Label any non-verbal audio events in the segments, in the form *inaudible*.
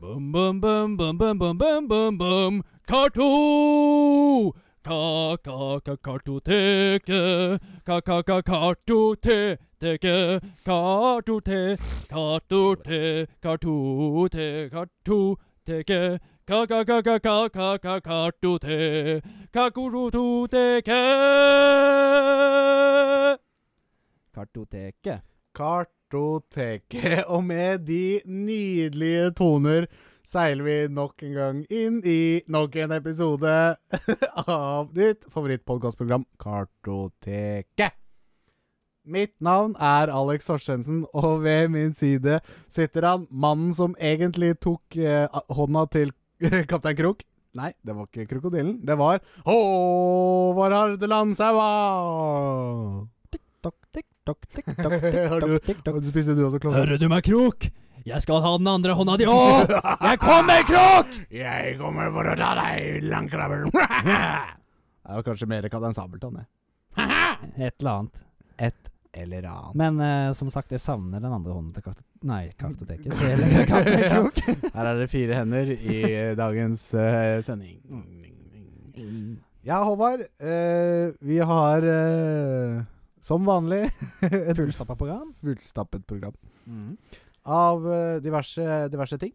Bum, bum, bum, bum, bum, bum, bum, bum, bum. Karto! Ka-ka-ka-kartoteket. Ka-ka-ka-kartoteket. Kartote, kartote, kartote, kartoteket. Ka-ka-ka-ka-ka-ka-ka-kartote. Kakorototeket. Kartoteket. Kartoteket. *laughs* Og med de nydelige toner seiler vi nok en gang inn i nok en episode *laughs* av ditt favorittpodkastprogram Kartoteket. Mitt navn er Alex Torstensen, og ved min side sitter han, mannen som egentlig tok eh, hånda til *laughs* Kaptein Krok. Nei, det var ikke krokodillen. Det var Håvard Hardeland Saua! Tikk-tokk, tikk-tokk, tikk-tokk, tikk-tokk, tikk-tokk. Spiste du også klokka? Hører du meg, Krok? Jeg skal ha den andre hånda di òg! Jeg kommer, Krok! Jeg kommer for å ta deg, langkrabber. *laughs* det var kanskje mer Kaptein Sabeltann, det. Et eller annet. Et eller annet. Men eh, som sagt, jeg savner den andre hånden til kartot... Nei, kartoteket. Det *laughs* gjelder Kaptein Krok. Her er det fire hender i eh, dagens eh, sending. Ja, Håvard. eh, vi har eh, som vanlig *laughs* et Fullstappa program. Mm. fullstappet program av eh, diverse, diverse ting.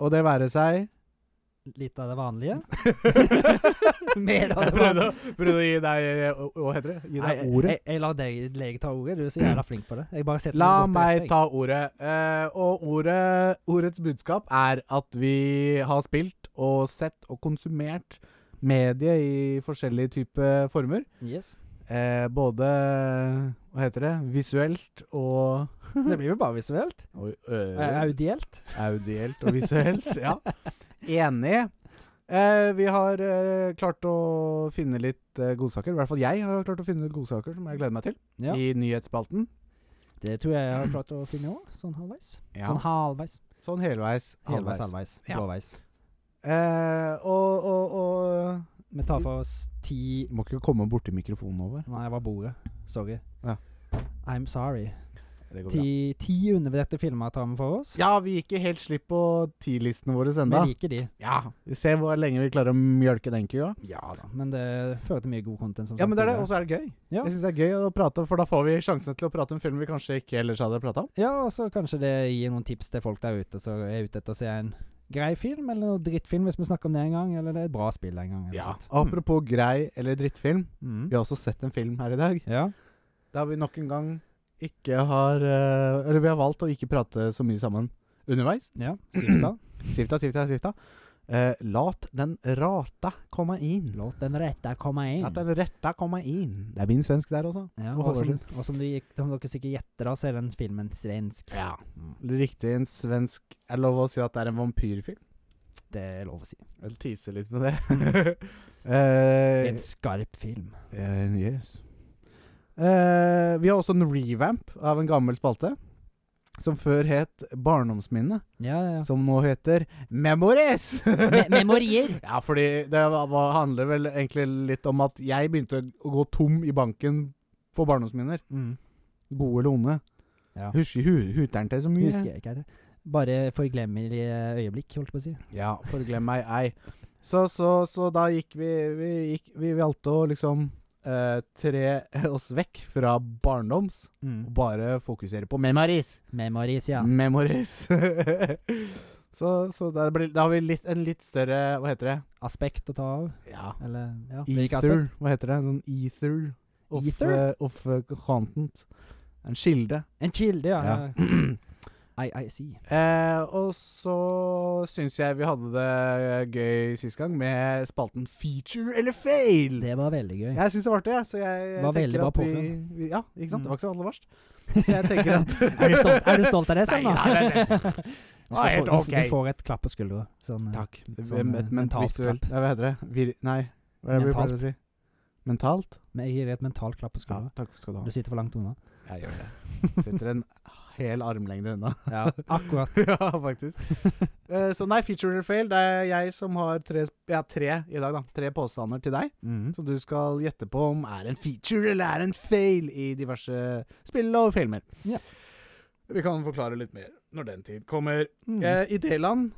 Og det være seg Litt av det *laughs* vanlige. *laughs* Mer Mer av det prøvde, å- prøvde å gi deg eh, Hva hva heter det? Gi deg Nei, ordet. Jeg, jeg lar deg lege ta ordet. Du er så jævla flink på det. Jeg bare setter La meg godt meg etter, jeg. ta ordet. Eh, og ordet, ordets budskap er at vi har spilt og sett og konsumert medie i forskjellige typer former. Yes. Eh, både Hva heter det? Visuelt og *laughs* Det blir jo bare visuelt. Oi, Eh, øh, Audielt. Audielt og visuelt. *laughs* Ja. Enig. Eh, vi har eh, klart å finne litt eh, godsaker. I hvert fall jeg har klart å finne litt godsaker som jeg gleder meg til. Ja. I nyhetsspalten. Det tror jeg jeg har klart å finne òg. Sånn halvveis. Ja. Sånn halvveis. Sånn helveis. halvveis. Halvveis, halvveis. Ja. Blåveis. Eh, og, og, og Vi tar for oss ti Du må ikke komme borti mikrofonen over. Nei, jeg var bordet. Sorry. Ja. I'm sorry. Det går bra. Ti, ti undervurderte filmer tar vi for oss. Ja, vi gikk ikke helt slipp på ti-listene våre enda. Vi liker de. Ja, Vi ser hvor lenge vi klarer å mjølke den kua. Ja da. Men det fører til mye god content. Som Ja, sagt men det er det, tidligere. Og så er det gøy. Ja. Jeg syns det er gøy å prate, for da får vi sjansene til å prate om film vi kanskje ikke ellers hadde prata om. Ja, og så kanskje det gir noen tips til folk der ute som er ute etter å se en grei film, eller noe drittfilm hvis vi snakker om det en gang, eller det er et bra spill en gang. Eller sånt. Apropos grei eller drittfilm, Mm. vi har også sett en film her i dag. Ja. Da vi nok en gang ikke har eh, Eller vi har valgt å ikke prate så mye sammen underveis. ja. Sifta. *clears throat* Sifta, sifta, sifta. Eh, lat den rata komme inn. Låt den rette komme inn. At den retta komme inn. Det er min svensk der også. Ja, Og og, som, Håvard og som, du, gikk- som dere sikkert gjetter, da, så er den filmen svensk. Ja. Mm. Riktig en svensk Er det lov å si at det er en vampyrfilm? Det er lov å si. Eller tise litt med det. *laughs* Eh, En skarp film. eh, yes. Eh, vi har også en revamp av en gammel spalte. Som før het Barndomsminne, Ja, ja, ja. som nå heter Memories! Me memorier. *laughs* ja, fordi det var- var- handler vel egentlig litt om at jeg begynte å gå tom i banken for barndomsminner. Mm. Gode eller onde. Ja. Husker hu- huteren til så mye. Husker jeg ikke det. Bare forglemmelige øyeblikk, holdt jeg på å si. Ja, for glem meg ei. Så, så, så da gikk vi Vi, gikk, vi valgte å liksom eh, tre oss vekk fra barndoms Mm. og bare fokusere på memories. Memories, ja. Memories. *laughs* så så da, blir, da har vi litt, en litt større Hva heter det? Aspekt å ta av. Ja. Eller ja. hvilke Ether. aspekt? Hva heter det? Sånn ether of, Ether? eh, of eh, content. En kilde. En kilde, ja. Ja. *clears throat* I, I see. Eh, og så syns jeg vi hadde det gøy sist gang med spalten feature eller fail. Det var veldig gøy. Jeg syns det var artig, jeg. Så jeg Var tenker veldig bra at vi- påfunn. vi- Ja, ikke sant? Mm. Det var ikke så aller verst. Så jeg tenker *laughs* at er, du stolt, er du stolt av det, Sam? Nei, da? nei, nei, nei. *laughs* Du var skal helt få- du- ok. Du får et klapp på skuldra. Sånn, eh, Takk. Sånn, eh, et mentalt mentalt visuelt klapp. Nei, Hva heter det? Vir nei, hva er det vi Mentalt. pleier å si? Mentalt? Men jeg gir deg et mentalt klapp på Ja, skuldra. takk skal du ha. Du sitter for langt unna. Jeg gjør det. *laughs* Sitter en hel armlengde unna. Ja, akkurat. *laughs* ja, faktisk. Eh, så nei, feature or fail. Det er jeg som har tre, sp- ja, tre i dag, da. Tre påstander til deg. *laughs* Mm. Så du skal gjette på om er en feature eller er en fail i diverse spill og filmer. Ja. Vi kan forklare litt mer når den tid kommer. Mm. Eh, Idéland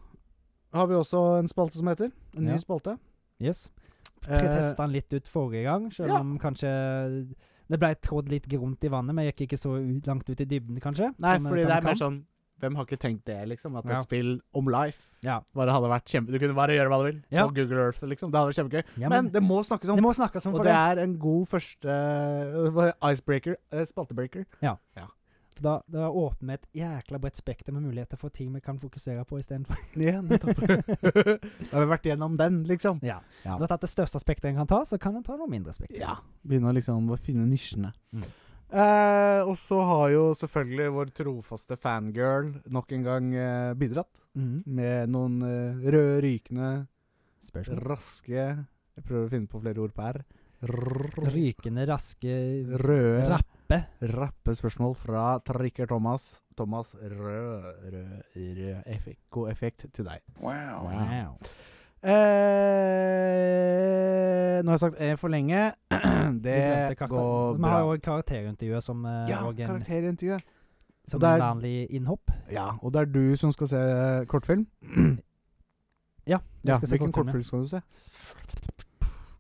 har vi også en spalte som heter. En Ja. ny spalte. Yes. Jeg Eh, testa den litt ut forrige gang, selv ja. om kanskje det ble trådd litt grunt i vannet. Men jeg gikk ikke så ut, langt ut i dybden, kanskje. nei, som, eh, fordi det man er mer kan. sånn Hvem har ikke tenkt det, liksom? At Ja. et spill om life Ja. bare hadde vært kjempe... Du kunne bare gjøre hva du vil Ja. på Google Earth, liksom. Det hadde vært kjempegøy. ja, men, men, det må snakkes om. det må snakkes om, og for det det. er en god første øh, icebreaker. øh, Spaltebreaker. For da, da åpner vi et jækla bredt spekter med muligheter for ting vi kan fokusere på istedenfor. *laughs* Ja, nettopp. *laughs* da har vi vært gjennom den, liksom. Ja. Ja. Du har tatt det største spekteret en kan ta, så kan en ta noe mindre spekter. Ja. Begynne å liksom å finne nisjene. Mm. Eh, og så har jo selvfølgelig vår trofaste fangirl nok en gang eh, bidratt Mhm. med noen eh, røde, rykende, Spørsmål. raske Jeg prøver å finne på flere ord på r. Rrrr. Rykende raske Røde, rappe. rappe spørsmål fra Trikker Thomas. Thomas, rød, rød, rød effekt, god effekt til deg. Wow. Wow. Eh, nå har jeg sagt E for lenge. *clears throat* Vi Det glemte karakter- går Vi bra. har jo et karakterintervju som, eh, Ja, og en, karakterintervjuet. som og det en er- vanlig innhopp. Ja, og det er du som skal se eh, kortfilm. Ja, jeg Ja, skal se Hvilken kortfilmen. kortfilm skal du se?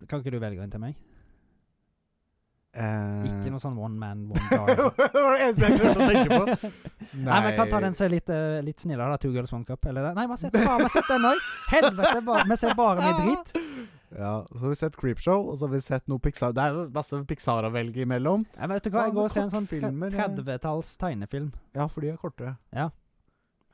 Kan ikke du velge en til meg? Eh, Ikke noe sånn one *laughs* man, one car. det var det eneste jeg klarte å tenke på. Nei, men jeg kan ta den som er litt, eh, litt snillere, da. Two Girls One Cup. Eller, nei, vi har sett, faen, vi har sett den òg! Helvete, ba- vi ser bare mye dritt. Ja, så har vi sett Creepshow, og så har vi sett noe Pixar. Det er jo masse Pixar å velge imellom. Nei, men vet du hva, jeg Faen, går og ser en sånn kortfilmer, tre- ja. 30-talls tegnefilm. Ja, for de er kortere. Ja.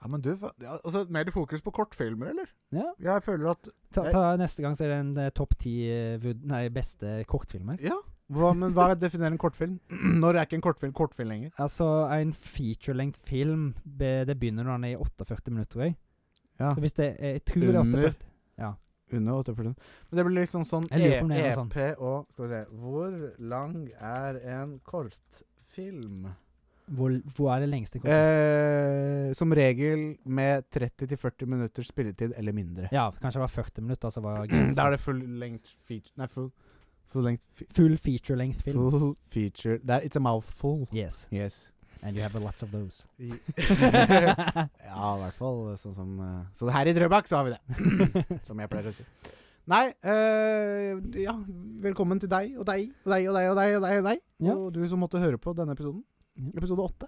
Ja, men du, fa- ja, altså, Mer fokus på kortfilmer, eller? Ja. Jeg føler at Ta, ta, neste gang så er det en eh, topp ti eh, vud- nei, beste kortfilmer. Ja. Hva, men hva definerer en kortfilm? *clears throat* Når er ikke en kortfilm kortfilm lenger? Altså, en feature-lengt film, be- det begynner når den er i 48 minutter, tror jeg. Ja. Så hvis det er, jeg tror det er Under. 48 Under 48. Men det blir liksom sånn Jeg lurer på om E- det er noe sånn. EP og Skal vi se Hvor lang er en kortfilm? Hvor, hvor er det lengste kortfilm? Eh, som regel med 30-40 minutters spilletid eller mindre. ja, kanskje det var 40 minutter, altså *clears throat* var Da grensa. er det full length feature Nei, full Full length fe- Full feature-length film. Full feature det er, It's a mouthful. Yes, Yes. and you have lots of those. *laughs* ja, i hvert fall sånn som eh, Så her i Drøbak så har vi det. *clears throat* som jeg pleier å si. Nei, eh, ja Velkommen til deg og deg og deg og deg og deg. Og deg og deg Ja. Og du som måtte høre på denne episoden. Ja. Episode åtte.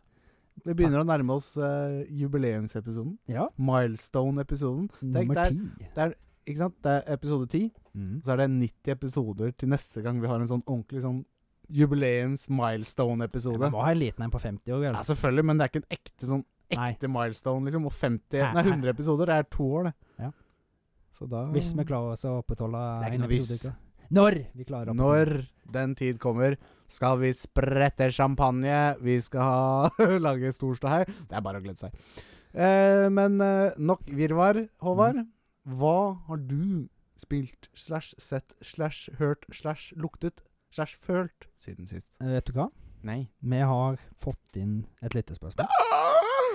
Det begynner å nærme oss eh, jubileumsepisoden. *laughs* Ja, Milestone-episoden. Tenk nummer der. ti. Ikke sant? Det er episode ti. Mm. Så er det 90 episoder til neste gang vi har en sånn ordentlig sånn jubileums-milestone-episode. Man må ha en liten en på 50 år, Ja, eller? selvfølgelig, men det er ikke en ekte sånn Nei. ekte milestone, liksom. Og 50 Nei, Nei, nei. 100 episoder. Det er to år, det. Ja. Så da Hvis vi klarer oss å opprettholde Det er ikke en noe hvis. episode i uka. Når vi klarer å Når den tid kommer, skal vi sprette champagne. Vi skal ha, *laughs* lage storstå her. Det er bare å glede seg. Eh, men eh, nok virvar, Håvard. Mm. Hva har du spilt slash sett slash hørt slash luktet slash følt siden sist? Eh, Vet du hva? Nei. Vi har fått inn et *laughs* lyttespørsmål.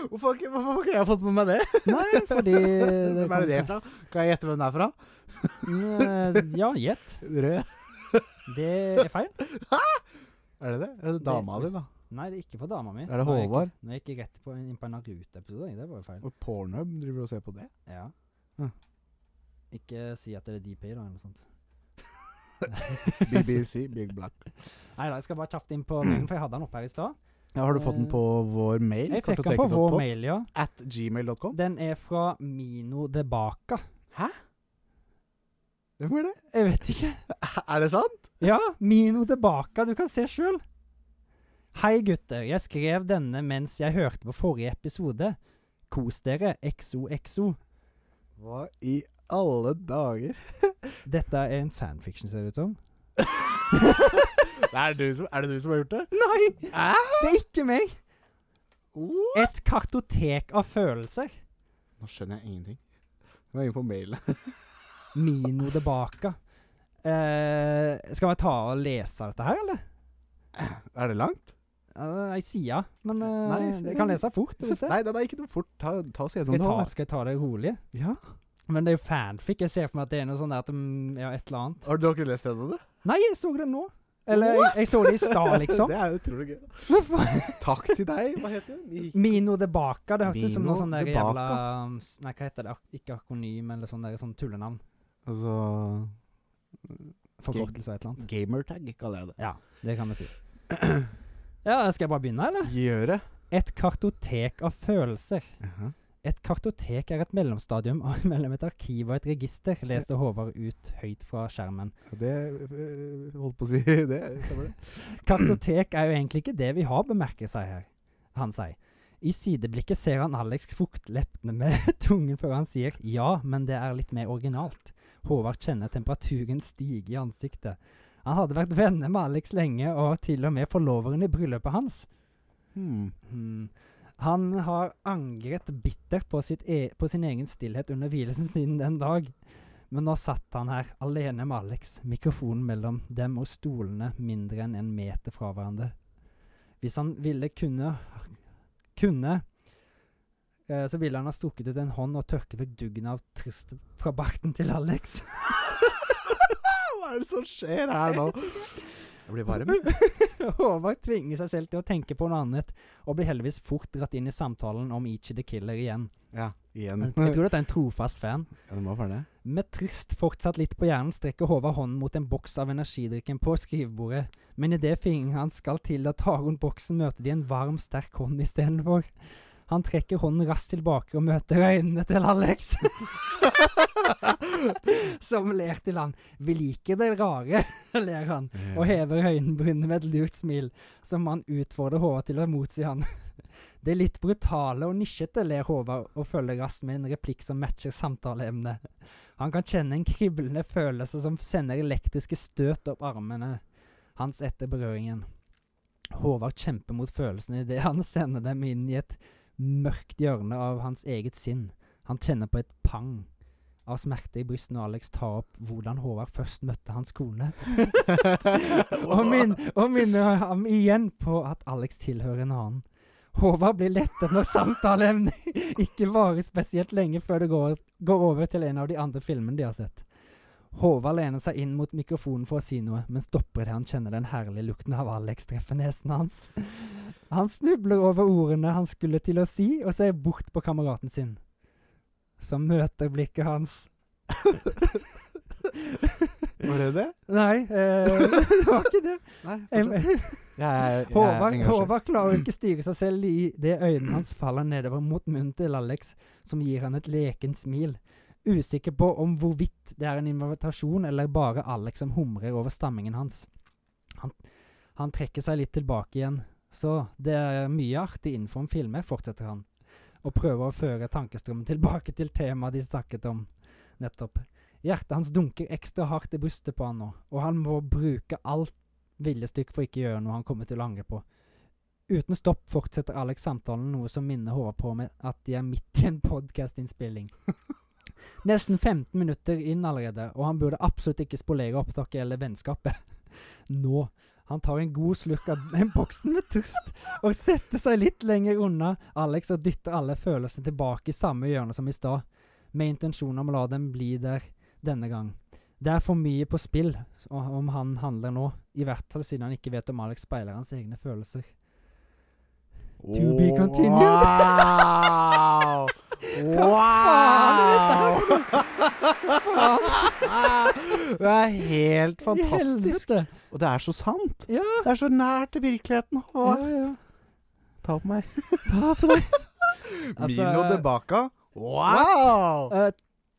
Hvorfor har ikke, hvorfor har ikke jeg fått med meg det? *laughs* Nei, fordi det Hvem er det det er fra? Kan jeg gjette hvem det er fra? Eh, Ja, gjett. Rød. Det er feil. Er det det? Er det dama di, da? Nei, det er ikke for dama mi. Er det Nå jeg- Håvard? Nå gikk jeg rett på, inn på en Naruto-episode. jeg. Det var jo feil. Og Pornhub driver og ser på det? *laughs* Ja. Hm. Ikke si at det er DP, da, *laughs* eller noe sånt. BBC, Big Black. Nei da, jeg skal bare kjapt inn på mailen, for jeg hadde den oppe her i stad. Ja, har du fått den på vår mail? Jeg fikk den på vår kartoteket.pod? mail, ja. At gmail.com? Den er fra Mino de Baca. Hvem er det? *laughs* Jeg vet ikke. Er det sant? Ja, Mino de Baca. Du kan se sjøl. Hei, gutter. Jeg skrev denne mens jeg hørte på forrige episode. Kos dere. XOXO. Hva i alle *laughs* dager? Dette er en fanfiction, ser det ut som. er, det du som, er det du som har gjort det? Nei, Hæ? det er ikke meg. What? Et kartotek av følelser. Nå skjønner jeg ingenting. Jeg var inne på mailen. Mino de Baca. Eh, skal vi ta og lese dette her, eller? *laughs* Er det langt? Uh, jeg sier men eh, Nei, jeg kan lese fort. Hvis det. Nei, det er ikke noe fort. Ta, ta og si det Skal, som jeg det ta, var. skal jeg ta det rolig? Ja. Men det er jo fanfic. Jeg ser for meg at det er noe sånn der at de, Ja, et eller annet. Har du har ikke lest det ennå? du? Nei, jeg så det nå. Eller jeg, jeg så det i *laughs* stad, liksom. Det er utrolig gøy. Hvorfor? Takk til deg. Hva heter du? Mi- Mino de Baca. Det hørtes ut som noe Mino sånn de der Baca. jævla Nei, hva heter det? Ak- Ikke akonym, eller sånn der, sånn tullenavn. Altså Forkortelse og et eller annet. Gamertag kaller jeg det. Ja, det kan vi *clears throat* si. Ja, skal jeg bare begynne, eller? Gjøre. Et kartotek av følelser. Jaha. Et kartotek er et mellomstadium av- *laughs* mellom et arkiv og et register, leser Håvard ut høyt fra skjermen. Det øh, Holdt på å si *laughs* det. Stemmer det? Kartotek er jo egentlig ikke det vi har, bemerker seg her. Han sier. I sideblikket ser han Alex fukte leppene med *laughs* tungen før han sier ja, men det er litt mer originalt. Håvard kjenner temperaturen stige i ansiktet. Han hadde vært venner med Alex lenge, og var til og med forloveren i bryllupet hans. Hmm. Hmm. Han har angret bittert på, sitt e på sin egen stillhet under hvilelsen siden den dag. Men nå satt han her, alene med Alex, mikrofonen mellom dem og stolene mindre enn en meter fra hverandre. Hvis han ville kunne kunne eh, så ville han ha strukket ut en hånd og tørket vekk duggen av trist fra barten til Alex. *laughs* Hva er det som skjer her nå? Jeg blir varm. Håvard tvinger seg selv til å tenke på noe annet, og blir heldigvis fort dratt inn i samtalen om Ichi the Killer igjen. Ja, igjen. Jeg tror dette er en trofast fan. *laughs* Ja, det må være det. Med trist fortsatt litt på hjernen strekker Håvard hånden mot en boks av energidrikken på skrivebordet, men idet fingeren hans skal til å ta rundt boksen, møter de en varm, sterk hånd istedenfor. Han trekker hånden raskt tilbake og møter øynene til Alex, som ler til han. 'Vi liker det rare', *laughs* ler han, og hever øyenbrynene med et lurt smil, som han utfordrer Håvard til å motsi han. *laughs* Det litt brutale og nisjete ler Håvard og følger raskt med en replikk som matcher samtaleemnet. Han kan kjenne en kriblende følelse som sender elektriske støt opp armene hans etter berøringen. Håvard kjemper mot følelsen idet han sender dem inn i et mørkt hjørne av hans eget sinn. Han kjenner på et pang av smerte i brystet når Alex tar opp hvordan Håvard først møtte hans kone og, min, og minner ham igjen på at Alex tilhører en annen. Håvard blir lettet når samtaleemnet *laughs* ikke varer spesielt lenge før det går, går over til en av de andre filmene de har sett. Håvard lener seg inn mot mikrofonen for å si noe, men stopper det han kjenner den herlige lukten av Alex treffer nesen hans. Han snubler over ordene han skulle til å si, og ser bort på kameraten sin, som møter blikket hans. Var det det? Nei, eh, *laughs* det var ikke det. Nei, Jeg, Jeg, jeg, Håvard, Håvard klarer ikke styre seg selv i det øynene hans faller nedover mot munnen til Alex, som gir han et lekent smil. Usikker på om hvorvidt det er en invitasjon eller bare Alex som humrer over stammingen hans. Han, han trekker seg litt tilbake igjen. Så det er mye artig innenfor om filmer, fortsetter han, og prøver å føre tankestrømmen tilbake til temaet de snakket om nettopp. Hjertet hans dunker ekstra hardt i brystet på han nå, og han må bruke alt viljestykke for ikke å gjøre noe han kommer til å angre på. Uten stopp fortsetter Alex samtalen, noe som minner Håvard på med at de er midt i en podkastinnspilling. Nesten 15 minutter inn allerede, og han burde absolutt ikke spolere opptaket eller vennskapet. *laughs* Nå. Han tar en god slurk av den boksen med tørst, og setter seg litt lenger unna Alex og dytter alle følelsene tilbake i samme hjørne som i stad, med intensjon om å la dem bli der denne gang. Det er for mye på spill s- o- om han handler nå, i hvert fall siden han ikke vet om Alex speiler hans egne følelser. To be continued. *laughs* Wow! faen er Wow! Det er helt fantastisk. I helvete! Og det er så sant. Ja. Det er så nært til virkeligheten. Ja, Å, ja. *laughs* ta på meg. Ta på deg. Altså, Mino de Baca. Wow! eh,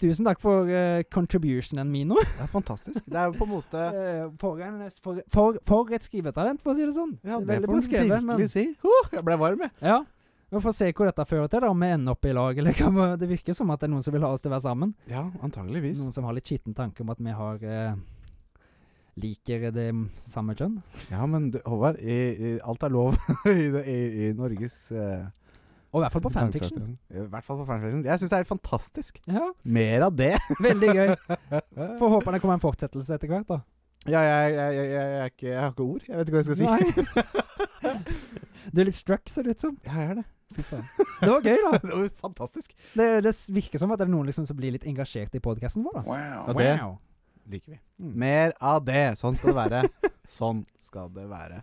tusen takk for eh, contributionen, Mino. Det er fantastisk. Det er jo på en måte Eh, for, en, for, for, for et skrivetalent, for å si det sånn. Ja, Det er det veldig får man beskrevet, virkelig men- si. Huh, jeg ble varm, jeg. Ja. Vi får se hvor dette fører til, da, om vi ender opp i lag. Eller hva- det virker som at det er noen som vil ha oss til å være sammen. Ja, antageligvis. Noen som har litt skitten tanke om at vi har eh, liker det samme kjønn. Ja, men du, Håvard, i, i, alt er lov *laughs* i, det- i, i Norges eh, Og i hvert fall på fanfiction. I hvert fall på fanfiction. Jeg syns det er helt fantastisk. Ja, Mer av det! Veldig gøy. Får håpe det kommer en fortsettelse etter hvert, da. *laughs* Ja, jeg, jeg, jeg, jeg, er ikke, jeg har ikke ord. Jeg vet ikke hva jeg skal si. Nei. *laughs* Du er litt struck, ser det ut som. Ja, jeg er det. Fy faen. Det var gøy, da. *laughs* Det var fantastisk. Det, det virker som at det er noen liksom som blir litt engasjert i podkasten vår, da. Og det Wow. liker vi. Mm. *laughs* *laughs* Mer av det! Sånn skal det være. Sånn skal det være.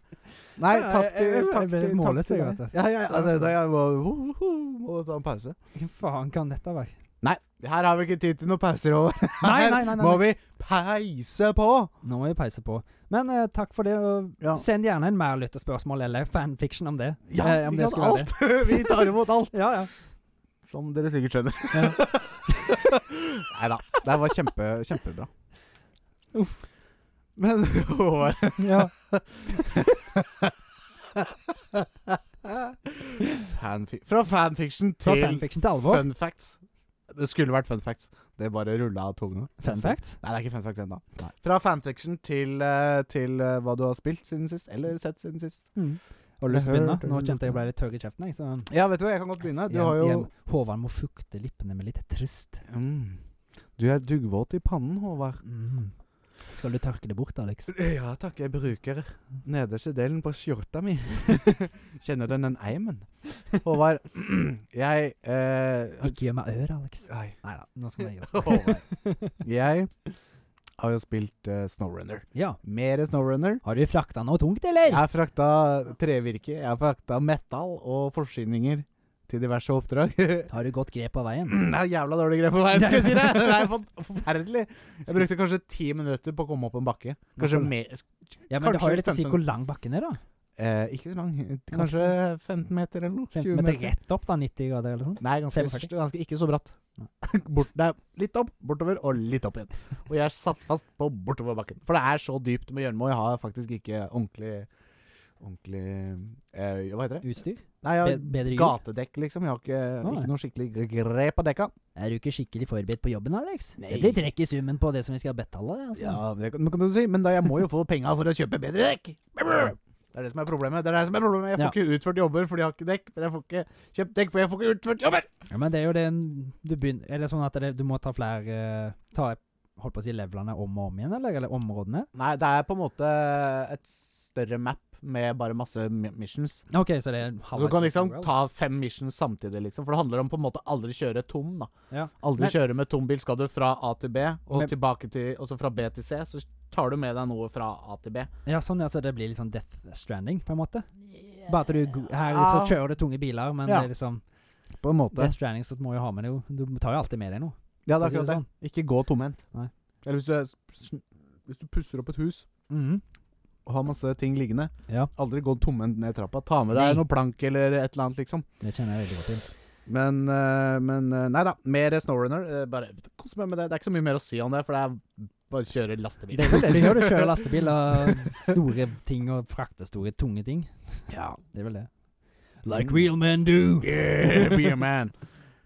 Nei, Ja, takk jeg- til jeg- jeg takk ble til- målløs, takk til jeg, deg. vet du. Ja, ja, altså, da jeg må, ho, ho, må ta en pause. Hva faen kan dette være? Nei, her har vi ikke tid til noen pauser. Over. Nei, nei, nei, nei, Må vi nei. peise på? Nå må vi peise på. Men eh, takk for det. og Ja. Send gjerne en mer lyttespørsmål eller fanfiction om det. Ja, Eh, om vi det kan skulle være alt! *laughs* vi tar imot alt! Ja, ja. Som dere sikkert skjønner. Ja. *laughs* Nei da. Det var kjempe, kjempebra. Uff. Men *laughs* Håvard ja. Fanfi Fra fanfiction Fra til fanfiction til alvor. fun facts. Det skulle vært fun facts. Det bare rulla av tunga. Fun facts? Nei, det er ikke fun facts ennå. Fra fanfiction til, eh, til eh, hva du har spilt siden sist, eller sett siden sist. Har du Mm. lyst til å begynne? Hørte Nå du kjente jeg noe? jeg ble litt tørr i kjeften. Jeg, så Ja, vet du hva, jeg kan godt begynne. Du Igjen, har jo igjen. Håvard må fukte lippene med litt trist. Mm. Du er duggvåt i pannen, Håvard. Mm. Skal du tørke det bort, Alex? Ja takk, jeg bruker nederste delen på skjorta mi. *laughs* Kjenner den den eimen? *clears throat* Håvard, jeg eh, Ikke gjør meg ør, Alex. Nei. Nei da, nå skal vi legge oss. Håvard. Jeg har jo spilt eh, Snowrunner. *laughs* Ja. Mer Snowrunner. Har du frakta noe tungt, eller? Jeg har frakta trevirke, jeg har frakta metal og forsyninger til diverse oppdrag. *clears throat* Det Har du godt grep på veien? er jævla dårlig grep på veien, skal jeg si det! Det er for- forferdelig. Jeg brukte kanskje ti minutter på å komme opp en bakke. Kanskje mer Ja, men du kanskje har jo litt å si 15. hvor lang bakken er, da. eh, Ikke så lang. Kanskje 15 meter eller noe. 15 20 meter meter. rett opp, da. 90 grader eller sånn. noe sånt. Nei, ganske, 45. ganske ikke så bratt. *laughs* Bort, nei, litt opp, bortover og litt opp igjen. Og jeg er satt fast på bortoverbakken. For det er så dypt med gjørme, og jeg har faktisk ikke ordentlig Ordentlig eh, Hva heter det? Utstyr? Nei, jeg har Be bedre hjul? Gatedekk, liksom. Jeg har ikke, Nei. ikke noe skikkelig gre- grep på dekka. Er du ikke skikkelig forberedt på jobben, Alex? Nei. Det blir trekk i summen på det som vi skal betale. det, Altså. Ja, det kan, det kan du si, men da jeg må jo få penga for å kjøpe bedre dekk. Det er det som er problemet. Det er det som er problemet. Jeg får Ja. ikke utført jobber fordi jeg har ikke dekk. Men jeg får ikke kjøpt dekk fordi jeg får ikke utført jobber. Ja, men det er jo det en- du begynner Er det sånn at det, du må ta flere eh, Ta Holdt på å si levelene om og om igjen, eller? Eller områdene? Nei, det er på en måte et større map med bare masse mi- missions. OK, så det er Så du kan liksom ta fem missions samtidig, liksom. For det handler om på en måte aldri kjøre tom, da. Ja. Aldri Men- kjøre med tom bil. Skal du fra A til B, og Men- tilbake til Og så fra B til C, så tar du med deg noe fra A til B. Ja, sånn, ja. Så det blir litt sånn Death Stranding, på en måte? Bare at du go- Her så Ja. kjører du tunge biler, men Ja. det er liksom På en måte. Death Stranding så må jo ha med noe. Du tar jo alltid med deg noe. Ja, for det å er si det akkurat det. sånn. Ikke gå tomhendt. Nei. Eller hvis du, er s- hvis du pusser opp et hus Mhm. og har masse ting liggende, Ja. aldri gå tomhendt ned trappa. Ta med deg Nei. noe plank eller et eller annet, liksom. Det kjenner jeg veldig godt til. Men, eh, men eh, nei da. Mer Snowrunner. eh, Bare kos meg med det. Det er ikke så mye mer å si om det, for det er bare å kjøre lastebil. Det er vel *laughs* det du gjør. Du kjører lastebil og store ting og frakter store, tunge ting. Ja. Det er vel det. Like real men do. Yeah, be a *laughs* man.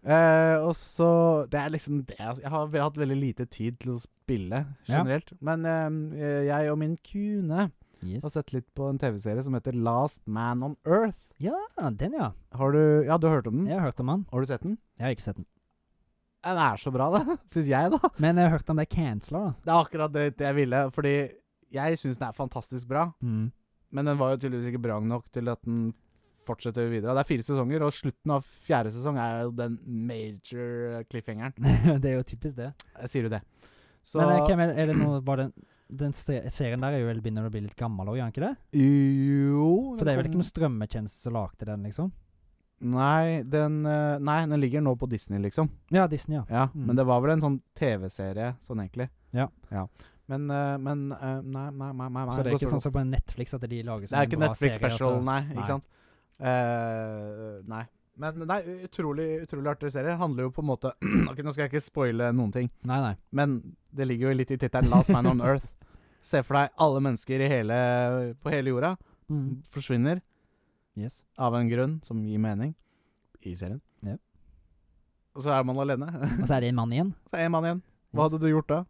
Eh, og så Det er liksom det altså, Jeg har ve- hatt veldig lite tid til å spille Ja. generelt. Men eh, jeg og min kune Yes. har sett litt på en TV-serie som heter Last Man on Earth. Ja, ah, den, ja. Har du Ja, du har hørt om den? Jeg har hørt om han. Har du sett den? Jeg har ikke sett den. Den er så bra, det. Syns jeg, da. *laughs* Men jeg har hørt om det canceler, da. Det er akkurat det jeg ville. Fordi jeg syns den er fantastisk bra. Mm. Men den var jo tydeligvis ikke bra nok til at den fortsetter videre. Det er fire sesonger, og slutten av fjerde sesong er jo den major cliffhangeren. *laughs* det er jo typisk det. Jeg sier jo det. Så Men eh, hvem er, er det nå Var den den se- serien der er jo vel begynner å bli litt gammel òg, gjør den ikke det? Jo For det er vel den ikke kom- noen strømmetjeneste som lagde den, liksom? Nei den, eh, nei, den ligger nå på Disney, liksom. Ja, Disney, ja. Ja, Mm. Men det var vel en sånn TV-serie, sånn egentlig. Ja. Men, eh, men eh, Nei, nei, nei. nei, nei Så det er godt ikke spørsmål. sånn som på Netflix at de lager Det er ikke en bra Netflix serie, special, altså. nei. Nei. Ikke sant? Eh, nei. Men nei, utrolig, utrolig artig serie. Handler jo på en måte *clears throat* Ok, Nå skal jeg ikke spoile noen ting, Nei, nei. men det ligger jo litt i tittelen 'Last Man on Earth'. Se for deg alle mennesker i hele, på hele jorda Mm. forsvinner Yes. av en grunn som gir mening i serien. Ja. Og så er man alene. *laughs* Og så er det en mann igjen. Så er man igjen. Hva hadde du gjort da?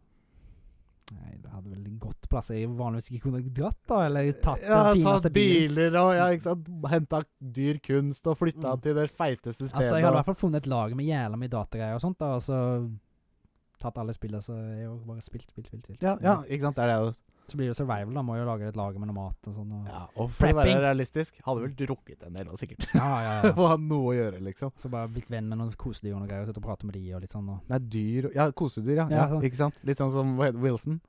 Nei, det hadde vel gått plasser jeg vanligvis ikke kunne dratt, da? Eller tatt Ja, den fineste tatt bilen? biler og ja, ikke sant? henta dyr kunst og flytta Mm. til det feiteste stedet. Altså, jeg hadde i og- hvert fall funnet et lager med jævla mye datagreier og sånt, da, og så tatt alle spillene, så jeg har bare spilt, spilt, spilt. spilt. ja, ja, ikke sant? Det er det jo Så blir det survival, da må jeg jo lage et lager med noe mat og sånn. Og... Ja, og for å være Prepping. realistisk, hadde vel drukket en del og sikkert. *laughs* Ja, ja, Det ja. var noe å gjøre, liksom. Så bare blitt venn med noen kosedyr og noe greier, og sitte og prate med de og litt sånn. Og... Nei, dyr Ja, kosedyr, ja. ja, Ja, sånn. Ikke sant? Litt sånn som hva heter Wilson.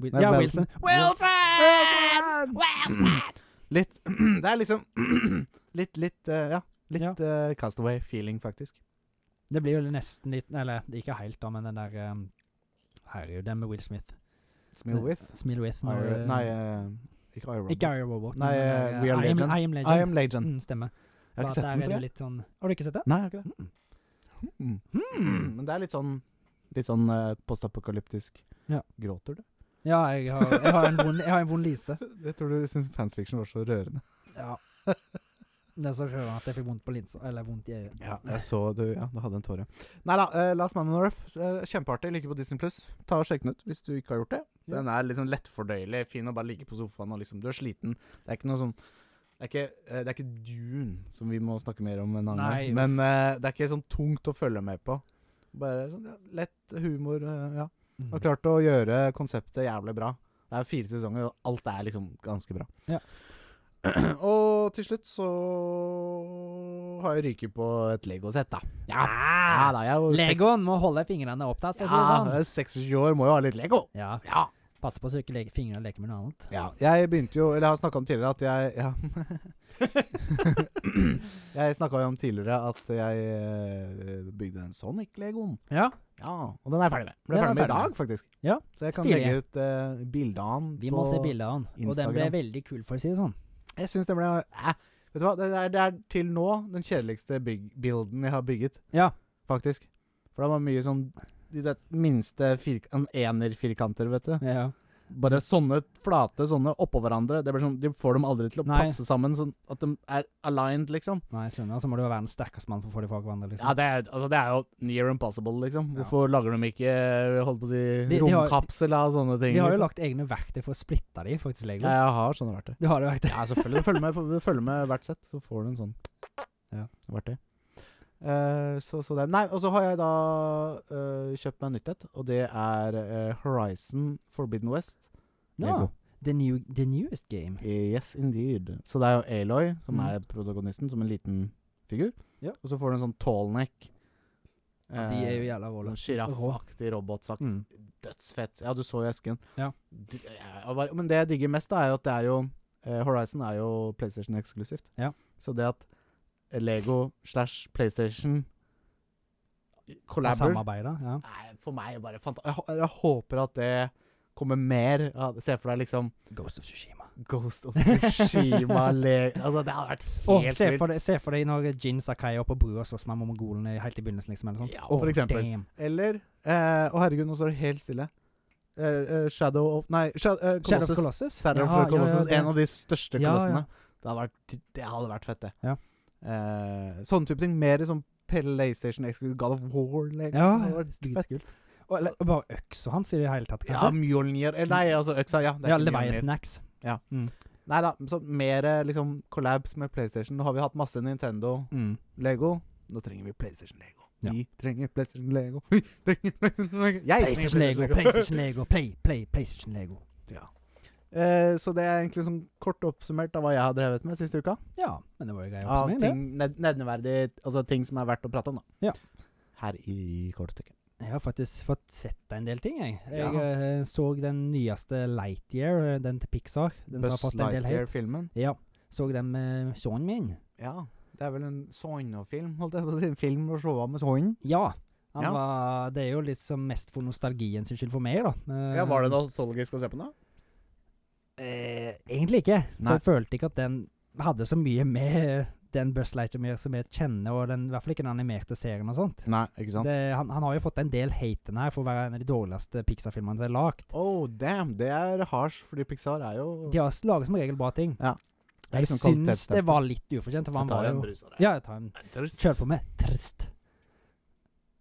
Wil Nei, ja, Wilson. Wilson. Wilson! Wilson! *clears throat* Litt Det er liksom *clears throat* Litt, litt eh, Ja. Litt Ja. eh, castaway-feeling, faktisk. Det blir jo nesten litt Eller det er ikke helt, da, men den der um, Herregud, den med Will Smith. Smil with. Smil with. når, Ira- uh, Nei, eh, ikke Iron ikke Ira Robot. Nei, eh, We Are I, am, Legend. I Am Legend. I am legend. Mm, stemmer. Jeg har Bare ikke at sett der den, er tror det jeg. litt sånn Har du ikke sett det? Nei, jeg har ikke det. Mm. Mm. Hmm. Men det er litt sånn Litt sånn eh, postapokalyptisk Ja. Gråter du? Ja, jeg har, jeg har en vond jeg har en vond *laughs* lise. Jeg tror du syns fanfiction var så rørende. Ja. Det er så rørende at jeg fikk vondt på linsa. Eller vondt i øyet. Ja, jeg så du Ja, du hadde en tåre. Nei da, eh, Last Man on Earth. eh, kjempeartig. Ligger på Disney Pluss. Ta og Sjekk den ut hvis du ikke har gjort det. Ja. Den er liksom lettfordøyelig. Fin å bare ligge på sofaen og liksom Du er sliten. Det er ikke noe sånn det er, ikke, eh, det er ikke Dune, som vi må snakke mer om en annen Nei, gang. Men eh, det er ikke sånn tungt å følge med på. Bare sånn ja, lett humor. eh, ja. Mm. Har klart å gjøre konseptet jævlig bra. Det er fire sesonger, og alt er liksom ganske bra. Ja. *clears throat* og til slutt så har jeg ryket på et Lego-sett, da. Ja. ja da, jeg er jo seks- Legoen må holde fingrene opptatt, Ah, for å si Ja, det jeg sånn. er 26 år, må jo ha litt Lego. Ja. Ja. Passe på så ikke le- fingrene leker med noe annet. ja. Jeg begynte jo Eller jeg har snakka om tidligere at jeg ja. *laughs* Jeg snakka jo om tidligere at jeg eh, bygde den Sonic-legoen. Ja. Ja, Og den er jeg ferdig med. Ble Den er ferdig med i ferdig med. dag, faktisk. Ja, Så jeg kan stilig. legge ut uh, bildene Vi må se bildet av den. Og den ble Instagram. veldig kul, for å si det sånn. Jeg syns den ble eh, Vet du hva, det er, det er til nå den kjedeligste bygg, builden jeg har bygget, Ja. faktisk. For det var mye sånn de der minste firk en ener-firkanter, vet du. ja. Bare sånne flate sånne oppå hverandre. Det blir sånn, De får dem aldri til å Nei. passe sammen, sånn at de er aligned, liksom. Nei, jeg skjønner. Så må du være den sterkeste mannen for å få de fra hverandre, liksom. Ja, det er, altså, det er jo near impossible, liksom. Ja. Hvorfor lager de ikke eh, holdt på å si, De- de har- romkapsel av sånne ting? de har jo liksom? lagt egne verktøy for å splitte de, faktisk, Lego. Ja, jeg har sånne verktøy. Du har det verktøy. Ja, selvfølgelig. Du følger *laughs* med, du følger med hvert sett, så får du en sånn Ja. verktøy. Eh, så, så det. Nei, og så har jeg da eh, kjøpt meg nytt et, og det er eh, Horizon Forbidden West. Ja. The, new, the newest game. Yes, indeed. Så det er jo Aloy som Mm. er protagonisten, som en liten figur. Ja. Og så får du en sånn tallneck. Ja, de er jo jævla råle. Sånn sjiraffaktig robotsak. Mm. Dødsfett. Ja, du så i esken. Ja. D- jeg bare- Men det jeg digger mest, da, er jo at det er jo eh, Horizon er jo PlayStation eksklusivt. Ja. Så det at Lego slash PlayStation collaborer Samarbeider. Ja. Nei, For meg er det bare fanta... Jeg, hå- jeg håper at det kommer mer. Ja, Se for deg liksom Ghost of Tsushima. Ghost of Tsushima *laughs* le- Altså, det hadde vært Og helt se vilt. for deg- se for deg når Jin Sakai er oppe på brua og slåss med mongolene helt i begynnelsen, liksom. Eller sånt. Ja, for Åh, eksempel. damn. Eller eh, Å, herregud, nå står det helt stille. Eh, eh, Shadow of Nei, Sha eh, Shadow Colossus. of Colossus. Shadow Ja, of Colossus, ja, ja, En av de største Ja, kolossene. Det, hadde vært, det hadde vært fett, det. Ja. Eh, sånne type ting. Mer i sånn PlayStation Exclusive God of War. Liksom. Ja, Det hadde vært fett. dritkult. Og eller, og bare øksa hans i det hele tatt, Ja, kanskje? Mjolnir Eller nei, altså øksa. Ja, det Ja, er ikke Mjolnir. Leviathan Axe. Ja. Mm. Nei da, så mer eh, liksom collabs med PlayStation. Nå har vi hatt masse Nintendo. Mm. Lego. Nå trenger vi PlayStation Lego. Ja. Vi trenger PlayStation Lego. Vi trenger PlayStation Lego. *laughs* Jeg trenger PlayStation Lego, PlayStation Lego, Play, Play, PlayStation Lego. *laughs* Eh, så det er egentlig sånn kort oppsummert av hva jeg har drevet med siste uka. Ja, men det var jo grei Av oppsummering, det. ting, ned, nevneverdig Altså ting som er verdt å prate om, da. Ja. Her i kortstykket. Jeg har faktisk fått sett en del ting, jeg. Jeg Ja. eh, så den nyeste Lightyear, eh, den til Pixar. Den som har fått en del hate. Lightyear-filmen. Ja. Så den med sønnen min. Ja. Det er vel en sånnefilm, holdt jeg på å si. En film å se av med sånn. Ja. Han Ja. Var, det er jo liksom mest for nostalgien sin skyld for meg, da. Eh, nostalgisk å se på den? Eh, egentlig ikke. For Nei. jeg følte ikke at den hadde så mye med eh, den Buzz Lightyear som jeg kjenner, og den, i hvert fall ikke den animerte serien og sånt. Nei, ikke sant? Det, han, han har jo fått en del haten her for å være en av de dårligste Pixar-filmene som er lagd. Oh, damn! Det er harsh, fordi Pixar er jo De har s- laget som regel bra ting. Ja. Det er Jeg liksom syns kvalitetsstempel. det var litt ufortjent. For han var jo brus av Ja, jeg tar en. Kjør på med trist.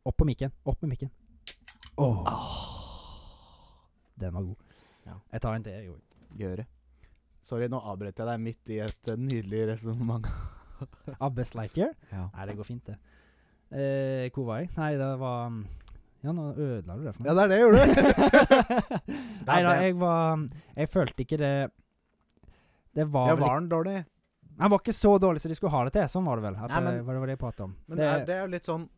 Opp på mikken. Opp med mikken. Åh. Ah. Den var god. Ja. Jeg tar en til, jeg gjorde. gjøre. Sorry, nå avbrøt jeg deg midt i et eh, nydelig resonnement. Av Buzz Lightyear? Ja. Nei, det går fint, det. Eh, hvor var jeg? Nei, det var mm, Ja, nå ødela du det for meg. det er det jeg gjorde. *laughs* Nei da, jeg var mm, Jeg følte ikke det Det var, Jeg vel var den dårlig. ikke- Han var ikke så dårlig som de skulle ha det til. Sånn var det vel. At Nei, men- det, var det var det jeg pratet om. Men det er, *clears throat* det er jo litt sånn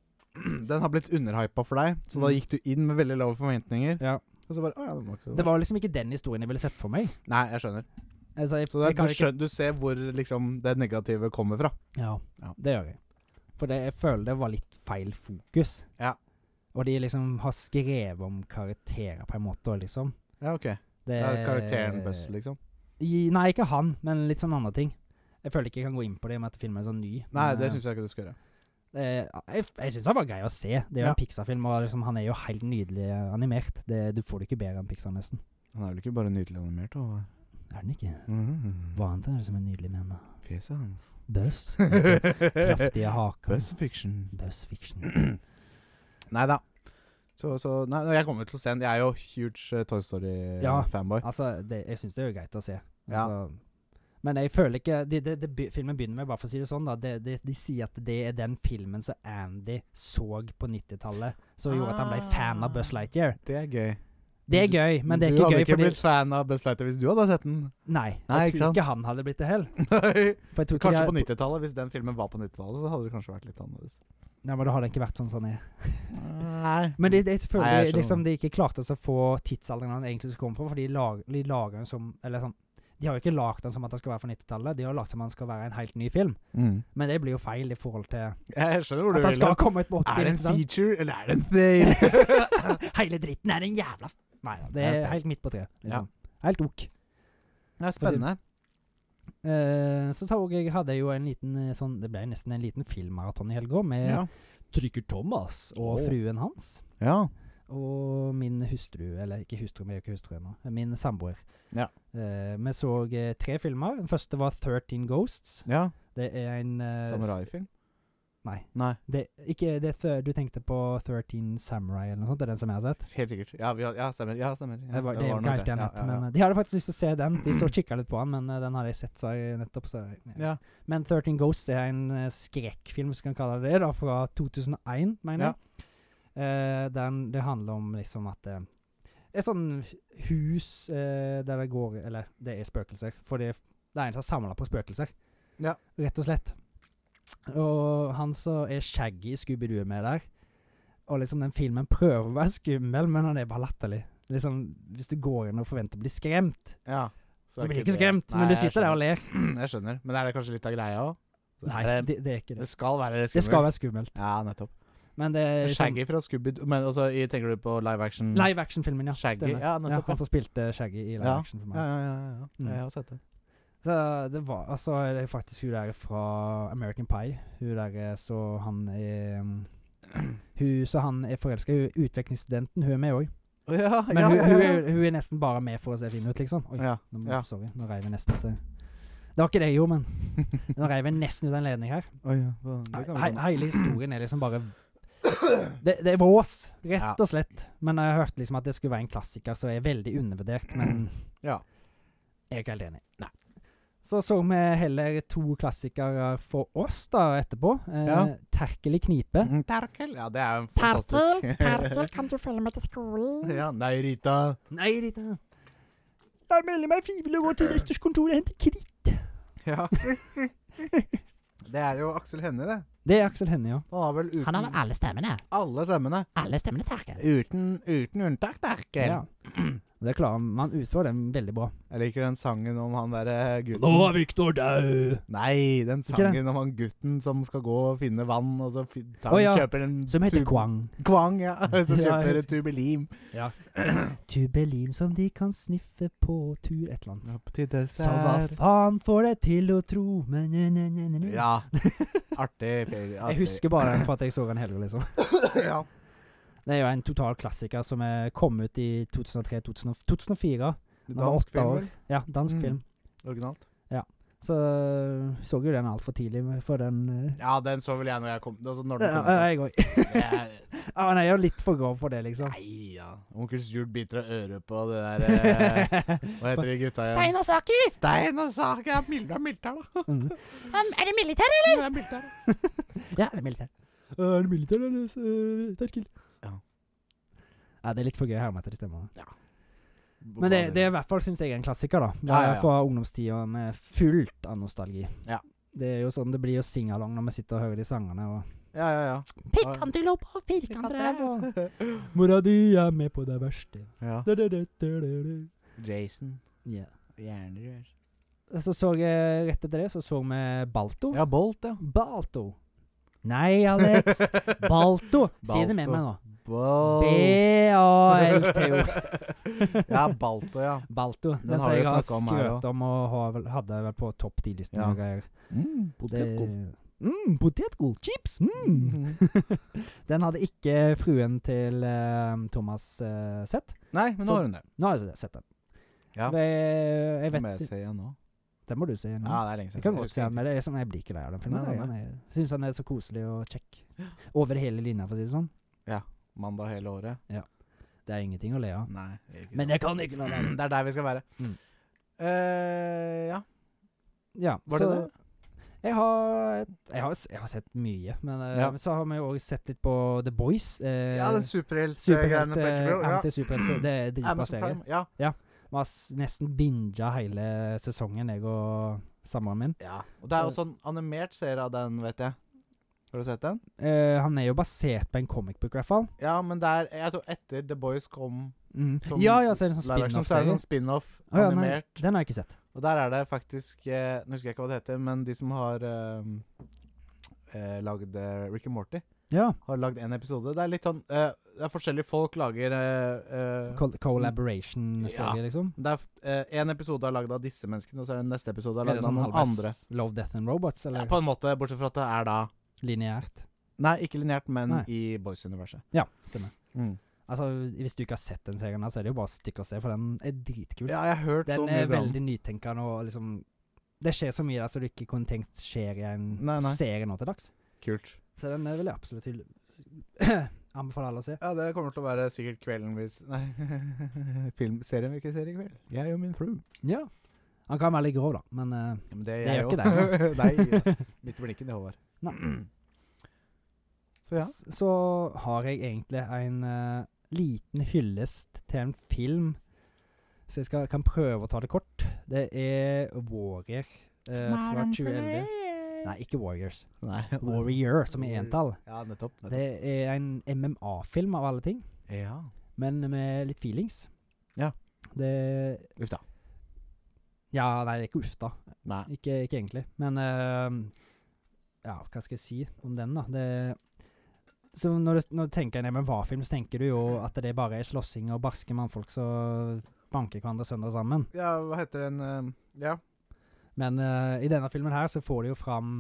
Den har blitt underhypa for deg, så da Mm. gikk du inn med veldig lave forventninger. Ja. Og så bare Å ja, det var ikke så Det var liksom ikke den historien jeg ville sett for meg. Nei, jeg skjønner. Altså, jeg, Så det jeg er, kan du, ikke- skjøn, du ser hvor liksom det negative kommer fra. Ja, Ja. det gjør jeg. For det, jeg føler det var litt feil fokus. Ja. Og de liksom har skrevet om karakterer på en måte, og liksom. Ja, ok. Det, Det er karakteren Buzz, Eh, liksom. I- Nei, ikke han, men litt sånn andre ting. Jeg føler ikke jeg kan gå inn på det med at filmen er sånn ny. Nei, men, eh, det syns jeg ikke du skal gjøre. Eh, jeg jeg syns han var grei å se. Det er jo Ja. en Pixar-film, og liksom, han er jo helt nydelig eh, animert. Det, du får det ikke bedre enn Pixar, nesten. Han er vel ikke bare nydelig animert? Og, Er den ikke? mm, Hva annet er det som er nydelig med henne? Fjeset hans. *laughs* Buzz? Dette Kraftige haker. Buzz fiction. Buzz fiction. Nei da. Så, så Nei, nei, jeg kommer til å se den. Jeg er jo huge eh, Toy Ja. Story-fanboy. Altså, det, jeg syns det er jo greit å se. Ja. Altså, Men jeg føler ikke de, de, de, be- Filmen begynner med, bare for å si det sånn, da de, de, de sier at det er den filmen som Andy så på 90-tallet, som gjorde at han ble fan av Buzz Lightyear. Det er gøy. Det er gøy, men det er Ah. Du ikke gøy hadde ikke fordi blitt fan av Buzz Lighter hvis du hadde sett den. Nei, Nei, jeg ikke tror sant? ikke han hadde blitt det heller. Nei. For jeg tror ikke Kanskje de- på 90-tallet. Hvis den filmen var på 90-tallet, så hadde det kanskje vært litt annerledes. Nei, men da har det ikke vært sånn som den er. Nei. Men det, det, jeg føler Nei, jeg de- skjønner. liksom, de ikke klarte å få tidsalderen han egentlig skulle komme fra, for de, lag, de lager den som Eller sånn De har jo ikke lagd den som at den skal være fra 90-tallet, de har lagd som at den skal være en helt ny film. Mm. Men det blir jo feil i forhold til Jeg skjønner hvor du at han vil. skal hen. komme ut på 80 Er det en -tallet. feature, eller er det en *laughs* fail? Hele dritten er en jævla f- Nei, det Det er er feil. helt midt på treet. Liksom. Helt ok. det er spennende. Eh, så sa også jeg hadde jo en liten eh, sånn Det ble nesten en liten filmmaraton i helga med Ja. Trykker Thomas og Åh. fruen hans. ja. Og min hustru, eller ikke hustru, vi er jo ikke hustru ennå. Min samboer. Ja. Eh, vi så eh, tre filmer. Den første var 13 Ghosts. ja. Det er en eh, s- Samuraifilm? Nei. Nei. Det, ikke det thø- du tenkte på 13 Samurai eller noe sånt? Det er den som jeg har sett? Helt sikkert. Ja, vi har, ja stemmer. Ja, stemmer. Ja, Det var, det er jo nok ikke helt det jeg har Ja, nett, ja, ja. men eh, de hadde faktisk lyst til å se den. De så kikka litt på den, men eh, den hadde jeg sett så jeg nettopp. Så jeg, ja. Men 13 Ghosts er en eh, skrekkfilm, hvis vi kan kalle det det, da, fra 2001, mener jeg. Eh, den, det handler om liksom at eh, Et sånn hus eh, der det går Eller, det er spøkelser. For det, det er en som samler på spøkelser. Ja. Rett og slett. Og han som er Shaggy i Scooby-Doo er med der. Og liksom den filmen prøver å være skummel, men han er bare latterlig. Liksom, Hvis du går inn og forventer å bli skremt, ja. så blir du ikke skremt. men du sitter der og ler. Jeg skjønner. Men er det kanskje litt av greia òg? Nei, det, det er ikke det. det skal være skummelt. Det skal være Eh, skummelt. Ja, nettopp. Men det er liksom Shaggy fra Scooby-Doo Men også i, tenker du på live action? Live action-filmen, ja. Shaggy, Stemmer. ja, nettopp, ja. han som spilte Shaggy i live Ja, action-filmen. Ja, ja, ja. ja. Mm. Jeg har sett det. Så det var Altså, det er faktisk hun der fra American Pie. Hun der så han er um, *clears throat* Hun så han er forelska i. Hun er Utvekslingsstudenten, hun er med òg. Å, ja, Men Ah, ja, hun, ja, hun, ja. er, hun er nesten bare med for å se fin ut, liksom. Oi, ja, nå, ja. sorry. Nå reiv jeg nesten ut det. Det var ikke det jeg gjorde, *laughs* men nå reiv jeg nesten ut en ledning her. Oi, ja. hva- det kan vi He ta nå. hele historien er liksom *clears throat* bare det, det er vås, rett Ja. og slett. Men jeg hørte liksom at det skulle være en klassiker, så jeg er veldig undervurdert. Men *coughs* Ja. jeg er ikke helt enig. Så så vi heller to klassikere for oss da etterpå. Eh, Ja. Terkel i knipe. Mm, Terkel! Ja, det er en fantastisk kan du følge meg til skolen? *laughs* Ja, nei, Rita. Nei, Rita. Jeg melder meg frivillig og går *clears throat* til rektors kontor og henter kritt. Ja. *laughs* Det er jo Aksel Hennie, det. Det er Aksel Hennie, ja. Han har vel uten alle stemmene. alle stemmene. Alle stemmene, Terkel. Uten, uten unntak, Terkel. Ja. Det klarer han. *clears throat* Han utfører den veldig bra. Jeg liker den sangen om han derre gutten Viktor død. Nei, den Ikke det? sangen om han gutten som skal gå og finne vann, og så fin- tar Å, han, ja. kjøper en Som heter tub- Kwang. Kvang, ja. *laughs* Så Ja, kjøper jeg- en tube lim. Tubelim som de kan sniffe på tur Et eller annet. Opp til Så hva dessert. faen får deg til å tro men, ne, ne, ne, ne, ne. Ja. Artig. ferie, *laughs* Jeg artig. husker bare *clears throat* den for at jeg så den hele, liksom. ja. Det er jo en total klassiker som er kom ut i 2003, 2000, 2004. Da var Dansk åtte film, år. vel? Ja, dansk Mm. film. Originalt. Så eh, så jo den altfor tidlig, men for den eh, Ja, den så vel jeg når jeg kom. Altså, når den ja, kom ut, da. Jeg òg. Det *laughs* er- Han er jo litt for grov for det, liksom. Nei, ja. Onkel Sjul biter av øret på det der eh, Hva heter de gutta igjen? og saker! Stein og Sag. Ja, Mildra Mildtær, da. *laughs* Mm. Um, Er det militær? Mildra Mildtær. *laughs* Ja, det er militær. Eh, Er det militær eller uh, terkel? Ja. ja. Det er litt for gøy å herme etter de stemmene. Hva Men det, er det er i hvert fall syns jeg er en klassiker, da. Det Ja, ja, er ja. Fra ungdomstida med fullt av nostalgi. Ja. Det er jo sånn det blir jo singalong når vi sitter og hører de sangene. Og Ja, ja, ja. Pikantillopp og firkantrev og *laughs* Mora di er med på det verste. ja. Da, da, da, da, da, da. Jason. Ja. Hjernerør. Så så jeg rett etter det, så så vi Balto. Ja, Bolt, ja. Balto. Nei, Alex. Balto. Si det med Balto. meg nå. Bolt. B-a-l-t-o. *laughs* ja, Balto, ja. Balto. Den, Den har som vi jeg har snakket om her skrøt om og har vel, hadde vel på topp ti-listen Ja. og greier. Mm, Det- Mm, Potetgull. Chips. Mm. Den hadde ikke fruen til eh, Thomas eh, sett. Nei, men Så- nå har hun det. Nå har jeg sett den. Ja. Det, jeg Må jeg vet se igjen nå? Den må du se nå. Ja, det er lenge siden. Jeg kan godt husker se den, ikke. men det er sånn jeg blir ikke lei av den filmen. Nei, Jeg nei, Den er- synes han er så koselig og kjekk. Over hele linja, for å si det sånn. Mandag hele året? Det er ingenting å le av. Nei. Ikke Men sant. jeg kan ikke la være. det er der vi skal være. Mm. Eh, ja, Ja, var det så det? Jeg har, jeg, har, s- jeg har sett mye, men eh, Ja. så har vi jo òg sett litt på The Boys. Eh, Ja, det er superhelt. Superhelt, eh, ja. anti-superhelt, så det *clears throat* er dritbra Amazon serie. Prime. Ja. Vi har s- nesten binga hele sesongen, jeg og samboeren min. ja. Og det er jo sånn animert serie av den, vet jeg. Har du sett den? Eh, han er jo basert på en comic book, i hvert fall. Ja, men der Jeg tror etter The Boys kom Mm. Som Ja, ja, så er det en sånn live action, så er det sånn spin-off-serie. spin-off Å ja, nei, animert. den har jeg ikke sett. Og der er det faktisk eh, Nå husker jeg ikke hva det heter, men de som har eh, eh, lagd eh, Rick and Morty, Ja. har lagd én episode. Det er litt sånn eh, Det er forskjellige folk lager eh, eh, Col Collaboration-serie, Ja. liksom. Det er én episode er lagd av disse menneskene, og så er den neste episode er Er det lagd av sånn noen halvveis andre. Love, Death and Robots, Ja, eller på en måte, bortsett fra at det er da lineært? Nei, Mm. ikke lineært, men Nei. i Boys-universet. Ja, stemmer. Altså, Hvis du ikke har sett den serien, her, så er det jo bare å stikke og se, for den er dritkul. Ja, jeg har hørt så Den mye er bra om veldig nytenkende og liksom Det skjer så mye der som du ikke kunne tenkt skjer i en Nei, nei. serie nå til dags. Kult. Så den eh, vil jeg absolutt *clears throat* til anbefale alle å se. Ja, det kommer til å være sikkert kvelden hvis *laughs* Nei, filmserien vi ikke ser i kveld. Jeg og min fru. Ja. Han kan være litt grov, da, men eh, Ja, men det Det gjør jeg ikke jo. *laughs* Nei. *laughs* Midt i blinken, det, Håvard. nei. Så ja. S- Så har jeg egentlig en eh, liten hyllest til en film, så jeg skal, kan prøve å ta det kort. Det er Warrior eh, fra 2011. Nei, ikke Warriors. *laughs* Nei. Warrior, som i entall. Ja, nettopp. nettopp. Det er en MMA-film av alle ting. Ja. men med litt feelings. Ja. Det Uff da. Ja, nei, ikke uff, da. Nei. Ikke, ikke egentlig. Men eh, Ja, hva skal jeg si om den, da? Det så når du, når du tenker en MMA-film, så tenker du jo at det bare er slåssing og barske mannfolk som banker hverandre sønder og sammen. Ja, hva heter den eh, Ja. Men eh, i denne filmen her så får du jo fram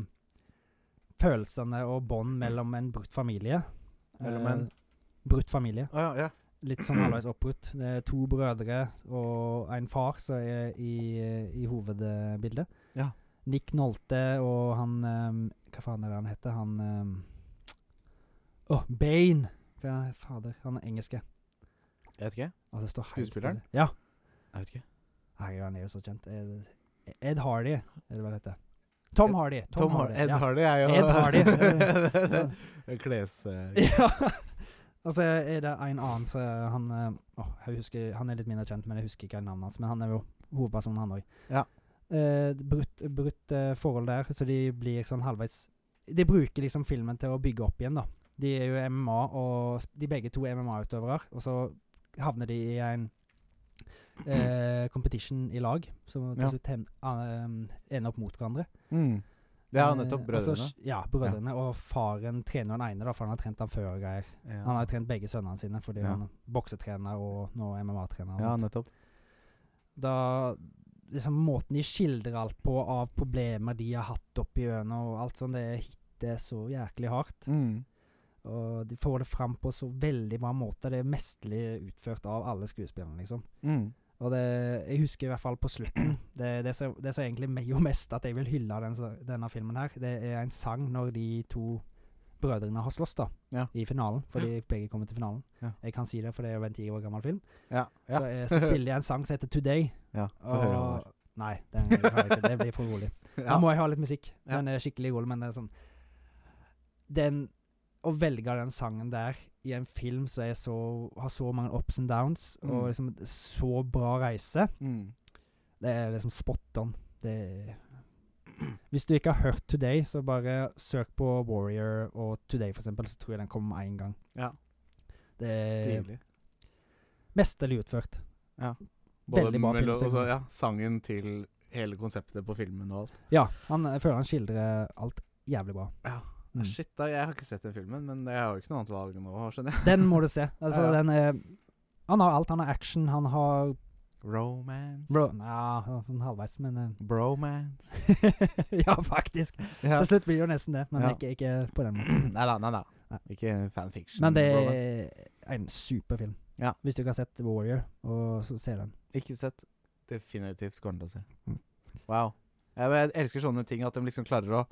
følelsene og bånd mellom en brutt familie. Mellom en- Eh, Brutt familie. Å ja, ja. litt sånn halvveis oppbrutt. Det er to brødre og en far som er i, i hovedbildet. Ja. Nick Nolte og han ehm, Hva faen er det han heter? Han ehm, Å, Bane! Hva er fader? Han er engelske. Jeg vet ikke. Altså, det står helt Skuespilleren? stille. Ja. Jeg vet ikke. Herregud, han er jo så kjent. Ed, Ed Hardy, er det hva det heter. Tom Ed- Hardy. Tom, Tom, Hardy. Hardy. Ed ja. Hardy er jo Ed *laughs* Hardy. Kles... eh, Ja. *laughs* Og så er det en annen så han, eh, åh, jeg husker, han er litt mindre kjent, men jeg husker ikke navnet hans. Men han er jo hovedpersonen, han òg. Ja. brutt brutt eh, forhold der, så de blir sånn halvveis De bruker liksom filmen til å bygge opp igjen, da. De er jo MMA, og s- de begge to er MMA-utøvere. Og så havner de i en *clears throat* eh, competition i lag, som til Ja. slutt hen- an- eh, ender opp mot hverandre. Mm. Ja, Eh, nettopp. og så Brødrene. s- ja, brødrene. Og faren trener den ene, da, for han har trent han før. og greier Ja. han har jo trent begge sønnene sine fordi Ja. han er boksetrener og nå MMA-trener. ja, og sånt. nettopp. Da liksom Måten de skildrer alt på av problemer de har hatt opp igjennom og alt sånt, det hitter så jæklig hardt. Mm. Og de får det fram på så veldig bra måte. Det er mesterlig utført av alle skuespillerne, liksom. Mm. Og det, jeg husker i hvert fall på slutten *clears throat* Det, det, som, det som egentlig meg jo mest at jeg vil hylle den, så- denne filmen her, det er en sang når de to brødrene har slåss, da. Ja. I finalen, fordi begge kommer til finalen. Ja. Jeg kan si det, for det er jo en ti år gammel film. Ja. ja. Så, eh, så spiller jeg en sang som heter 'Today'. ja. Få høre, Håvard. Nei, den har jeg ikke. det blir for rolig. Da Ja. må jeg ha litt musikk. Ja. Den er skikkelig rolig, men det er sånn Den Å velge den sangen der i en film som er så, har så mange ups and downs, og Mm. liksom så bra reise, Mm. det er liksom spot on. Det er Hvis du ikke har hørt Today, så bare søk på Warrior og Today, for eksempel, så tror jeg den kommer med én gang. Ja. Det er Stilig. mesterlig utført. Ja. veldig bra film, melo- så- også, altså, ja, sangen til hele konseptet på filmen og alt. Ja, han, jeg føler han skildrer alt jævlig bra. Ja. Mm. Ah, Shit, da, jeg har ikke sett den filmen, men jeg har jo ikke noe annet valg nå, skjønner jeg. Den må du se. Altså, Ja, ja. den er Han har alt. Han har action, han har *laughs* Romance. bro... Nja, sånn halvveis, *laughs* men eh, *laughs* Bromance. Ja, faktisk. Ja. Til slutt blir det jo nesten det, men Ja. ikke, ikke på den *clears throat* måten. Nei da, nei da. Nei. Ikke fanfiction. Men det romance. er en superfilm. Ja. Hvis du ikke har sett Warrior, og så ser den. Ikke sett. Definitivt kommer den til å Mm. se. Wow. Jeg, jeg elsker sånne ting, at de liksom klarer å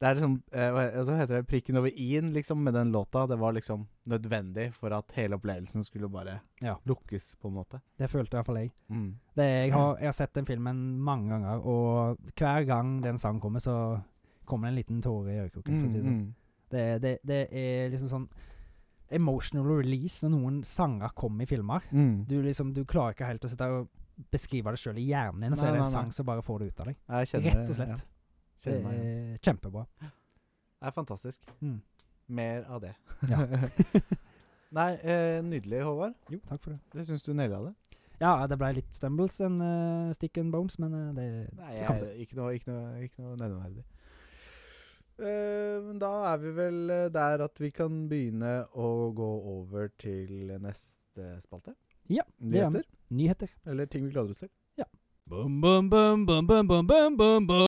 Det er liksom eh, Hva hva heter det? Prikken over i-en, liksom, med den låta. Det var liksom nødvendig for at hele opplevelsen skulle bare Ja. lukkes, på en måte. Det følte i hvert fall jeg. Mm. Det, jeg, har, jeg har sett den filmen mange ganger, og hver gang den sangen kommer, så kommer det en liten tåre i øyekroken. for å si det sånn. Mm, Det, det, det er liksom sånn emotional release når noen sanger kommer i filmer. mm, mm. Du liksom, du klarer ikke helt å sitte og beskrive det sjøl i hjernen din, og så Nei, er det en nei, nei. sang som bare får det ut av deg. Jeg kjenner, Rett og Ja, kjenner slett. det meg. igjen. er kjempebra. Det er fantastisk. Mm. Mer av det. Ja. *laughs* Nei, eh, nydelig, Håvard. Jo, takk for det. Det syns du naila det. Ja, det ble litt stumbles and eh, stick and bones, men eh, det, Nei, det jeg, kom seg. ikke noe, ikke noe, ikke noe nevneverdig. Eh, Men da er vi vel eh, der at vi kan begynne å gå over til neste spalte. Ja, det gjør vi. Nyheter. Nyheter. Eller ting vi gleder oss til. Bum, bum, bum, bum, bum, bum, bum, bum, bum.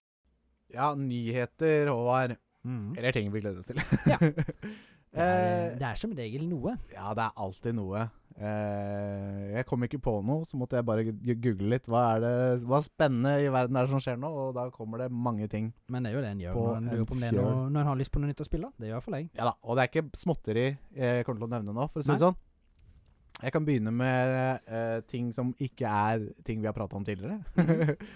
Ja, nyheter, Håvard. Mm. Eller ting vi gleder oss til. Ja. Det er, *laughs* Eh, det er som regel noe. ja, det er alltid noe. Eh, jeg kom ikke på noe, så måtte jeg bare gu- google litt. Hva er det Hva spennende i verden er det som skjer nå? Og da kommer det mange ting. Men det er jo det en gjør På når en lurer på om det er en noe, når en har lyst på noe nytt å spille. Det gjør iallfall jeg. Ja da, og det er ikke småtteri jeg kommer til å nevne nå, for å si det Nei. sånn. Jeg kan begynne med eh, ting som ikke er ting vi har prata om tidligere. *laughs*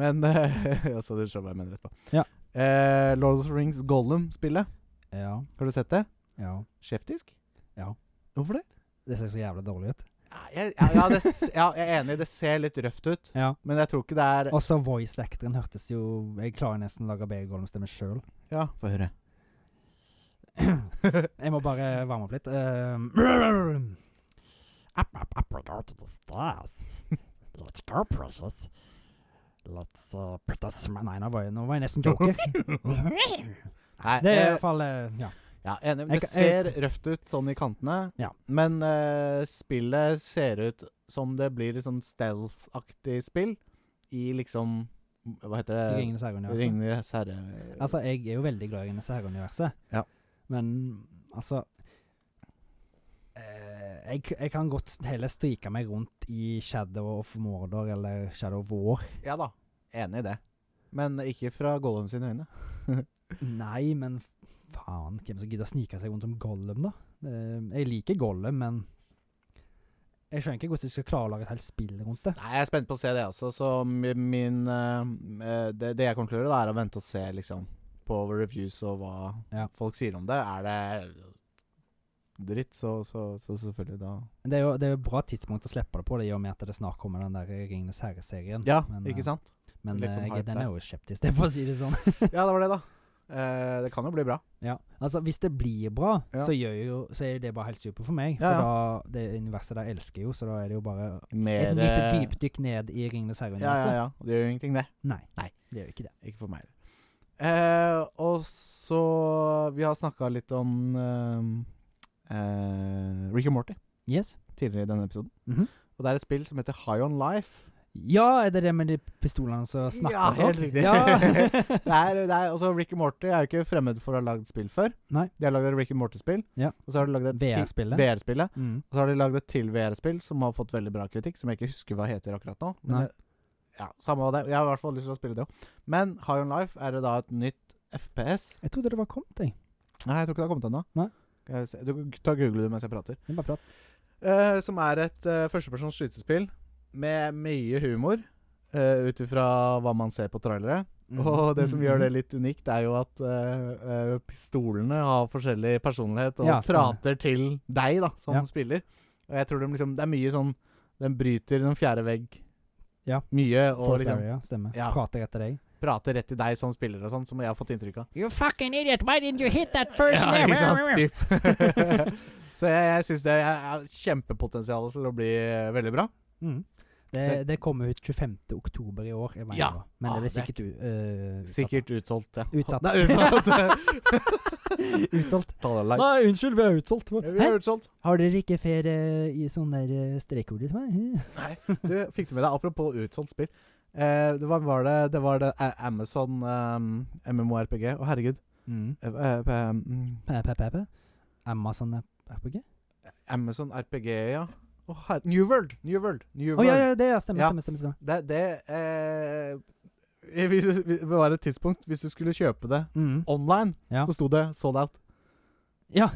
Men eh, *laughs* altså, Du skjønner hva jeg mener etterpå. Mhm. Ja. Eh, Lord of the Rings Gollum-spillet. Ja, Har du sett det? ja. Skeptisk? Ja. Hvorfor det? Det ser så jævla dårlig ut. Jeg, ja, ja, det s ja, jeg er enig, det ser litt røft ut. Ja. Men jeg tror ikke det er Også voice actoren hørtes jo Jeg klarer nesten å lage BG-golmstemme sjøl. Ja, få høre. *clears throat* Jeg må bare varme opp litt. Eh, *clears throat* Um, up, up, up, we go to the stars. Let's go, precious. Let's uh, put us Nei, nå var jeg, nå var jeg nesten joker. *laughs* *laughs* Nei, Det er i eh, hvert fall eh, Ja. Ja, enig. men Jeg Det kan- jeg- ser røft ut sånn i kantene, Ja. men eh, spillet ser ut som det blir et sånn stealth-aktig spill i liksom Hva heter det? Ringenes herre-universet. Ringenes herre... Altså, jeg er jo veldig glad i Ringenes herre-universet. Ja. Men altså eh, jeg, k- jeg kan godt heller strike meg rundt i Shadow of Mordor eller Shadow of War. Ja da, enig i det. Men ikke fra Gollum sine *laughs* øyne. Nei, men faen, hvem som gidder å snike seg rundt som Gollum, da? Eh, jeg liker Gollum, men jeg skjønner ikke hvordan de skal klare å lage et helt spill rundt det. Nei, jeg er spent på å se det også, så mi- min eh, eh, det, det jeg kommer til å gjøre, da, er å vente og se liksom på reviews og hva Ja. folk sier om det. Er det dritt, så, så, så selvfølgelig, da Det er jo det er jo et bra tidspunkt å slippe det på, det i og med at det snart kommer den der Ringenes herre-serien. Ja, Men, eh, ikke sant? Men Litt eh, sånn jeg, hype den der. er jo skeptisk, det for å si det sånn. Ja, det var det, da. Eh, det kan jo bli bra. Ja, altså Hvis det blir bra, Ja. så, gjør jo, så er det bare helt super for meg. Ja, ja. For da, det universet der elsker jeg jo, så da er det jo bare Mer et lite eh, dypdykk altså. ned i Ringenes Ja, ja, herre-universet. ja. Det gjør jo ingenting, det. Nei, Nei. det gjør jo ikke det. Ikke for meg. Eh, og så Vi har snakka litt om eh, eh, Rick and Morty Yes. tidligere i denne episoden. Mhm. Og det er et spill som heter High On Life. Ja, er det det med de pistolene som snakker Ja, og sånt? helt riktig. *laughs* Ja. *laughs* Det er, det er, også Rick and Morty er jo ikke fremmed for å ha lagd spill før. Nei. De har lagd et Rick and Morty-spill, Ja. og så har de *laughs* lagd et til- VR-spillet. VR-spillet. Mm. Og så har de lagd et til VR-spill som har fått veldig bra kritikk, som jeg ikke husker hva heter akkurat nå. Nei. Men det, ja, samme av det. Jeg har i hvert fall lyst til å spille det òg. Men High On Life er det da et nytt FPS. Jeg trodde det var kommet, jeg. Nei, jeg tror ikke det har kommet ennå. Nei. Skal jeg se- Du kan ta og Google det mens jeg prater. Det er bare prat. Eh, som er et uh, førstepersons skytespill med mye humor. Uh, Ut ifra hva man ser på trailere. Mm. Og det som gjør det litt unikt, er jo at eh, eh, pistolene har forskjellig personlighet og Ja, stemmer. prater til deg da, som Ja. spiller. Og jeg tror de liksom, det er mye sånn Den bryter den fjerde vegg Ja. mye. Og Fourth liksom, area, stemmer. Ja. Prater etter deg. prate rett til deg som spiller og sånn, som jeg har fått inntrykk av. You fucking idiot, why didn't you hit that first? Ja, ikke sant? Typ. *laughs* så jeg, jeg syns det er kjempepotensial til å bli eh, veldig bra. Mm. Det, det kommer ut 25. oktober i år. Jeg mener, Ja. det var. Men Ah, det er det er sikkert u, eh, utsatt. Sikkert utsolgt, ja. *laughs* Utsatt. Nei, *laughs* utsolgt. Utsolgt. Ta det live. Nei, unnskyld, vi er utsolgt. Ja, Vi Hæ? er utsolgt. Har dere ikke flere i sånne der eh, strekord til *laughs* meg? Du, fikk du med deg, apropos utsolgt spill eh, det, var, var det, det var det eh, Amazon eh, MMORPG. Å, herregud. Mm. Eh, eh, eh, mm, Pæ, pæ, pæ, pæ. Amazon RPG? Amazon RPG, ja. Å, her New World! New World! New Å World. ja, ja, det ja, stemmer, Ja. stemmer, stemmer. stemmer. Det, det eh, *laughs* hvis du, Det var et tidspunkt hvis du skulle kjøpe det Mm. online, Ja. så sto det 'sold out'. Ja.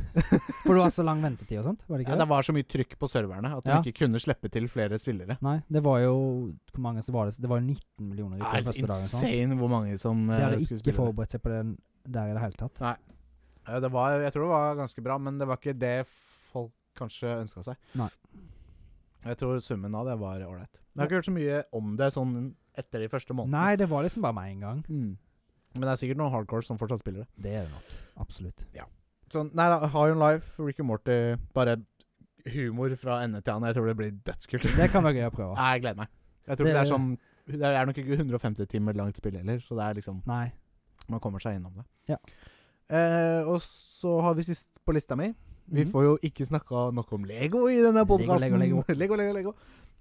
For det var så lang ventetid og sånt, var det Ja, ikke det det? var så mye trykk på serverne at de Ja. ikke kunne slippe til flere spillere. Nei, det var jo Hvor mange som var det? Det var jo 19 millioner Det ute den er første dagen. Sånn. insane hvor mange som De eh, hadde skulle ikke spille. det. forberedt seg på den der i det hele tatt. Ja, Eh, det var, jeg tror det var ganske bra, men det var ikke det folk kanskje ønska seg. Nei. Jeg tror summen av det var ålreit. Jeg har ikke hørt så mye om det sånn etter de første månedene. Nei, det var liksom bare meg en gang. Mm. Men det er sikkert noen hardcore som fortsatt spiller det. Det er det nok. Absolutt. Så, nei da, High on Life, Rick and Morty, bare humor fra ende til annen. Jeg tror det blir dødskult. Det kan være gøy å *laughs* prøve. Nei, jeg gleder meg. Jeg tror Det- det, er sånn Det er nok ikke 150 timer langt spill heller, så det er liksom Nei. Man kommer seg innom det. Ja. Eh, og så har vi sist på lista mi. Vi Mhm. får jo ikke snakka nok om Lego i denne Lego, podkasten. Lego, Lego. *laughs* Lego, Lego, Lego.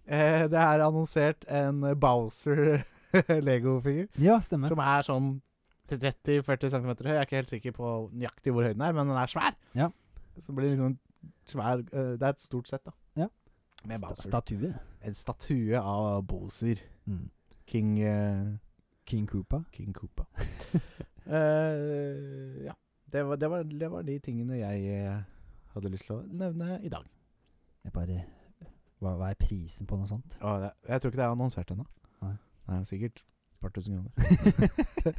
Eh, det er annonsert en Bowser *laughs* Lego-figur. Ja, stemmer. Som er sånn 30-40 cm høy. Jeg er ikke helt sikker på nøyaktig hvor høy den er, men den er svær. Ja. Så blir det liksom en svær eh, Det er et stort sett, da. Ja. Med Sta Bowser. statue. en statue av Bowser. Mm. King eh, King Koopa. King *laughs* Koopa. Eh, ja. Det var, det, var, det var de tingene jeg eh, hadde lyst til å nevne i dag. Jeg bare hva, hva er prisen på noe sånt? Og det, jeg tror ikke det er annonsert ennå. Nei. Nei, sikkert et par tusen kroner.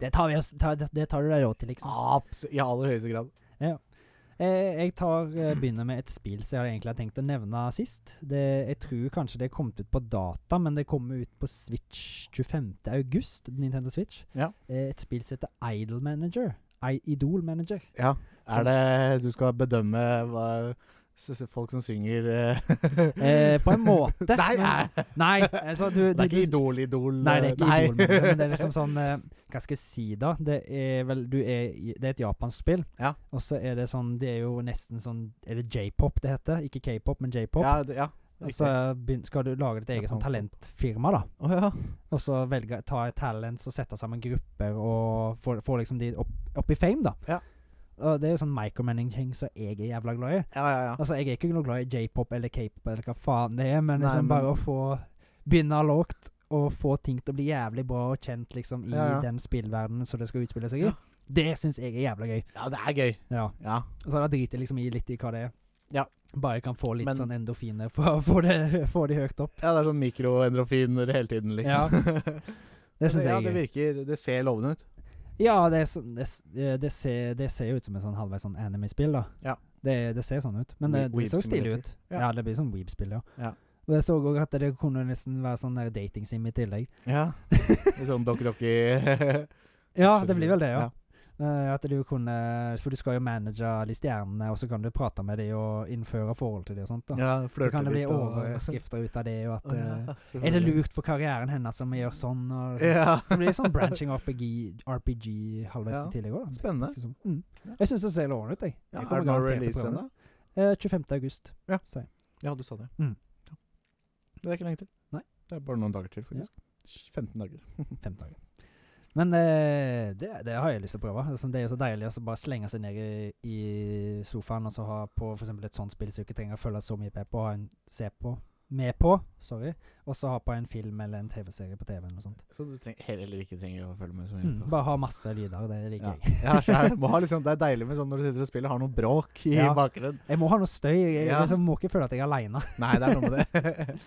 det, tar vi oss, ta, det, det tar du deg råd til, liksom. Abs- I aller høyeste grad. Eh, jeg tar, eh, begynner med et spill som jeg egentlig har tenkt å nevne sist. Det, jeg tror kanskje det kom ut på data, men det kommer ut på Switch 25. august. Nintendo Switch. Ja. Eh, et spill som heter Idol Manager. I Idol Manager. Ja. Så- Er det Du skal bedømme hva s s- folk som synger eh, Eh, på en *laughs* måte. Nei, men- nei. nei, altså du, Det du, er ikke eh, du, Idol-Idol. Nei, det er ikke Idol, men men det er *laughs* liksom sånn eh, Hva skal jeg si, da? Det er vel du er, i- Det er et japansk spill. Ja. Og så er det sånn Det er jo nesten sånn Er det j-pop det heter? Ikke k-pop, men j-pop. Ja, det, ja. og så begyn- skal du lage ditt eget sånn Japansk talentfirma, da. Å, ja. Og så velge ta et talents og sette sammen grupper og få, få liksom de opp, opp i fame, da. Ja. Og det er jo sånn micromanaging som jeg er jævla glad i. ja, ja, ja. Altså, jeg er ikke noe glad i j-pop eller k-pop eller hva faen det er, men Nei, liksom men- bare å få begynne lågt og få ting til å bli jævlig bra og kjent liksom i Ja, ja. den spillverdenen som det skal utspille seg i, Ja. det syns jeg er jævla gøy. Ja, det er gøy. Ja. Ja. Og så da driter jeg liksom i litt i hva det er. Ja. Bare jeg kan få litt Men- sånn endorfiner for å få det, *laughs* få det høyt opp. Ja, det er sånn mikroendrofiner hele tiden, *laughs* liksom. Det syns ja, jeg det er gøy. virker Det ser lovende ut. Ja, det, er sånn- det, s- eh, det, ser, det ser jo ut som et sånn halvveis sånn anime-spill, da. Ja. Det, det ser sånn ut. Men det, Wee- det ser jo Weeb stilig ut. Simulator. Ja. Ja. det blir sånn weeb-spill, ja. Ja. Og jeg så òg at det kunne nesten være sånn der dating-sim i tillegg. *laughs* Ja. Litt sånn dokki-dokki. Ja, det blir vel det, ja. Eh, at du kunne For du skal jo manage de stjernene, og så kan du prate med de og innføre forhold til de og sånt. da ja Så kan det bli overskrift overskrifter ut av det, og at *laughs* eh, Er det lurt for karrieren hennes om vi gjør sånn? Og, Ja. Så blir det sånn branching *laughs* RPG, RPG halvveis Ja. i tillegg òg, da. Spennende. Virker som. Mm. Liksom. Ja. Jeg syns det ser lovende ut, jeg. Ja, jeg er det noe release prøve ennå? det. Eh, 25. august. Ja. sier jeg. Ja, du sa det. Mm. Ja. Det er ikke lenge til. Nei. Det er bare noen dager til, faktisk. 15 dager. Fem dager. Men eh, det, det har jeg lyst til å prøve. Det er sånn- det er jo så deilig å så bare slenge seg ned i, i sofaen og så ha på f.eks. et sånt spill som du ikke trenger å følge så mye med på, ha en se på med på, sorry, og så ha på en film eller en TV-serie på TV-en og sånt. Så du treng, heller ikke trenger å følge med så mye. Mm. på. Bare ha masse lyder, det liker ja. jeg. ja, skjær. *laughs* Må ha liksom, det er deilig med sånn når du sitter og spiller, har noe bråk i Ja. bakgrunnen. Jeg må ha noe støy, jeg, jeg, Ja. liksom må ikke føle at jeg er aleine. Nei, det er noe med *laughs* det.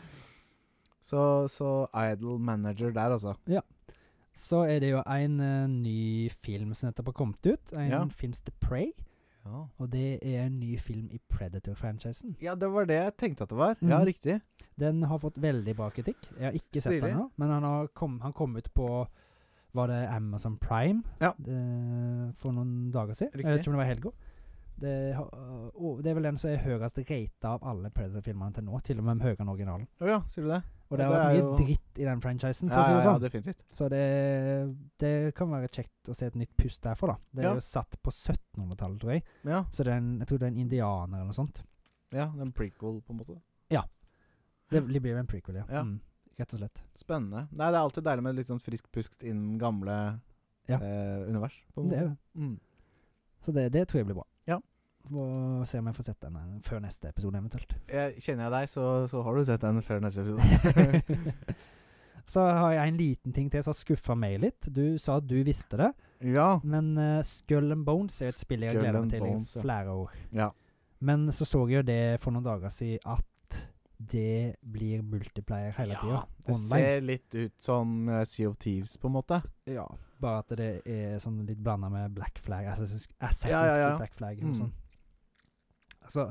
så, så Idol Manager der, altså. *laughs* Så er det jo en eh, ny film som nettopp har kommet ut, en Ja. film som heter Prey, Ja. og det er en ny film i Predator-franchisen. Ja, det var det jeg tenkte at det var. Ja, Mhm. riktig. Den har fått veldig bra kritikk. Jeg har ikke sett Stilig. den ennå, men han, har kom, han kom ut på var det Amazon Prime Ja. eh, for noen dager siden. Jeg Riktig. vet ikke om det var i helga. Det, har- og det er vel den som er høyest rata av alle Predator-filmerne til nå. Til og med høyere enn originalen. Å ja, sier du det? Og det Ja, har vært det er mye jo- dritt i den franchisen, for Ja, å si ja, det ja, sånn. definitivt. Så det, det kan være kjekt å se et nytt pust derfra, da. Det er Ja. jo satt på 1700-tallet, tror jeg. Ja, Så det er en, jeg tror det er en indianer eller noe sånt. ja, det er en prequel, på en måte. Det blir jo en prequel, ja. Ja. Mm, rett og slett. Spennende. Nei, det er alltid deilig med litt sånn friskt pust innen gamle Ja. eh, univers. På en Det er måte. det. Mm. Så det, det tror jeg blir bra. Ja. Må se om jeg får sett den eh, før neste episode, *laughs* eventuelt. *laughs* Jeg, kjenner jeg deg, så, så har du sett den før neste episode. Så har jeg en liten ting til som har skuffa meg litt. Du sa at du visste det, ja. men eh, Skull and Bones er et spill jeg har Skull gleda and meg til Bones, ja. i flere år. ja. Men så så jeg jo det for noen dager siden at det blir multiplayer hele tida. Det Online. ser litt ut som eh, Sea of Thieves, på en måte. Ja. Bare at det er sånn litt blanda med Black Flag, Assassin's, Assassin's Ja, ja, ja. Creed Black Flag og Mm. sånn. Altså,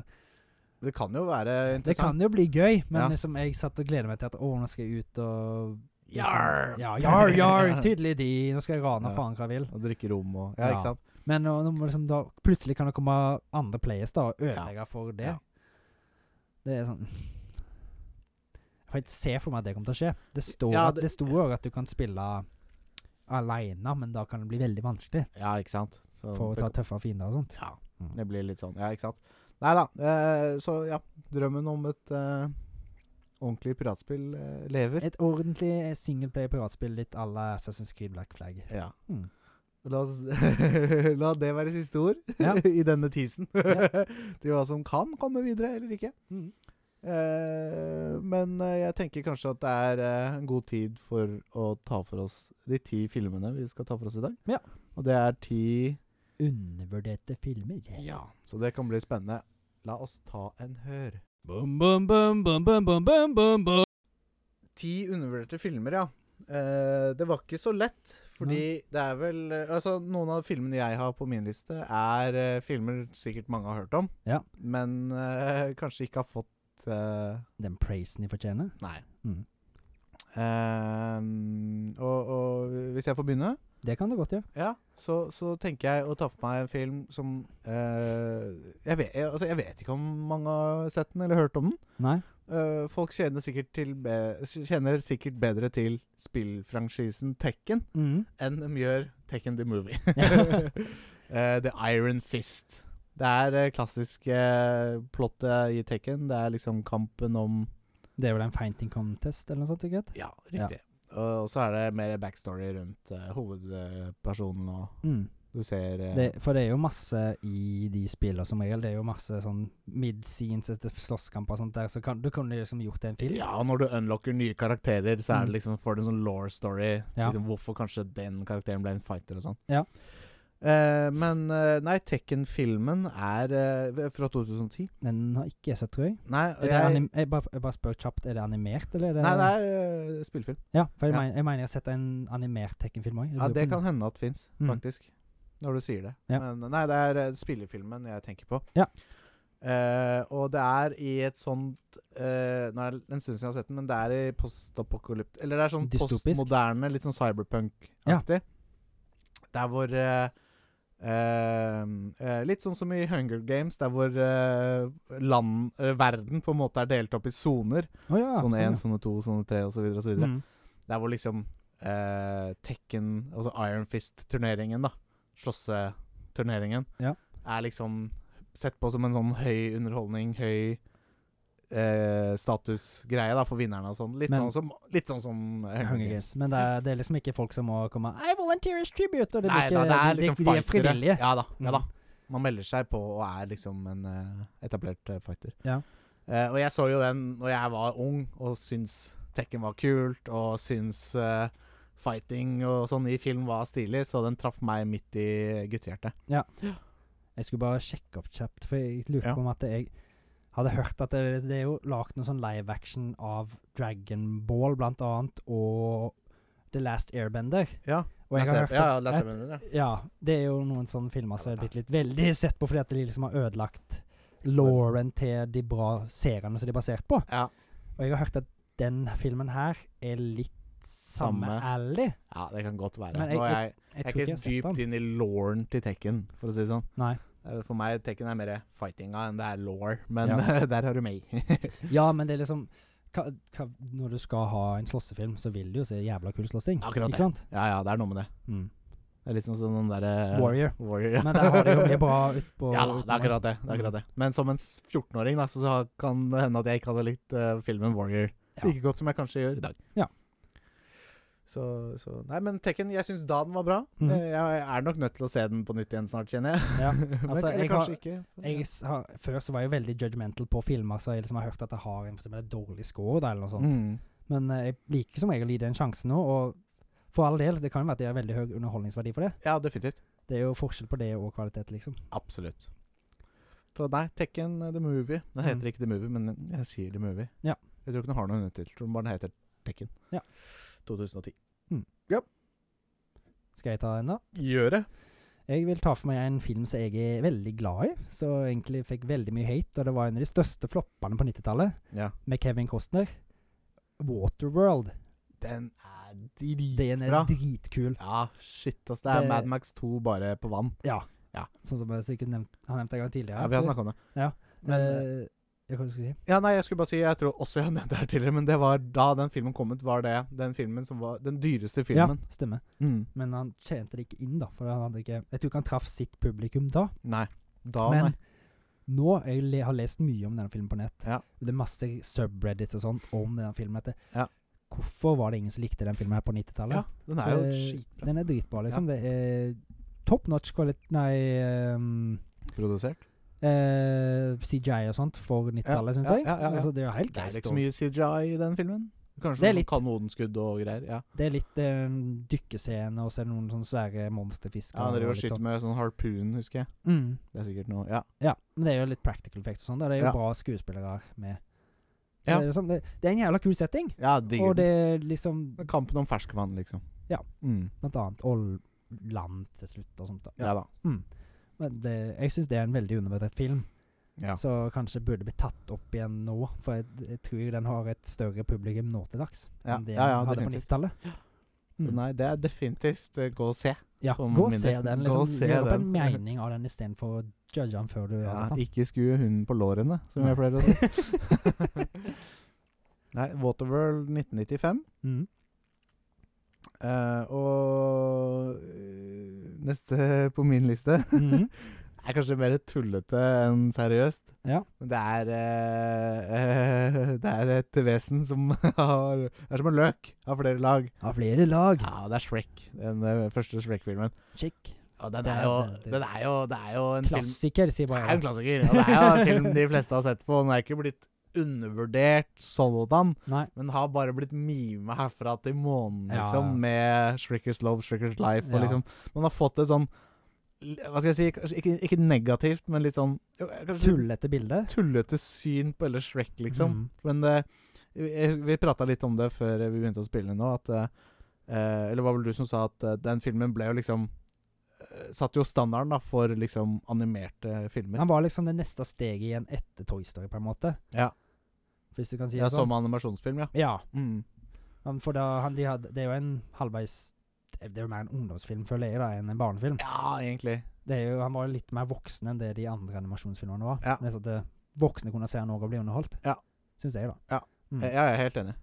Det kan jo være det interessant. kan jo bli gøy, men Ja. liksom jeg satt og gleda meg til at å, nå skal jeg ut og liksom, Jarr! Ja, jar, *laughs* jar! Tydelig de. Nå skal jeg rane Ja. faen hva jeg vil. Å drikke rom og Ja, Ja. ikke sant? Men nå, nå må liksom da, plutselig kan det komme andre players da og ødelegge for det. Ja. Det er sånn Jeg får ikke se for meg at det kommer til å skje. Det står Ja, at- det- det sto òg at du kan spille aleine, men da kan det bli veldig vanskelig Ja, ikke sant? Så for å det ta tøffere fiender og sånt. Ja. Mm. Det blir litt sånn, ja, ikke sant? Nei da. eh, Så ja, drømmen om et eh, ordentlig piratspill eh, lever. Et ordentlig singleplayer-piratspill litt à la Assassin's Creed Black Flag. *laughs* Ja. Mm. La, oss, *laughs* la det være siste ord Ja. i denne tisen. Ja. *laughs* Til hva som kan komme videre eller ikke. Mm. Eh, men eh, jeg tenker kanskje at det er eh, en god tid for å ta for oss de ti filmene vi skal ta for oss i dag. Ja. Og det er ti Undervurderte filmer. Ja. Så det kan bli spennende. La oss ta en hør. Bum, bum, bum, bum, bum, bum, bum, bum, bum. Ti undervurderte filmer, ja. Eh, det var ikke så lett, fordi det er vel eh, Altså, noen av filmene jeg har på min liste, er eh, filmer sikkert mange har hørt om, Ja. men eh, kanskje ikke har fått eh, Den praisen de fortjener. Nei. Mm. Eh, og, og hvis jeg får begynne, Det kan du godt gjøre. ja, så, så tenker jeg å ta for meg en film som eh, jeg, vet, jeg, altså, jeg vet ikke om mange har sett den eller hørt om den. Nei? Eh, folk kjenner sikkert, til be kjenner sikkert bedre til spillfranchisen Tekken Mm. enn de gjør Tekken the *laughs* Movie. Ja. Eh, the Iron Fist. Det er det klassiske plottet i Tekken. Det er liksom kampen om Det er vel en fighting contest eller noe sånt, sikkert? Ja, riktig. Og og så er det mer backstory rundt eh, hovedpersonen, og Mm. du ser eh, Det, for det er jo masse i de spillene som regel. Det er jo masse sånn mid-scenes etter slåsskamper og sånt der, så kan, du kunne liksom gjort det en film. Ja, og når du unlocker nye karakterer, så er Mm. det liksom, får du en sånn law story. Ja. Liksom, hvorfor kanskje den karakteren ble en fighter og sånn. Ja. Eh, men eh, nei, Tekken-filmen er eh, fra 2010. Den har ikke jeg sett, tror jeg. Nei, og Er det jeg, anim- jeg, bare, jeg bare spør kjapt, er det animert, eller? Er det, nei det er eh, spillefilm. Ja, for jeg, Ja. mener, jeg mener jeg har sett en animert Tekken-film òg. Ja, det kan hende at fins, Mm. faktisk. Når du sier det. Ja. Men nei, det er eh, spillefilmen jeg tenker på. Ja. Eh, og det er i et sånt eh, Nå er det en stund siden jeg har sett den, men det er i postapokalypt... Eller det er sånn Dystopisk. postmoderne, litt sånn cyberpunk-aktig. Der hvor eh, eh, eh, Litt sånn som i Hunger Games, der hvor eh, land, eh, verden på en måte er delt opp i soner. Å ja, sone 1, Ah, sånn, sone ja. 2, sone 3 osv. videre og så videre. Mm. Der hvor liksom eh, Tekken, altså Iron Fist-turneringen, da, slåsseturneringen, Ja. er liksom sett på som en sånn høy underholdning, høy eh, statusgreie da, for vinnerne og sånn. Litt, Men- sånn som, litt sånn som Hunger Games. Men det er, det er liksom ikke folk som må komme I volunteer as tribute! Og det Nei blir da, ikke, det er de- de- liksom de er fightere. frivillige. Ja da, ja da. Mm. Man melder seg på og er liksom en eh, etablert eh, fighter. Ja. Eh, og jeg så jo den når jeg var ung og syntes Tekken var kult, og syntes eh, fighting og sånn i film var stilig, så den traff meg midt i guttehjertet. Jeg skulle bare sjekke opp kjapt, for jeg lurte Ja. på om at jeg hadde hørt at det, det er jo lagd noe sånn live action av Dragon Ball, blant annet, og The Last Airbender. Ja, Og jeg har hørt ja, at, ja, leser jeg med den, ja. ja, det er jo noen sånne filmer som er blitt litt veldig sett på fordi at de liksom har ødelagt Lauren til de bra seriene som de er basert på. Ja. Og jeg har hørt at den filmen her er litt samme Samme. alley. Ja, det kan godt være. Men jeg- Nå er jeg, jeg Jeg tror er ikke jeg ikke har sett dypt den. inn i lauren til Tekken, for å si det sånn. Nei. Eh, For meg Tekken er mer fightinga enn det er law, men *laughs* Ja. der har du meg. Ja, men det er liksom hva, hva, Når du skal ha en slåssefilm, så vil du jo se jævla kul slåssing. Akkurat det. Ikke sant? ja, ja, det er noe med det. Mm. Det er litt sånn som den derre Warrior. Warrior ja. Men der har de jo mye bra *laughs* utpå Ja da, det er utenom. akkurat det. det, er akkurat det. Men som en s- 14-åring da, så, så kan det hende at jeg ikke hadde likt eh, filmen Warrior Ja. like godt som jeg kanskje gjør i dag. Ja. Så, så Nei, men Tekken, jeg syns da den var bra. Mhm. Eh, Jeg er nok nødt til å se den på nytt igjen snart, kjenner jeg. *laughs* Ja. Men Altså, eller jeg har- kanskje ikke. Jeg s- har, før så var jeg jo veldig judgmental på filmer, så jeg liksom har hørt at jeg har en for eksempel et dårlig score da, eller noe sånt. Mm. Men eh, jeg liker som regel å gi det en sjanse nå, og for all del, det kan jo være at jeg har veldig høy underholdningsverdi for det. Ja, definitivt. Det er jo forskjell på det og kvalitet, liksom. Absolutt. Så nei, Tekken eh, The Movie. Den heter Mm. ikke The Movie, men jeg sier The Movie. Ja. Jeg tror ikke den har noen undertittel, den bare heter Tekken. Ja. 2010. Skal jeg ta en, da? Gjør det. Jeg vil ta for meg en film som jeg er veldig glad i, som egentlig fikk veldig mye hate, og det var en av de største floppene på 90-tallet, Ja. med Kevin Costner. Waterworld. Den er Den er dritbra. dritkul. Ja, shit, ass. Det er Det- Mad Max 2 bare på vann. Ja. Ja. Sånn som jeg sikkert nevnt, har nevnt en gang Ja, tidligere. vi har snakka om det. Ja. Men, Eh, ja, hva skal jeg si? ja, nei, jeg skulle bare si Jeg tror også jeg har nevnt det her tidligere, men det var da den filmen kom ut, var det den filmen som var den dyreste filmen. Ja, stemmer. Mm. Men han tjente det ikke inn, da. For han hadde ikke Jeg tror ikke han traff sitt publikum da. Nei. Da, men nei. nå jeg le, har lest mye om denne filmen på nett. Ja. Det er masse subreddits og sånt om denne filmen. At det, Ja. Hvorfor var det ingen som likte den filmen her på Ja, 90-tallet? den er jo Eh, skitbra den er dritbra, liksom. Det er top notch kvalitet Nei ehm, produsert. eh, CGI og sånt for 90-tallet, syns ja, jeg. ja, ja, ja. Altså, det er jo helt Det er greit. ikke så mye CGI i den filmen. Kanskje Det er noen litt. sånn kanonskudd og greier. Ja, Det er litt eh, en dykkescene, og så er det noen sånne svære monsterfisker. ja Han driver og litt skyter sånn. med sånn harpun, husker jeg. Mm. Det er sikkert noe Ja. Ja, men det er jo litt practical effects og sånn. da. Det er jo Ja. bra skuespillere med. Ja. Det, er liksom, det, det er en jævla kul setting. ja Og digger det det. er liksom Kampen om ferskvann, liksom. Ja. Mm. blant annet Old Land til slutt og sånt. da. Ja da. Men det, jeg syns det er en veldig undervurdert film, Ja. så kanskje burde bli tatt opp igjen nå. For jeg, jeg tror den har et større publikum nå til dags Ja, enn det den ja, ja, hadde på definitivt. 90-tallet. Mm. Nei, det er definitivt eh, gå og se. Ja, på gå og min se defin- den. gå og Liksom, se Gjør opp en den. mening av den istedenfor å judge den før du har Ja, sett den. Altså, ikke skue hunden på lårene, som jeg pleier å si. *laughs* *laughs* Nei, Waterworld 1995. Mm. *laughs* eh, og eh, neste på min liste Mhm. *laughs* er kanskje mer tullete enn seriøst. Ja. Men det er eh, *laughs* eh, Det er et vesen som *laughs* har Det er som en løk, har flere lag. Av flere lag. Ja, og det er Shrek. Den eh, første Shrek-filmen. Sjekk. Og den Det er er- jo det- det- Den er jo, det er jo en film Klassiker, sier Det er jo bare en jeg. klassiker, og det er jo en film de fleste har sett på. Den er ikke blitt undervurdert sådan, Nei. men har bare blitt mima herfra til månen, Ja, liksom, ja. med 'Shrikkers Love', 'Shrikkers Life', og Ja. liksom Man har fått et sånn Hva skal jeg si? Kanskje ikke, ikke negativt, men litt sånn jo, kanskje litt Tullete bilde. tullete syn på hele Shrek, liksom. Mm. Men eh, jeg- vi prata litt om det før vi begynte å spille nå, at eh, eh, Eller var vel du som sa at eh, den filmen ble jo liksom eh, Satte jo standarden da for liksom animerte filmer. Han var liksom det neste steget igjen etter Toy Story, på en måte. Ja. Hvis du kan si Ja, det som sånn. animasjonsfilm, ja. Ja, Mm. han- for da, han, de hadde, det er jo en halvveis Det er jo mer en ungdomsfilm, føler jeg, da, enn en barnefilm. Ja, egentlig. Det er jo, han var jo litt mer voksen enn det de andre animasjonsfilmene var. Ja. Men sånn at eh, voksne kunne se han òg og bli underholdt. Ja. Syns jeg, da. Ja. Mm. Eh, Ja, jeg er helt enig.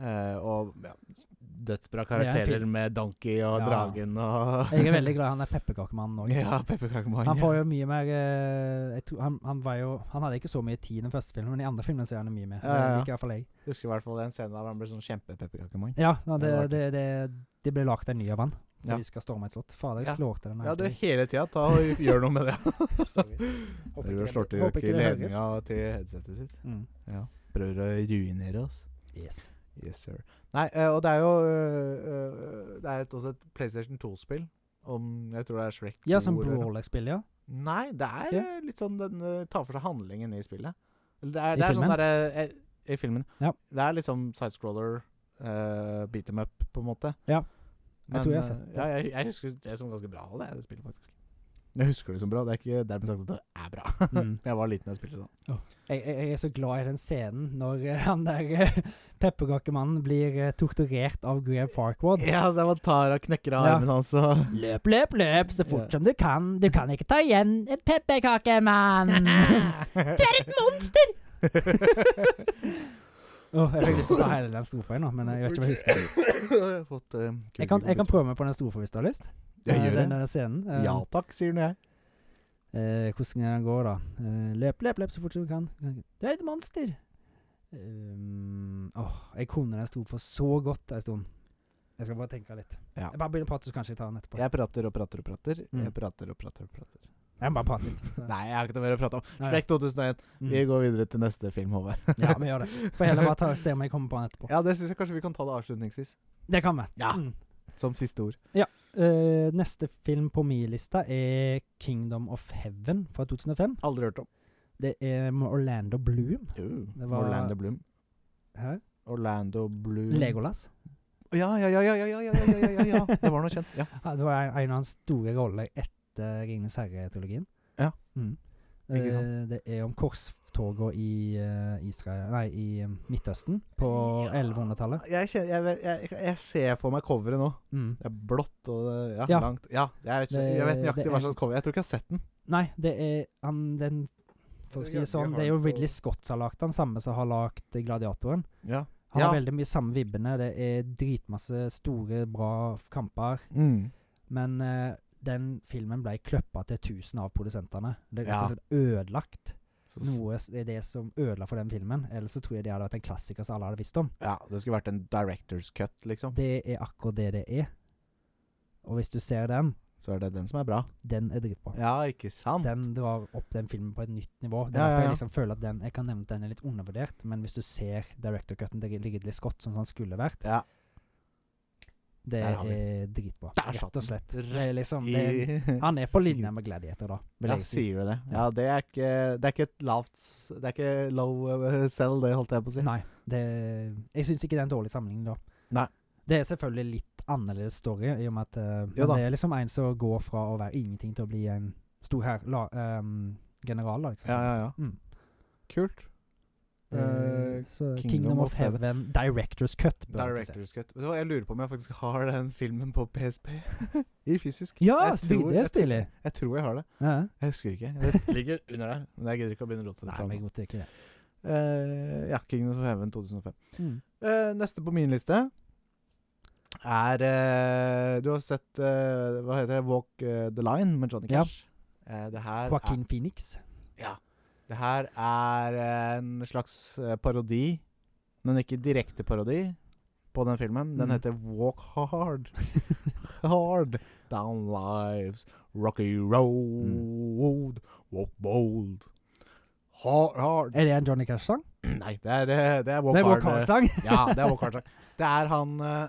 Eh, og ja, dødsbra er en karakterer film. med Donkey og Ja. dragen og Jeg er veldig glad i han *laughs* er pepperkakemannen òg. Ja, Pepperkakemann. Han ja. får jo mye mer eh, jeg tror, han, han var jo Han hadde ikke så mye tid i den første filmen, men i andre filmen så er han mye mer. Ja, ja, Det ja. liker i hvert fall jeg. Husker i hvert fall den scenen der han ble sånn kjempepepperkakemann. Ja, ja, Det var det, det, det, det ble lagt en ny av han. For Ja. vi skal storme et slott. Fader, jeg Ja. slår til den. her Ja, du til- hele tida. Ta og gjør noe med det. *laughs* Sorry. Håper Driver og ikke slår det- til håper ikke ikke det ledninga til headsetet sitt. høres. Mm. Ja. Prøver å ruinere oss. Yes. Yes, sir. Nei, eh, og det er jo eh, eh, Det er et, også et PlayStation 2-spill om Jeg tror det er Shrek. Ja, 2 som eller noe. Brawler-spill, ja. Nei, det er Ja. eh, litt sånn Den eh, tar for seg handlingen i spillet. Eller Det er, I det er sånn filmen? derre I filmen. Ja. Det er litt sånn sidescroller, uh, beat them up, på en måte. Ja. Jeg tror jeg har eh, sett det. Ja, jeg, jeg husker det som ganske bra, det, det spillet, faktisk. Jeg husker det som bra. Det er ikke dermed sagt at det er bra. Mm. *laughs* Jeg var liten da jeg spilte det. Jeg, jeg, jeg er så glad i den scenen når eh, han der eh, *laughs* pepperkakemannen blir eh, torturert av Greer Farquad. Ja, så jeg var Tara knekker av Ja. armen hans *laughs* og Løp, løp, løp så fort Ja. som du kan. Du kan ikke ta igjen en pepperkakemann. *laughs* Du er et monster! Åh, jeg fikk lyst til å ta hele den strofen nå, men jeg vet ikke hva jeg husker. Jeg har fått eh, Jeg kan, jeg kan prøve meg på den strofen hvis du har lyst. Jeg Eh, gjør den, det. der scenen. Eh, Ja takk, sier nå jeg. eh, hvordan den går, da. Eh, løp, løp, løp så fort som du kan. Du er et monster! Um, åh, jeg kunne den strofen så godt en stund. Jeg skal bare tenke litt. Ja. Jeg bare begynner å prate, så kanskje jeg tar den etterpå. Jeg prater og prater og prater. Mm. Jeg prater og prater og prater. Jeg må bare prate litt. *laughs* Nei, jeg har ikke noe mer å prate om. Nei. Slekk 2001. Mm. Vi går videre til neste film, Håvard. Ja, vi gjør det. Får heller bare ta, se om jeg kommer på den etterpå. Ja, det syns jeg kanskje vi kan ta det avslutningsvis. Det kan vi. Ja. Mm. Som siste ord. Eh, neste film på min lista er 'Kingdom of Heaven' fra 2005. Aldri hørt om. Det er med Orlando Bloom. Det var- Orlando Bloom. Hæ? Orlando Bloom. Mm. Legolas. Ja, ja, ja, ja, ja, ja, ja, ja, ja, ja, ja. Det var noe kjent. Ja. Ja, det var en, en av hans store roller etter 'Ringenes herre'-teologien. Ja. Mm. Ikke sant. Eh, det er om korstoga i eh, Israel Nei, i eh, Midtøsten på Ja. 1100-tallet. Jeg, kjenner, jeg, vet- jeg, jeg ser for meg coveret nå. Mm. Det er blått og det- ja, Ja. langt. Ja, jeg, vet- Det- jeg vet nøyaktig det er- hva slags cover. Jeg tror ikke jeg har sett den. Nei, det er han den For å Det si det jaggu sånn, har det er jo den på- Ridley Scott som har lagd den, samme som har lagd 'Gladiatoren'. Ja. Han har Ja. veldig mye samme vibbene. Det er dritmasse store, bra f- kamper. Men eh, den filmen ble kløppa til tusen av produsentene. Det er rett Ja. og slett ødelagt. Så- Noe s- det er det som ødela for den filmen. Ellers så tror jeg det hadde vært en klassiker som alle hadde visst om. Ja, det skulle vært en director's cut, liksom. Det er akkurat det det er. Og hvis du ser den, Så er det den som er bra. den er dritbra. Ja, ikke sant? Den drar opp den filmen på et nytt nivå. Det er Ja, ja, derfor jeg ja. liksom føler at den Jeg kan nevne at den er litt undervurdert, men hvis du ser director cutten til Ridley Scott sånn som han skulle vært, Ja. Det Der har vi. er dritbra. Der satt rett den. og slett. Rett Det er liksom, det er, *laughs* han er på linje med Gladiator, da. Vil Ja, jeg si. sier du det? Ja. Ja, det er ikke Det er ikke et lavt s- Det er ikke low eh, sell, det holdt jeg på å si. Nei, det, jeg syns ikke det er en dårlig sammenligning, da. Nei. Det er selvfølgelig litt annerledes story, i og med at eh, Jo men da. det er liksom en som går fra å være ingenting til å bli en stor her, la, ehm, general, da, liksom. Ja, ja, ja. Mm. Kult. Eh, Eh, så Kingdom, Kingdom of of Heaven, Directors Cut. bør dere se. Director's cut. Vet du hva, jeg lurer på om jeg faktisk har den filmen på PSP. *laughs* I fysisk. Ja, Jeg det tror- det jeg er stilig. tror- Jeg tror jeg har det. Ja. Jeg husker ikke. Det ligger under der. Men jeg gidder ikke å begynne å rote det Nei, men jeg fram. godtar ikke det. Eh, ja, Kingdom of Heaven 2005. Mm. Eh, neste på min liste er eh, Du har sett eh, Hva heter det? Walk eh, the Line med Johnny Ja. Cash. Eh, det her er- Joaquin Phoenix. Ja. Det her er en slags eh, parodi, men ikke direkte parodi, på den filmen. Den Mm. heter Walk Hard. *laughs* hard Down Lives Rocky Road. Walk Bold. Hard, hard. *clears throat* Er det en Johnny Cash-sang? Nei, det er, eh, det er Walk Det er vår Hard. eh, *laughs* Carl-sang. ja, det er Walk Hard. takk. Det er han eh,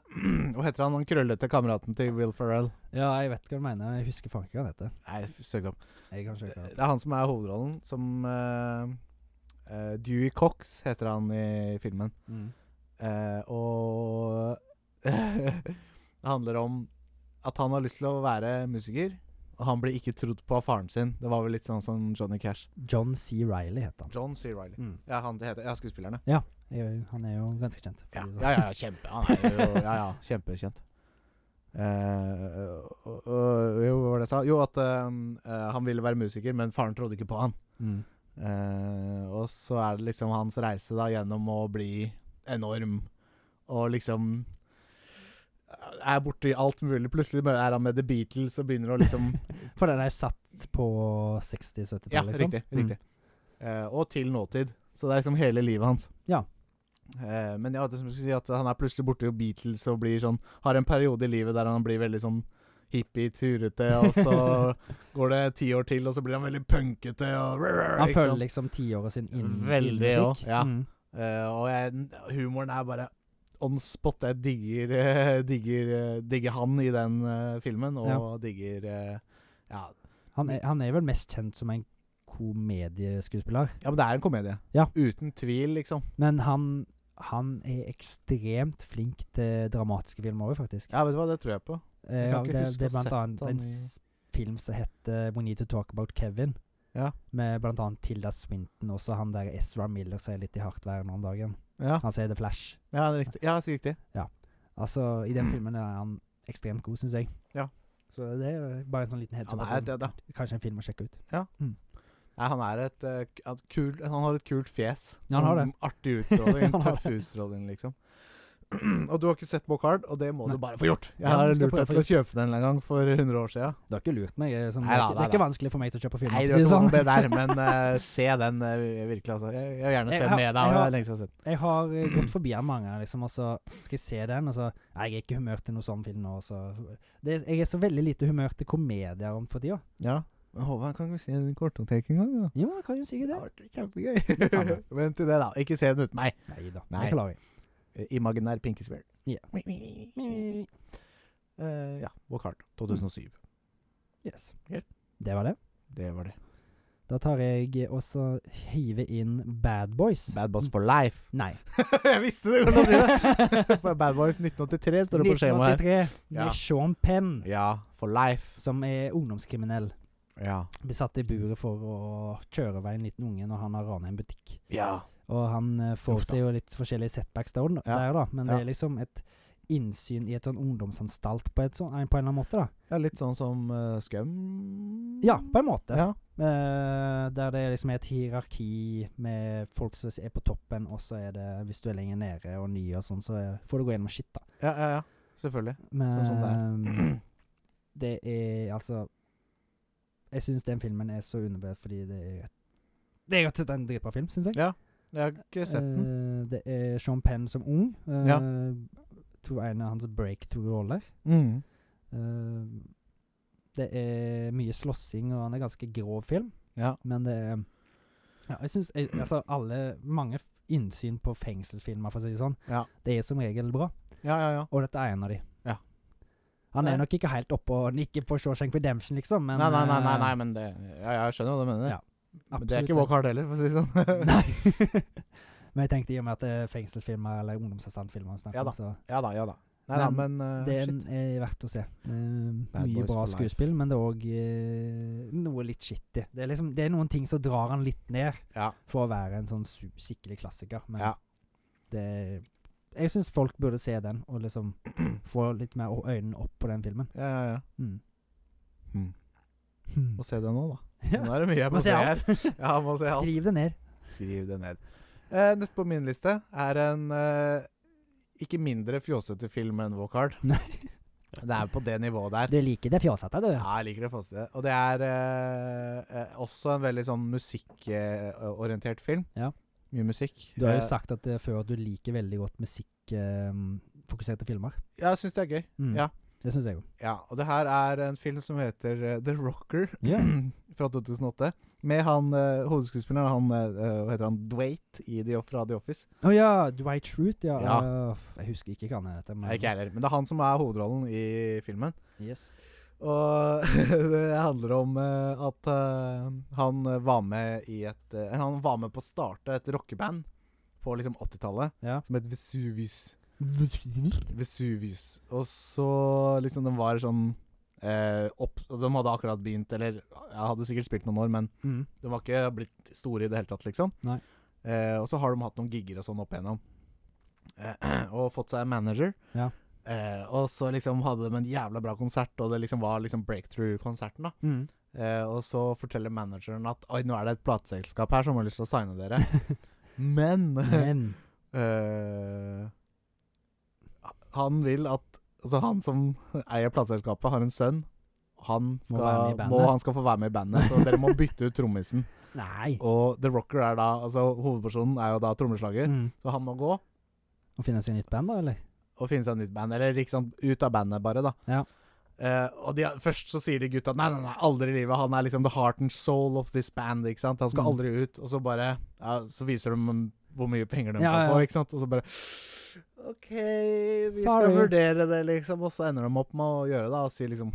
*clears throat* Hva heter han? Han krøllete kameraten til Will Ferrell. Ja, jeg vet hva du mener. Jeg husker faen ikke hva han heter. Nei, søk det opp. Jeg kan søke Det er han som er hovedrollen, som eh, eh, Dewey Cox heter han i filmen. Mm. Eh, og *laughs* det handler om at han har lyst til å være musiker, og han blir ikke trodd på av faren sin. Det var vel litt sånn som Johnny Cash. John C. Reilly heter han. John C. Reilly. Mm. Ja, han det heter Ja, skuespillerne. Jeg- Han er jo ganske kjent. for Ja, å si det sånn. ja, ja, ja, kjempe. Han er jo Ja, ja, kjempekjent. Eh, og- og- jo, hva var det jeg sa? Jo, at eh, eh, han ville være musiker, men faren trodde ikke på han. Mm. Eh, og så er det liksom hans reise da gjennom å bli enorm og liksom eh, er borti alt mulig. Plutselig bare er han med The Beatles og begynner å *laughs* liksom For den er satt på 60-70-tallet, Ja, liksom. riktig. riktig. Eh, og til nåtid. Så det er liksom hele livet hans. Mm. Ja. Eh, men ja, det som jeg skulle si at han er plutselig borti Beatles og blir sånn Har en periode i livet der han blir veldig sånn hippie, turete, og *laughs* så går det ti år til, og så blir han veldig punkete og Mm. ikke Han sant? følger liksom tiåret sin inn Veldig i musikk. også, ja. Mm. Eh, og jeg, humoren er bare on spot. Jeg digger, eh, digger, eh, digger han i den eh, filmen, og Ja. digger eh, ja. Han, er, han er vel mest kjent som en komedieskuespiller, ja, men det er en komedie. Ja. Uten tvil, liksom. men han han er ekstremt flink til dramatiske filmer òg, faktisk. Ja, vet du hva, det tror jeg på. Eh, Jeg kan ikke det, huske det å ha er blant sett annet han en i- s- film som heter We Need To Talk About Kevin. Ja. Med blant annet Tilda Swinton, også han der Ezra Miller som er litt i hardt vær nå om dagen. Ja, Han sier The Flash. ja det er riktig. Ja, så riktig. Altså, i den filmen er han ekstremt god, syns jeg. Mm. Ja. Så det er jo bare en sånn liten heads Han up. er at det, da. Kanskje en film å sjekke ut. Nei, han er et, eh, k- et kul, Han har et kult fjes. Ja, han har det. En Artig *laughs* utstråling. En Han har tøff utstråling, liksom. *clears throat* og du har ikke sett Bock Hard, og det må Nei. du bare få gjort. Jeg Ja, har det skal jeg lurt deg prøve å til å få kjøpe den en gang for 100 år siden. Du har ikke lurt meg. jeg er Liksom, Nei det, da, er ikke, det nei er ikke da. vanskelig for meg til å kjøpe film. Nei, for det å si er det ikke sånn. noe det der, men eh, se den eh, virkelig, altså. Jeg, jeg vil gjerne se Jeg den har- med deg. jeg og Det har- er lenge siden jeg har sett *laughs* Jeg har eh, gått forbi den mange ganger, liksom, og så skal jeg se den, og så Nei, jeg er ikke i humør til noe sånn film nå, og så det, Jeg er så veldig lite i humør til komedier om for tida. Ja. Men Håvard, kan ikke se den kortnoteringen en gang? da? Jo, jeg kan jo si Det det. har vært *laughs* kjempegøy. men- Vent til det, da. Ikke se den uten meg. Nei da, Nei. det klarer jeg. Eh, Imaginær Pinky Swear. Ja. Eh, ja. Walk Hard 2007. Yes. Yes. Det var det. Det var det. Da tar jeg også hive inn Bad Boys. Bad Boss for life. Nei. *laughs* jeg visste det! Hvordan sier det? *laughs* *laughs* For Bad Boys 1983 står det på skjemaet her. 1983 med Ja. Sean Penn, Ja, for life. som er ungdomskriminell. Ja. Blir satt i buret for å kjøre over en liten unge når han har rana en butikk. Ja. Og han eh, får Uff da. seg jo litt forskjellige setbacks der, Ja. der da, men det Ja. er liksom et innsyn i et sånn ungdomsanstalt på, et sånn, på en eller annen måte, da. Litt sånn som uh, Skum? Ja, på en måte. Ja. Eh, der det liksom er et hierarki med folk som er på toppen, og så er det hvis du er lenger nede og ny og sånn, så eh, får du gå gjennom shit, da. Ja, ja, ja. Selvfølgelig. Men Sånn som *clears throat* det er altså Jeg syns den filmen er så undervurdert fordi det er Det er rett og slett en dritbra film, syns jeg. Jeg har ikke sett den. Eh, det er Sean Penn som ung. Uh, Ja. Tror en av hans breakthrough-roller. Mm. Eh, det er mye slåssing, og han er ganske grov film, Ja. men det er ja, jeg synes, jeg, altså alle, Mange f- innsyn på fengselsfilmer, for å si det sånn, Ja. det er som regel bra. ja, ja, ja. Og dette er en av de. Ja. Han er Nei. nok ikke helt oppe og nikker på Shawshank Redemption, liksom, men nei, nei, nei, nei, nei, eh, men det Ja, ja, jeg skjønner hva du mener. Ja, men det er eh, absolutt ikke Walk Hard heller, for å si det *laughs* sånn. Nei. men jeg tenkte i og med at det er fengselsfilmer eller ungdomsarrestantfilmer vi Ja snakker da. om, så ja da, ja da. Nei da, men eh, shit. den er verdt å se. Det er Bad mye Boys bra for life. skuespill, men det er òg eh, noe litt shitty. Det er, liksom, det er noen ting som drar han litt ned Ja. for å være en sånn su skikkelig klassiker, men Ja. det Jeg syns folk burde se den, og liksom *clears throat* få litt mer å- øynene opp på den filmen. ja, ja, ja. Mm. Hmm. Må se det nå, da. *laughs* Nå er det mye jeg Må må se se her. *laughs* alt. Ja, må se alt. Skriv det ned. Skriv det ned. Eh, neste på min liste er en eh, ikke mindre fjåsete film enn Walkhard. Nei. *laughs* Det er på det nivået der. Du liker det fjasete, du. Ja, jeg liker det fjåsete. Og det er eh, eh, også en veldig sånn musikkorientert film. Ja. Mye musikk. Du har jo Eh, sagt at eh, før at du liker veldig godt musikkfokuserte filmer. ja, jeg syns det er gøy. Mm. Ja. Det syns jeg jo. Ja, og det her er en film som heter eh, The Rocker fra 2008. Med han eh, hovedskuespilleren, han eh, hva heter han, Dwight i The, fra The Office. Å ja, Dwight Schrute, ja. Ja. Øh, f- jeg husker ikke hva han heter. Nei, ikke jeg heller. Men det er han som er hovedrollen i filmen. Yes. Og *laughs* det handler om eh, at eh, han eh, var med i et eh, Han var med på å starte et rockeband på liksom 80-tallet Ja. som het Vesuvis. Mm. Vesuvis. Og så liksom den var sånn eh, opp, og De hadde akkurat begynt, eller jeg hadde sikkert spilt noen år, men Mm. de var ikke blitt store i det hele tatt, liksom. Nei. Eh, og så har de hatt noen gigger og sånn opp igjennom. Eh, *clears throat* og fått seg en manager. Ja. Eh, og så liksom hadde de en jævla bra konsert, og det liksom var liksom breakthrough-konserten, da. *laughs* Mm. Eh, og så forteller manageren at Oi, nå er det et plateselskap her som har lyst til å signe dere. Men *laughs* Men eh, Han vil at Altså, han som eier plateselskapet, har en sønn. Han være med skal, i må, bandet. han skal få være med i bandet, så dere må bytte ut trommisen. Nei. Og The Rocker er da Altså, hovedpersonen er jo da trommeslager, Mm. så han må gå Og finne seg nytt band, da, *laughs* eller? og finne seg et nytt band. Eller liksom ut av bandet, bare, da. Ja. Eh, og de, først så sier de gutta nei, nei, nei, aldri i livet. Han er liksom the heart and soul of this band. ikke sant? Han skal Mm. aldri ut. Og så bare ja, Så viser de hvor mye penger de Ja, kan ja. få, ikke sant? Og så bare OK, vi Sorry. skal vurdere det, liksom. Og så ender de opp med å gjøre det, da, og sier liksom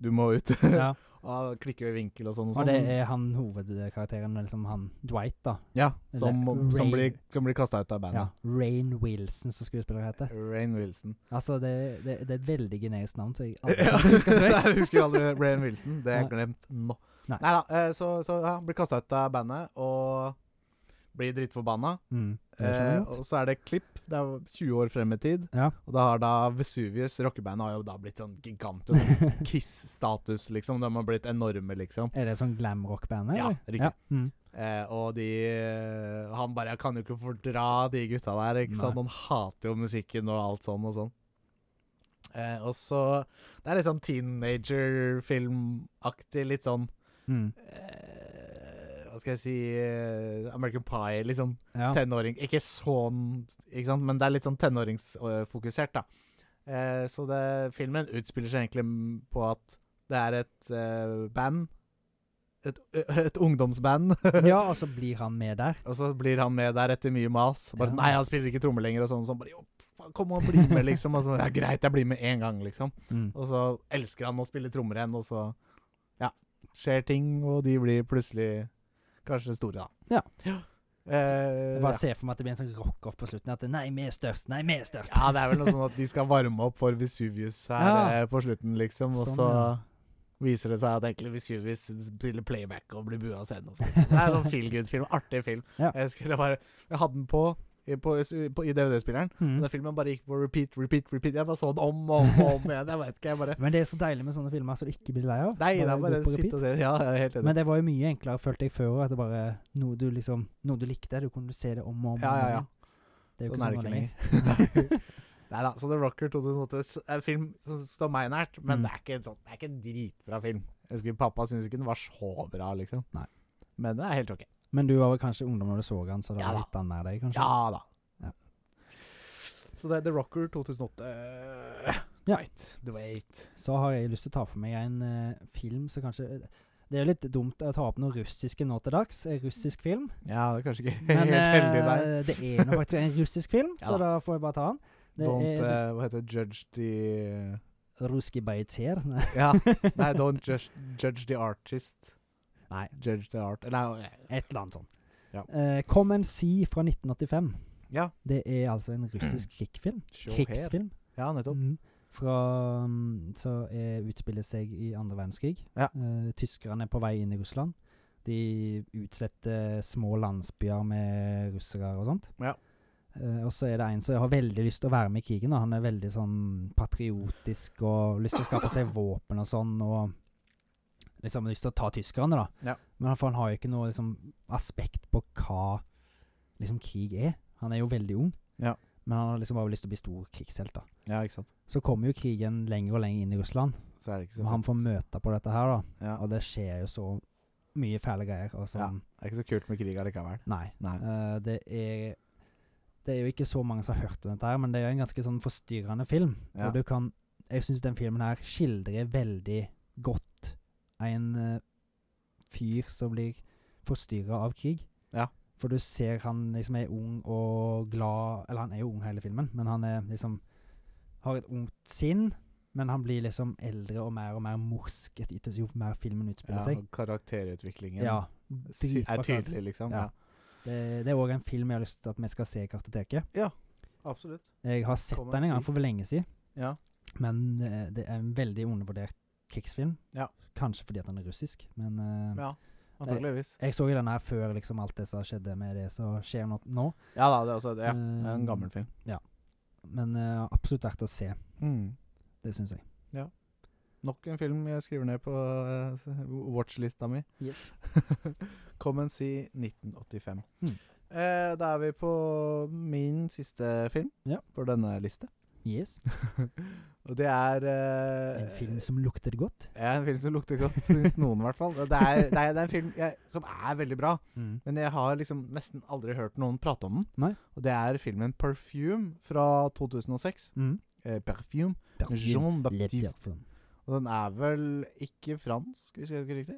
Du må ut. *laughs* Ja. Ah, klikker ved vinkel og sånn. Og det er han hovedkarakteren, liksom han Dwight, da. Ja, som, Eller som Ray- blir, som blir kasta ut av bandet. Ja, Rain Wilson, som skuespilleren heter. Rain Wilson. Altså, det, det, det er et veldig generisk *laughs* navn, så jeg aldri Ja, *laughs* Nei, husker det. jeg husker jo aldri Rain Wilson. Det er glemt nå. Nei. Nei da. eh, Så, så ja, han blir kasta ut av bandet og blir drittforbanna. Mm, det er Eh, ikke noe godt. og så er det klipp. Det er 20 år frem i tid. Ja. Og da har da Vesuvius, rockebandet, har jo da blitt sånn gigant. *laughs* og Sånn Kiss-status, liksom. De har blitt enorme, liksom. Er det sånn glam rock-band? Ja, eller? riktig. Mm. Eh, og de eh, Han bare Jeg kan jo ikke fordra de gutta der. Ikke sant? Nei. Han hater jo musikken og alt sånn og sånn. Eh, og så Det er litt sånn teenager-filmaktig. Litt sånn Mm. eh, Hva skal jeg si eh, American Pie. Litt sånn Ja. tenåring Ikke sånn, ikke sant? men det er litt sånn tenåringsfokusert, da. Eh, så det, filmen utspiller seg egentlig m- på at det er et eh, band. Et, et ungdomsband. ja, og så blir han med der. Og så blir han med der etter mye mas. Bare Ja. 'Nei, han spiller ikke trommer lenger', og sånn. sånn bare, jo, faen, kom og bli med, liksom. Og så, ja, 'Greit, jeg blir med én gang', liksom. Mm. Og så elsker han å spille trommer igjen, og så ja, skjer ting, og de blir plutselig kanskje store, da. Ja. Eh, Jeg ja. bare ser for meg at det blir en sånn rock-off på slutten. At det, 'nei, vi er størst', 'nei, vi er størst'. ja, det er vel noe sånn at de skal varme opp for Vesuvius her Ja. eh, på slutten, liksom. Og Sånn, så ja. viser det seg at egentlig Vesuvius spiller playback og blir bua av scenen. og sånn. Det er en sånn feel good-film. Artig film. Ja. Jeg husker jeg bare Jeg hadde den på i, på, på, i DVD-spilleren. *laughs* Mm. Den filmen bare gikk på repeat, repeat, repeat. Jeg bare så den om og om, og om igjen. Jeg vet ikke, jeg bare Men det er så deilig med sånne filmer som du ikke blir lei av. Nei, det er bare gå på sitte og se. Ja, jeg er helt enig. Men det var jo mye enklere, følte jeg før, at det bare noe du liksom Noe du likte, du kunne se det om og om. Ja, ja, *laughs* ja. og om igjen. Det er Sånn er jo ikke det sånn ikke lenger. lenger. Nei da. Så The Rocker 2008 s- er en film som står meg nært, men Mm. det er ikke en sånn Det er ikke en dritbra film. Jeg husker Pappa syntes ikke den var så bra, liksom. Nei. Men det er helt OK. Men du var vel kanskje ungdom når du så han, så da Ja da. likte han mer deg, kanskje? Ja da. Ja. Så det er The Rocker 2008. Ja. Right. The Wait. Så har jeg lyst til å ta for meg en eh, film som kanskje eh, Det er jo litt dumt å ta opp noe russiske nå til dags, eh, russisk film. Ja, det er kanskje ikke Men helt heldig der. eh, det er nå faktisk en russisk film, *laughs* Ja så da da. får jeg bare ta den. Det Don't er eh, Hva heter det? Judge the Ruski *laughs* Baitser. Nei, Ja. Nei, don't judge, judge the artist. Nei, Judge the art eh, Nei, et eller annet sånt. Ja. Eh, Come and See fra 1985. ja. Det er altså en russisk krigsfilm. Show here. Krigsfilm. Ja, nettopp. Mm. Fra mm, Så eh, utspiller seg i andre verdenskrig. Ja. Eh, tyskerne er på vei inn i Russland. De utsletter små landsbyer med russere og sånt. Ja. Eh, og så er det en som har veldig lyst til å være med i krigen. Og han er veldig sånn patriotisk og lyst til å skaffe seg våpen og sånn. Og liksom lyst til å ta tyskerne, da. Ja. Men han- for han har jo ikke noe liksom, aspekt på hva liksom, krig er. Han er jo veldig ung. Ja. Men han har liksom bare lyst til å bli stor krigshelt, da. Ja, ikke sant. Så kommer jo krigen lenger og lenger inn i Russland. Så er det ikke så Og han får møte på dette her, da. Ja. Og det skjer jo så mye fæle greier. Og sånn. Det er ikke så kult med krig allikevel. Nei. Nei. Eh, det er Det er jo ikke så mange som har hørt om dette her, men det er jo en ganske sånn forstyrrende film. Ja. Og du kan Jeg syns den filmen her skildrer veldig godt en eh, fyr som blir forstyrra av krig. Ja. For du ser han liksom er ung og glad Eller han er jo ung hele filmen, men han er liksom Har et ungt sinn, men han blir liksom eldre og mer og mer morsk etter etter jo mer filmen utspiller Ja, seg. karakterutviklingen Ja. sy- er dritbra klart. tydelig, liksom. Ja. Ja. Det, det er òg en film jeg har lyst til at vi skal se i kartoteket. Absolutt. Jeg har sett Kommer den en til gang for lenge siden, Ja. men eh, det er en veldig undervurdert krigsfilm. Ja. Kanskje fordi at den er russisk, men eh, ja. Antakeligvis. Jeg så jo den her før liksom alt det som skjedde med det som skjer nå. nå. Ja da, det er også det. Ja. Det er Eh, en gammel film. Men eh, absolutt verdt å se, det syns jeg. Mm. Nok en film jeg skriver ned på eh, s- watchlista mi. Yes. Come and see 1985. Mm. Eh, da er vi på min siste film Ja. for denne *laughs* liste. Og det er eh, En film som lukter godt. Ja, en film som lukter godt, syns noen i hvert fall. Det er, det er, det er en film jeg, som er veldig bra, men jeg har liksom nesten aldri hørt noen prate om den. Nei. Og det er filmen 'Perfume' fra 2006. Mm. Eh, 'Perfume' med Parfyme. Jean Le Baptiste. parfyme. Og den er vel ikke fransk, hvis jeg husker riktig?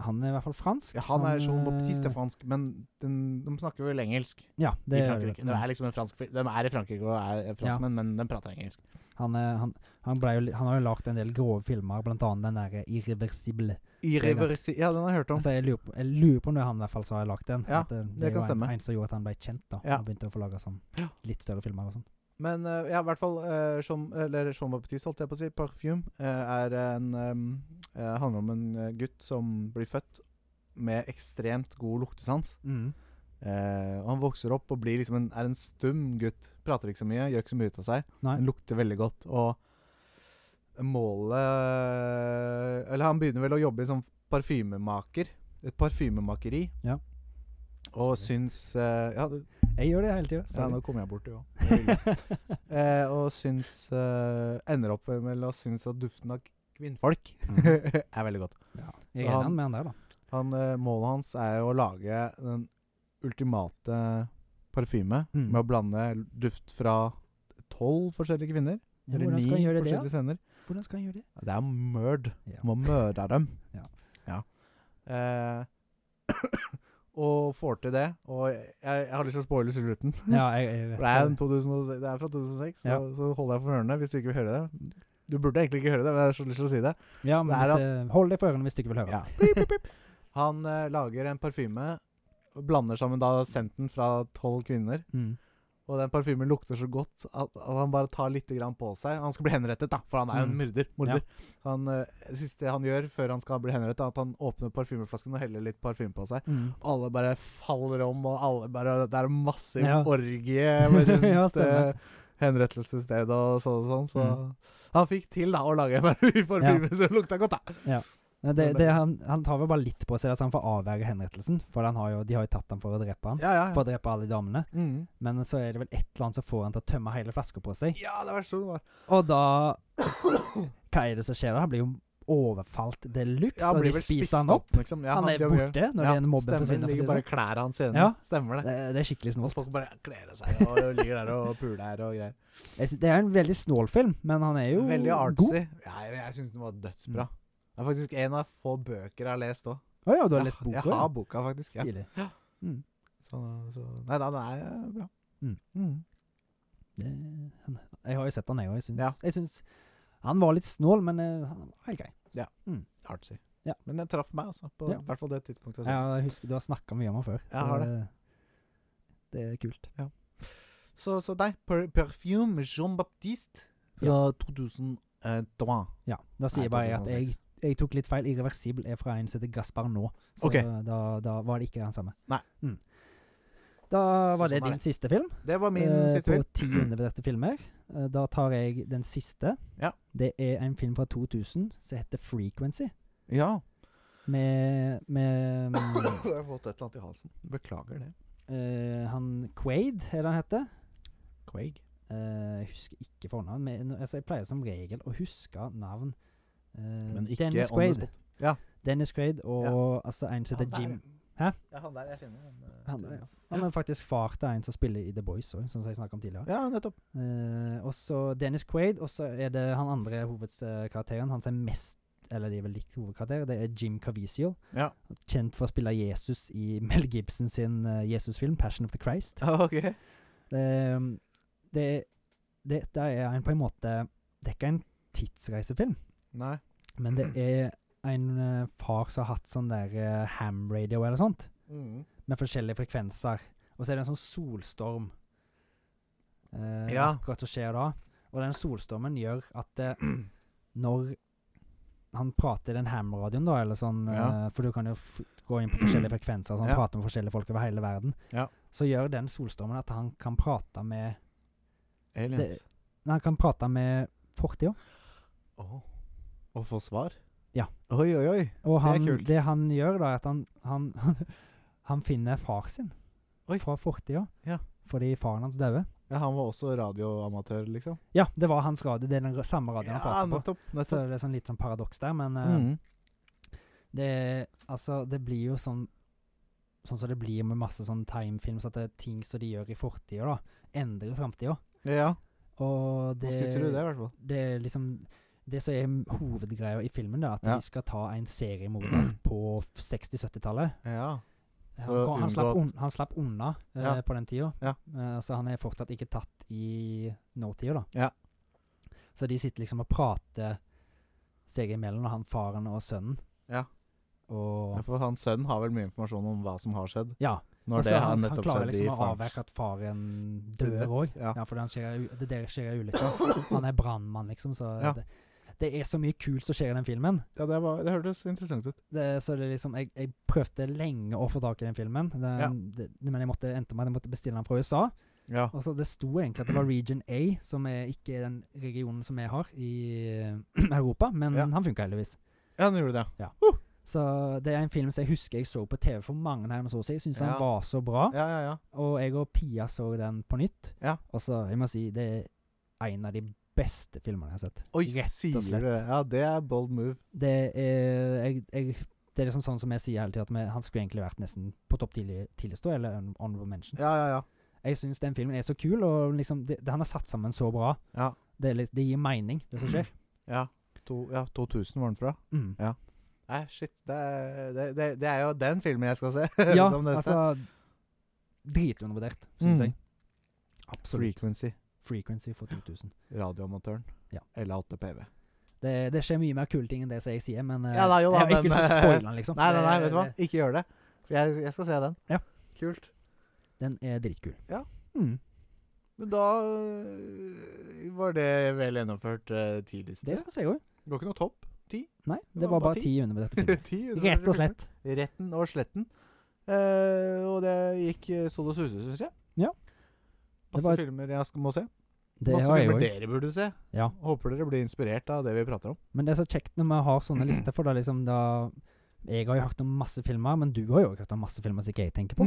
Han er i hvert fall fransk. Ja, han er eh, Jean Baptiste fransk, men den, de snakker vel engelsk Ja, det i gjør Frankrike. de. De er liksom en fransk De er i Frankrike og er franskmenn, men de prater engelsk. Han, er, han, han, ble jo, li- han har jo lagd en del grove filmer, blant annet den derre 'Irreversible'. Irreversi... Ja, den har jeg hørt om. Altså, jeg, lurer på, jeg lurer på om det er han i hvert fall som har lagd den. Ja, At, eh, det kan var en, stemme. en som gjorde at han ble kjent, da. Ja. Og begynte å få lage sånn Ja. litt større filmer og sånn. Men eh, ja, i hvert fall eh, Jean, eller Jean Baptiste, holdt jeg på å si, Parfyme, eh, er en eh, eh, Handler om en eh, gutt som blir født med ekstremt god luktesans. Mm. Eh, og han vokser opp og blir liksom en, er en stum gutt. Prater ikke så mye, gjør ikke så mye ut av seg. Nei. Han lukter veldig godt. Og målet Eller han begynner vel å jobbe som parfymemaker. Et parfymemakeri. Ja. Og syns eh, Ja, det- Jeg gjør det hele tida. ja, *laughs* nå kom jeg borti òg. Eh, og syns eh, Ender opp med å synes at duften av kvinnfolk Mhm. *laughs* er veldig godt. ja. Så Jeg er han- enig med han der, da. Han, eh, målet hans er jo å lage den ultimate parfyme Mm. med å blande l- duft fra tolv forskjellige kvinner. Ja, eller hvordan ni skal han gjøre det? forskjellige scener. da? Hvordan skal han gjøre det? Ja, Det er mørd. Ja. Må mørde dem. *laughs* Ja. Ja. Eh, *coughs* og får til det. Og jeg, jeg har lyst til å spoile slutten. Ja, jeg, jeg vet For Det er, en det. 2006, det er fra 2006, Ja. så, så holder jeg for ørene hvis du ikke vil høre det. Du burde egentlig ikke høre det, men jeg har så lyst til å si det. Ja, men det er hvis, eh, Hold deg for ørene hvis du ikke vil høre. Ja. Pip, pip, pip. Han eh, lager en parfyme, blander sammen da scenten fra tolv kvinner. Mm. Og den parfymen lukter så godt at, at han bare tar litt grann på seg. Han skal bli henrettet, da, for han er jo en Mm. myrder. morder. Han, eh, det siste han gjør før han skal bli henrettet, er at han åpner parfymeflasken og heller litt parfyme på seg. Mm. Alle bare faller om, og alle bare Det er massiv Ja. orgie *laughs* Ja, rundt stemmer. Mm. eh, henrettelsesstedet og sånn og sånn. Så han fikk til da å lage *laughs* en parfyme som lukta godt, da. Men Det, det, han, han tar vel bare litt på seg det, så han får avverge henrettelsen. For han har jo, de har jo tatt han for å drepe han. Ja, ja. For å drepe alle damene. Mm. Men så er det vel et eller annet som får han til å tømme hele flaska på seg. Ja, det var *coughs* sånn det var. Og da Hva er det som skjer da? Han blir jo overfalt de luxe, Ja, han og de blir vel spist spiser han opp. liksom. Ja, Han er det blir- borte når Ja, den mobben stemmer, forsvinner. ligger For å si sånn. bare klærne hans igjen. Ja. Stemmer det. det, sånn. det, det er skikkelig Og snålt. folk bare kler av seg og ligger der og puler og greier. Jeg sy- Det er en veldig snål film, men han er jo Veldig god. artsy. Ja, jeg jeg syns den var dødsbra. Det er faktisk en av få bøker jeg har lest òg. Å ja, du har lest boka? Jeg har ja. boka, faktisk. Ja. Stilig. Så, så. Nei, da, den er eh, bra. Mm. Mm. Det, han, jeg har jo sett han, jeg òg. Jeg syns- Ja. Jeg syns han var litt snål, men eh, han var helt grei. Artsy. Ja. Men den traff meg, altså. På Ja. i hvert fall det tidspunktet. Jeg så. Ja, jeg husker Du har snakka mye om han før. Altså- Jeg så har det. det er kult. Så, så nei, per Perfume Jean-Baptiste fra 2003. Ja, Da sier Nei, jeg bare at 2006. jeg, jeg tok litt feil. 'Irreversibel' er fra en som heter Gaspar nå. Så Ok. da, da var det ikke den samme. Nei. Mm. Da var Så det sånn er din det. siste film. Det var min eh, siste film. På ti undervurderte filmer. Eh, Da tar jeg den siste. Ja. Det er en film fra 2000 som heter 'Frequency'. Ja. *laughs* Med, *coughs* med mm, Jeg har fått et eller annet i halsen. Beklager det. eh, han Quaid, er det han heter? Quake. Eh, jeg husker ikke fornavn. Men, nå- altså, jeg pleier som regel å huske navn. Eh, Men ikke Dennis on the Quaid. spot. Ja. Dennis Quaid og Ja. altså, en som heter Jim. Hæ? Hæ? Ja, han der. Jeg kjenner han. eh, Han der, Han er faktisk far til en som spiller i The Boys òg, som jeg snakka om tidligere. Ja, nettopp. Eh, og så Dennis Quaid, og så er det han andre hovedkarakteren. Han som er mest Eller de er vel likt hovedkarakter. Det er Jim Caviezel. Ja. *laughs* Kjent for å spille Jesus i Mel Gibson sin eh, Jesusfilm 'Passion of the Christ'. Ok. Eh, det, dette er en på en måte Det er ikke en tidsreisefilm, Nei. men det er en eh, far som har hatt sånn der eh, ham-radio eller sånt, Mm. med forskjellige frekvenser. Og så er det en sånn solstorm. Eh, Ja. Akkurat som skjer da. Og den solstormen gjør at eh, Mm. når han prater i den ham-radioen, da, eller sånn Ja. eh, For du kan jo f gå inn på forskjellige frekvenser, så han Ja. prater med forskjellige folk over hele verden. Ja. Så gjør den solstormen at han kan prate med Aliens. Det- Nei, han kan prate med fortida. Åh. Å få svar? Ja. Oi, oi, oi. Det Og er han, det, kult. han gjør, da, er at han Han, *laughs* han finner far sin Oi. fra fortida. Ja. Fordi faren hans dauer. Ja, han var også radioamatør, liksom. Ja, det var hans radio. Det er den ra- samme radioen han prater på. nettopp. Så nettopp. det er sånn litt sånn paradoks der, men eh, Mm. det, altså, det blir jo sånn Sånn som det blir med masse sånn timefilms, at det er ting som de gjør i fortida, da, endrer framtida. Ja, Og man det skulle tro det, i hvert fall. det er liksom det som er hovedgreia i filmen, da, at Ja. de skal ta en seriemorder *clears throat* på 60-70-tallet. Ja. Han, For å kom- han, unngå slapp at- un, han slapp unna eh, Ja. på den tida, Ja. Eh, så han er fortsatt ikke tatt i nåtida, da. Ja. Så de sitter liksom og prater seg imellom, og han faren og sønnen. Ja. Og Ja, For hans sønn har vel mye informasjon om hva som har skjedd. Ja. Når og så det har Altså, han, han nettopp klarer skjedd liksom i å avverge at faren dør òg. Ja. Ja, for det skjer, u- det der skjer ulykker. *laughs* Han er brannmann, liksom, så Ja. det, det er så mye kult som skjer i den filmen. Ja, det, var, det hørtes interessant ut. det, så det er liksom, jeg, jeg prøvde lenge å få tak i den filmen, den, Ja. det, men jeg måtte, endte med at jeg måtte bestille den fra USA. Ja. Og så Det sto egentlig at det var Region A, som er ikke er den regionen som vi har i *clears throat* Europa, men Ja. han funka heldigvis. ja, nå gjorde du det. Så Det er en film som jeg husker jeg så på TV for mange her, så å si. Jeg syns Ja. den var så bra. Ja, ja, ja. Og jeg og Pia så den på nytt. Ja. Og så, jeg må si, det er en av de beste filmene jeg har sett. Oi, Rett og sier slett. du det? Ja, det er bold move. Det er jeg, jeg, Det er liksom sånn som jeg sier hele tida, at vi, han skulle egentlig vært nesten på topp tidlig- tidligst, da, eller on- honorable mentions. Ja, ja, ja. Jeg syns den filmen er så kul, og liksom det, det, han har satt sammen så bra. Ja, Det, er litt- det gir mening, det *clears throat* som skjer. ja. To, ja 2000 var den fra. Mm. Nei, shit. Det er, det, det, det er jo den filmen jeg skal se. *laughs* Ja, som neste. altså Dritundervurdert, Mm. syns jeg. Absolutt. Frequency. Frequency for 2000. Radioamatøren. Ja. L8 PV. Det, det skjer mye mer kule ting enn det som jeg sier, men eh, Ja, da, jo da, jeg har ikke men, lyst til å spoile den, liksom. Nei, nei, nei, Det- vet du hva? det- Ikke gjør det. For jeg, jeg skal se den. Ja. Kult. Den er dritkul. Ja. Mm. Men da øh, var det vel gjennomført øh, tidligste. Det syns jeg òg. Det var ikke noe topp. *laughs* Ti? Nei, det var bare ti under på *laughs* dette filmen. Ti, det var Rett og veldig slett. kult. Retten og sletten. Eh, og det gikk eh, så det suste, syns jeg. Ja. Det Masse var- filmer jeg skal, må se. Det Masse har jeg filmer òg. dere burde se. Ja. Håper dere blir inspirert av det vi prater om. Men det er så kjekt når vi *clears throat* har sånne lister, for da liksom da Jeg har jo hørt om masse filmer, men du har jo også hørt om masse filmer som ikke jeg tenker på.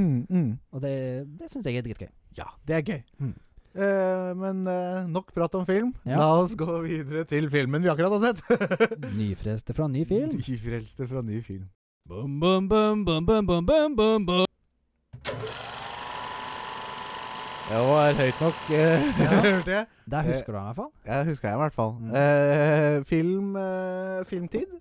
Og det, det syns jeg er dritgøy. Ja, det er gøy. Mm. Eh, men eh, nok prat om film. Ja. La oss gå videre til filmen vi akkurat har sett. Nyfrelste fra *laughs* ny film. *laughs* Nyfrelste fra ny film. Bum, bum, bum, bum, bum, bum, bum, bum, bum. Det var høyt nok, *laughs* eh, Ja. hørte jeg. Der husker du den i hvert fall. Jeg huska jeg i hvert fall. Mm. Eh, film, eh, filmtid.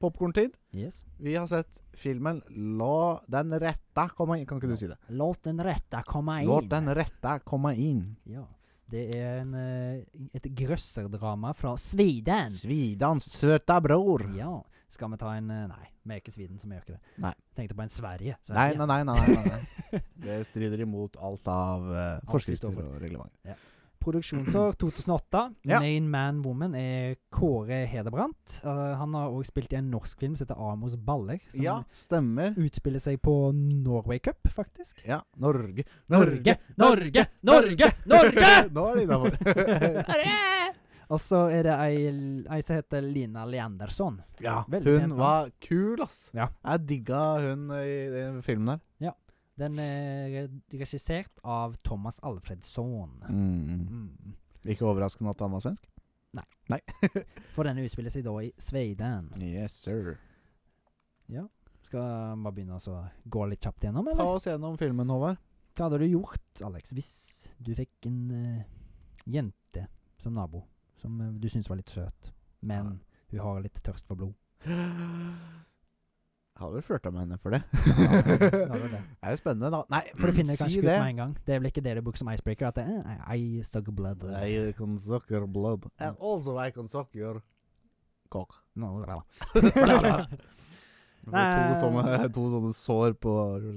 Popkorntid. Yes. Vi har sett filmen La den retta komme inn. Kan ikke du si det? Låt den rette komme inn. Låt den retta komme inn. Ja. Det er en, eh, et grøsserdrama fra Sviden. Svidans søta bror. Ja. Skal vi ta en eh, Nei, vi er ikke Sviden, så vi gjør ikke det. Nei. Tenkte på en Sverige. Nei, Sverige. nei, nei. nei, nei, *laughs* nei. Det strider imot alt av eh, vi forskrifter står for. og reglementer. Produksjonsår 2008. Ja. Main Man Woman er Kåre Hederbrandt. Eh, han har òg spilt i en norsk film som heter Amos Baller. Som Ja, stemmer. utspiller seg på Norway Cup, faktisk. Ja, Norge. *laughs* Norge! Norge! Norge! Nå er det *laughs* innafor. Og så er det ei, ei som heter Lina Leandersson. ja, Veldig pent hun navn. var kul, ass. Ja. Jeg digga hun eh, i den filmen der. Den er re- regissert av Thomas Alfredsson. Mm. Ikke overraskende at han var svensk. For denne utspiller seg da i Sveiden. Yes, sir. Skal vi bare begynne å så gå litt kjapt gjennom, eller? Ta oss gjennom filmen, Håvard. *gasps* Hva hadde du gjort, Alex, hvis du fikk en eh, jente som nabo som eh, du syntes var litt søt, men hun har litt tørst for *laughs* blod? Har vel flørta med henne for det. Ja, det var det. *laughs* Det er jo spennende, da. Nei, For det finner jeg Mm, si kanskje ikke ut det. med en gang. Det er vel ikke det du bruker som icebreaker? At det er eh, I suck blood. I can suck your blood. And also I can suck your *laughs* cock. No, bla, bla. Det var To sånne, to sånne sår på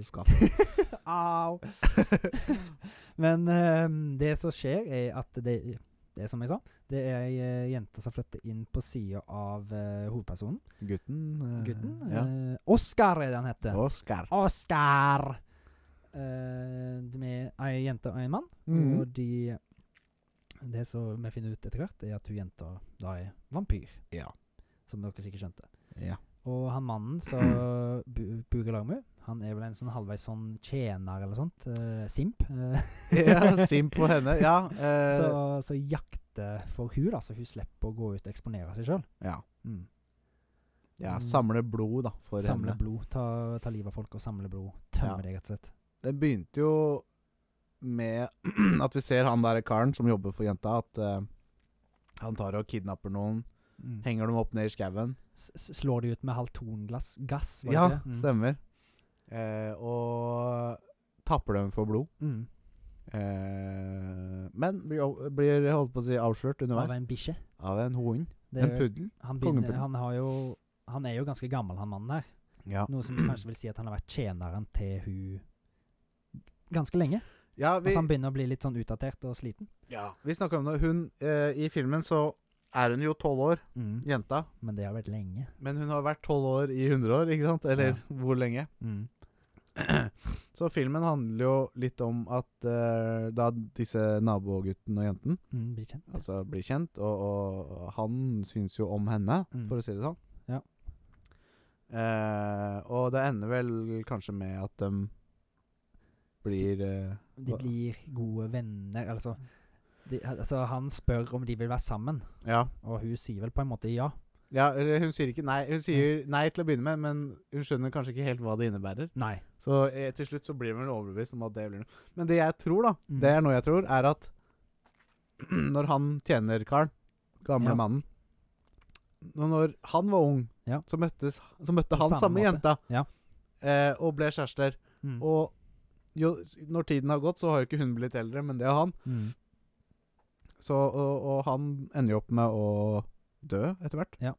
skaftet. Au! *laughs* Men eh, det som skjer, er at det, det er som jeg sa, det er ei eh, jente som flytter inn på sida av eh, hovedpersonen. Gutten. eh, Gutten. Ja. eh, Oscar er det han heter. Oscar. Oscar! Eh, med ei jente og en mann. Mm. Og de Det som vi finner ut etter hvert, er at hun jenta da er vampyr. Ja. Som dere sikkert skjønte. *laughs* ja. Og han mannen som *clears throat* bu- bor i lag med henne, han er vel en sånn halvveis sånn tjener eller sånt. eh, simp. eh, ja Sim på henne. Ja. eh, *laughs* så, så jakter for hun da, så hun slipper å gå ut og eksponere seg sjøl. ja. Mm. ja. Samle blod, da, for Samle henne. blod. Ta, ta livet av folk og samle blod. Ja. Tømme deg, rett og slett. Det begynte jo med *clears throat* at vi ser han der karen som jobber for jenta, at eh, han tar og kidnapper noen, Mm. Henger dem opp ned i skauen. S- s- Slår de ut med halvtonglass gass, var det Ja, ikke det? Mm. stemmer. Eh, og tapper dem for blod. Mm. Eh, men blir, av- blir jeg holdt på å si avslørt Av underveis en bikkje. av en hund. Det En er jo- puddel. Han, begynner, kongepuddel. han, har jo, han er jo ganske gammel, han mannen her. Ja. Noe som kanskje vil si at han har vært tjeneren til hun ganske lenge. Ja, vi, Altså han begynner å bli litt sånn utdatert og sliten. ja, vi snakka om det. Hun eh, I filmen så er hun jo tolv år, Mm. jenta. Men det har vært lenge. Men hun har vært tolv år i 100 år, ikke sant? Eller hvor lenge? Mm. Så filmen handler jo litt om at eh, da disse nabogutten og jenten Mm, blir kjent. altså, blir kjent, og, og han syns jo om henne, Mm. for å si det sånn. Ja. Eh, og det ender vel kanskje med at de blir eh, De blir gode venner, altså. De, altså han spør om de vil være sammen, ja. og hun sier vel på en måte ja. ja. Eller hun sier ikke nei. Hun sier nei til å begynne med, men hun skjønner kanskje ikke helt hva det innebærer. Nei. Så eh, til slutt så blir hun vel overbevist om at det blir noe. Men det jeg tror, da, Mm. det er noe jeg tror, er at *clears throat* når han tjener Karl, gamle Ja. mannen Når når han var ung, Ja. så, møttes, så møtte På han samme samme, måte. jenta. Ja. Eh, og ble kjærester. Mm. Og jo, s- når tiden har gått, så har jo ikke hun blitt eldre, men det har han. Mm. Så, og, og han ender jo opp med å dø etter hvert. Ja.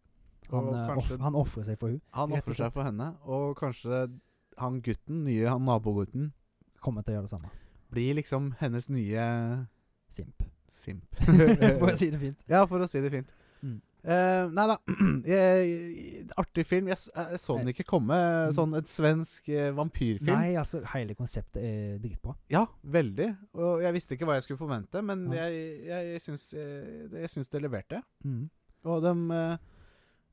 Han, og eh, kanskje off- han ofrer seg for hun han rett og ofrer seg for henne. Og kanskje han gutten, nye han nabogutten, Kommer til å gjøre det samme. blir liksom hennes nye *laughs* Simp. simp. For *laughs* å si det fint. Ja, for å si det fint. Mm. Eh, nei da. *clears throat* Jeg, artig film. Jeg, s- eh, jeg så den ikke komme. Mm. Sånn en svensk eh, vampyrfilm. Nei, altså, hele konseptet er dritbra. Ja, veldig. Og jeg visste ikke hva jeg skulle forvente, men Ja. jeg, jeg, jeg, syns, eh, det- jeg syns det leverte. Mm. Og de eh,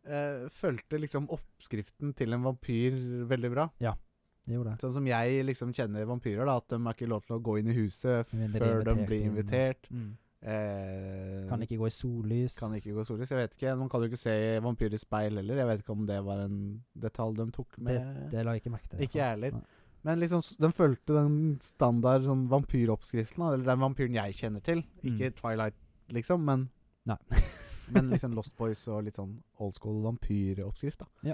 eh, fulgte liksom oppskriften til en vampyr veldig bra. Det gjorde det. Sånn som jeg liksom kjenner vampyrer, da, at de har ikke lov til å gå inn i huset Men de blir før de invitert blir inn. invitert. Mm. Eh, Kan ikke gå i sollys. Kan ikke gå sollys. Jeg vet ikke, Man kan jo ikke se vampyrer i speil heller. Jeg vet ikke om det var en detalj de tok med. Det la jeg ikke merke til. Ikke jeg heller. Nei. Men liksom, s- de fulgte den standard sånn vampyroppskriften, da, eller den vampyren jeg kjenner til. Ikke Twilight, liksom, men Mm. Nei. *laughs* Men *laughs* liksom Lost Boys og litt sånn old school vampyroppskrift, da. Ja.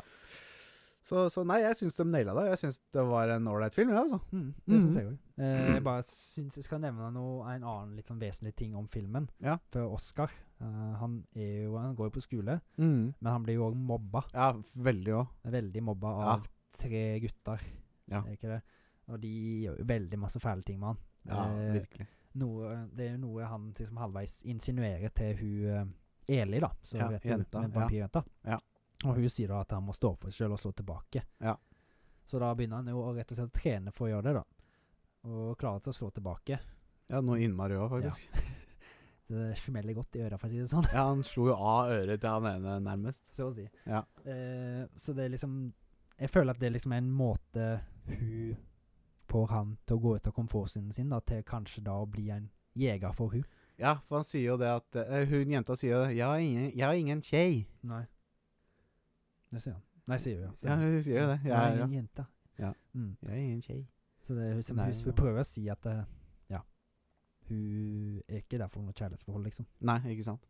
Så, så nei, jeg syns de naila det. Jeg syns det var en ålreit film, ja, altså. Mm, det Mhm. syns jeg òg. *clears throat* Eh, jeg bare syns jeg skal nevne noe, en annen litt sånn vesentlig ting om filmen. Ja. For Oscar eh, han, er jo, han går jo på skole, men han blir jo òg mobba. Ja, veldig òg. Veldig mobba Ja. av tre gutter. Ja. Er ikke det? Og de gjør jo veldig masse fæle ting med han. Ja, Eh, virkelig. Noe, det er jo noe han liksom halvveis insinuerer til hun eh, Eli, da. Så Ja, vet du, jenta, med ja. vampyrjenta. Ja. Og hun sier da at han må stå opp for seg sjøl og slå tilbake. Ja. Så da begynner han jo å rett og slett trene for å gjøre det, da. Og klarer til å slå tilbake. Ja, noe innmari òg, faktisk. Det smeller godt i øra, for å si det sånn. *laughs* *laughs* Ja, han slo jo av øret til han ene, nærmest. Så å si. Ja. Eh, så det er liksom Jeg føler at det liksom er en måte hun får han til å gå ut av komfortsonen sin, da, til kanskje da å bli en jeger for hun. Ja, for han sier jo det at eh, Hun jenta sier jo det. 'Jeg har ingen, jeg har ingen kjei'. Nei. Det sier han. Nei, sier hun. ja. Ja, hun sier jo det. Jeg Ja, er ja. ingen jente. Ja. Mm. 'Jeg har ingen kjei'. Så det, er hun, som, Nei, hun, hun ja. prøver å si at eh, ja, hun er ikke der for noe kjærlighetsforhold, liksom. Nei, ikke sant.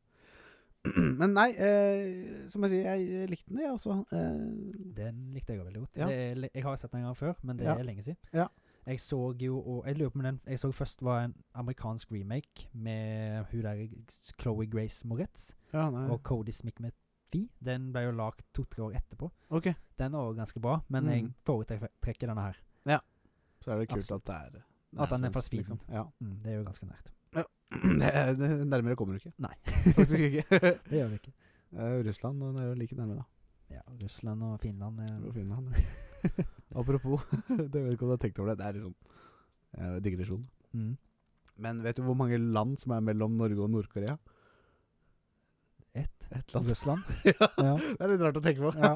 *clears throat* Men nei, eh, som jeg sier, jeg, jeg likte den, jeg også. Eh, Den likte jeg også veldig godt. Ja. Det er, le- jeg har jo sett den en gang før, men det Ja. er lenge siden. Ja. Jeg så jo og Jeg lurer på om den jeg så først var en amerikansk remake med hun der Chloé Grace Moretz ja, nei. og Cody Smith McPhee. Den ble jo lagd to-tre år etterpå. Ok, Den er også ganske bra, men jeg Mm. foretrekker trekker denne her. så er det kult Absolutt. at det er liksom. det At han er svensk, fra Sweden. Ja. *clears throat* Mm, det er jo ganske nært. Det, er- det, nærmere kommer du ikke. Nei. *laughs* Faktisk ikke. Det gjør vi ikke. Eh, Russland og det er jo like nærme, da. Ja, Russland og Finland er Og Finland. *laughs* Apropos, det vet ikke om du har tenkt over det. Det er liksom eh, digresjon. mm. Men vet du hvor mange land som er mellom Norge og *laughs* Nord-Korea? Ett. Et land. *laughs* Russland. ja. Ja. Det er litt rart å tenke på. *laughs* Ja.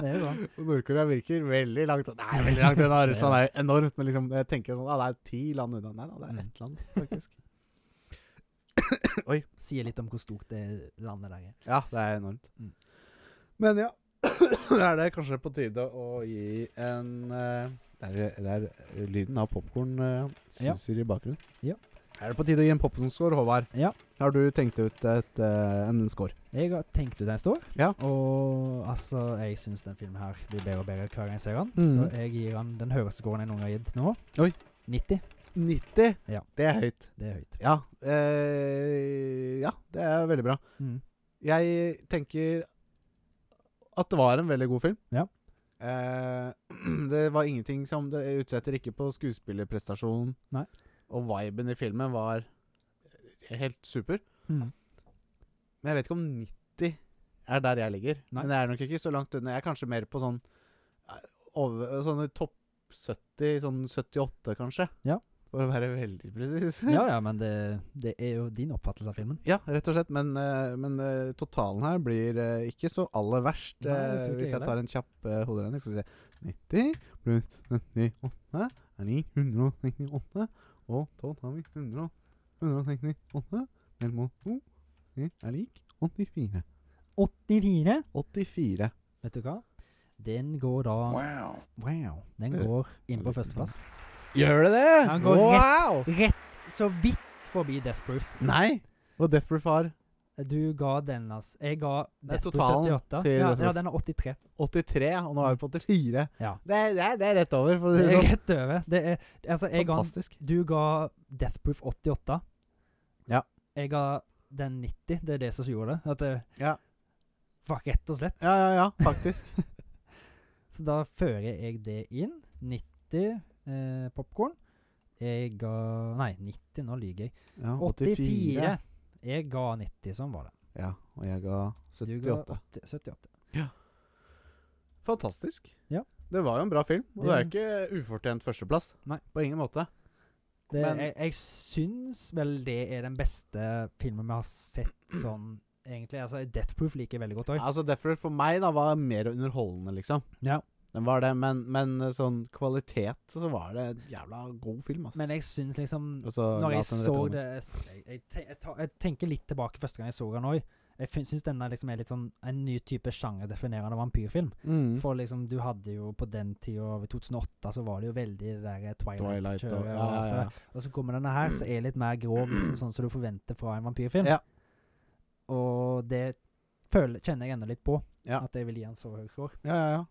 Det er jo sånn. Og Nord-Korea virker veldig langt unna. Nei, veldig langt unna. Russland er jo enormt, men liksom, jeg tenker sånn ah, det er ti land unna. Nei da, det er Mm. ett land, faktisk. Sier litt om hvor stort det landet der er. Ja, det er enormt. Mm. Men ja, *clears throat* da er det kanskje på tide å gi en eh, Det er, det er lyden av popkorn uh, Ja. suser i bakgrunnen. Ja. Er det på tide å gi en popkorn-score, Håvard? Ja. Har du tenkt ut et, eh, en score? Jeg har tenkt ut den står, Ja. og altså, jeg syns den filmen her blir bedre og bedre hver gang jeg ser den. Mhm. Så jeg gir den den høyeste scoren jeg noen gang har gitt nå. Oi. 90. 90? Ja. Det er høyt. Det er høyt. Ja. eh, ja, det er veldig bra. Mm. Jeg tenker at det var en veldig god film. Ja. Eh, *clears throat* det var ingenting som Det utsetter ikke på skuespillerprestasjonen. Nei. Og viben i filmen var helt super. Mm. Men jeg vet ikke om 90 er der jeg ligger. Nei. Men jeg er nok ikke så langt unna. Jeg er kanskje mer på sånn eh, over, sånne topp 70, sånn 78 kanskje. Ja. For å være veldig presis. *laughs* Ja ja, men det, det er jo din oppfattelse av filmen. Ja, rett og slett. Men, eh, men eh, totalen her blir eh, ikke så aller verst. Nei, jeg tror eh, ikke hvis jeg heller. tar en kjapp uh, hoderegning, skal vi se 90 pluss 98 er 998. Og 12 har vi 100, 198 delt mot 2 er lik 84. 84. 84. Vet du hva? Den går da Wow. Wow. Den går inn på førsteplass. Gjør det det?! Han går Wow! Rett så vidt forbi Death Proof. Nei! Og Death Proof har Du ga den, altså. Jeg ga Nei, Death Proof totalen 78. til Ja, Death ja, Proof. den er 83. 83, og nå er vi på 84. Ja. Det, er- det, er- det er rett over, for å Det si det er sånn. rett over. Det er Altså, jeg ga den Fantastisk. Du ga Death Proof 88. Ja. Jeg ga den 90. Det er det som gjorde det. At det Ja. var rett og slett. Ja, ja, ja, faktisk. Så da fører jeg det inn. 90 eh, popkorn. Jeg ga Nei, 90. Nå lyver jeg. Ja, 84. Jeg ga 90. Sånn var det. Ja, og jeg ga Du 78. ga 80, 78. Fantastisk. Ja. Det var jo en bra film, og det er Ja. ikke ufortjent førsteplass. Nei. På ingen måte. Det, Men- jeg, jeg syns vel det er den beste filmen vi har sett sånn, egentlig. Altså, Death Proof liker jeg veldig godt òg. Altså, Death Row for meg da var mer underholdende, liksom. Ja. Den var det, men, men sånn kvalitet så var det en jævla god film, altså. Men jeg syns liksom Og så la Når jeg den rett så over. det s- jeg, jeg, te- jeg, ta, jeg tenker litt tilbake første gang jeg så den òg. Jeg fin- syns denne liksom er litt sånn en ny type sjangerdefinerende vampyrfilm. mm. For liksom, du hadde jo på den tida, i 2008, så var det jo veldig det der Twilight og ja, Twilight-kjøret. og, alt ja, det der. ja. og så kommer denne her, så er litt mer grov, liksom sånn som du forventer fra en vampyrfilm. Ja. Og det føler, kjenner jeg ennå litt på, Ja. at jeg vil gi han så høy score. ja, ja, ja.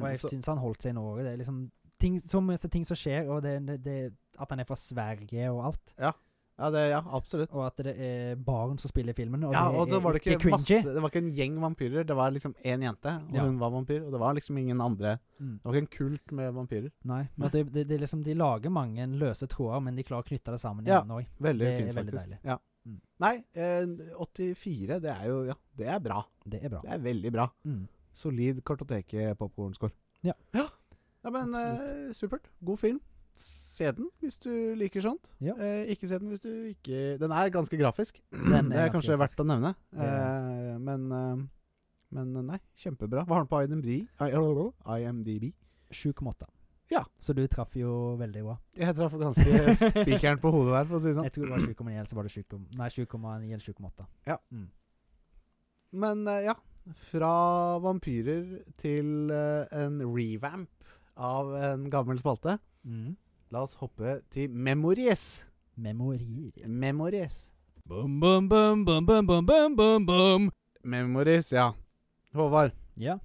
Og *clears throat* jeg Så- syns han holdt seg i Norge. Det er liksom ting, så mye ting som skjer, og det, det, det, at han er fra Sverige og alt. ja, det, ja, absolutt. Og at det er barn som spiller filmen. Og ja, det og er da var det ikke, ikke, masse cringy. Det var ikke en gjeng vampyrer, det var liksom én jente, og Ja. hun var vampyr. Og det var liksom ingen andre Mm. Det var ikke en kult med vampyrer. Nei, men at det, det, det er liksom, de lager mange løse tråder, men de klarer å knytte det sammen Ja. igjen òg. Veldig Det er fint, veldig faktisk. deilig. Ja. Mm. Nei, eh, 84, det er jo Ja, det er bra. Det er bra. Det er veldig bra. Mm. Solid kartoteket-popkorn-score. Ja. ja. Ja, men eh, supert. God film. Se den hvis du liker sånt. Ja. Eh, ikke se den hvis du ikke Den er ganske grafisk. *clears throat* Den det er ganske kanskje grafisk. verdt å nevne. Det er Eh, men eh, men nei, kjempebra. Hva har den på IMDb? I- IMDb? 7,8. Ja. Så du traff jo veldig *laughs* bra. Jeg traff ganske *laughs* spikeren på hodet der, for å si det sånn. Jeg tror det var 7,9, eller så var det 7, nei, 7,9 eller 7,8. Men eh, ja, fra vampyrer til eh, en revamp av en gammel spalte. Mm. La oss hoppe til memories. Memorier. Memories. Bum, bum, bum, bum, bum, bum, bum, bum, bum. Memories, ja. Håvard, Ja.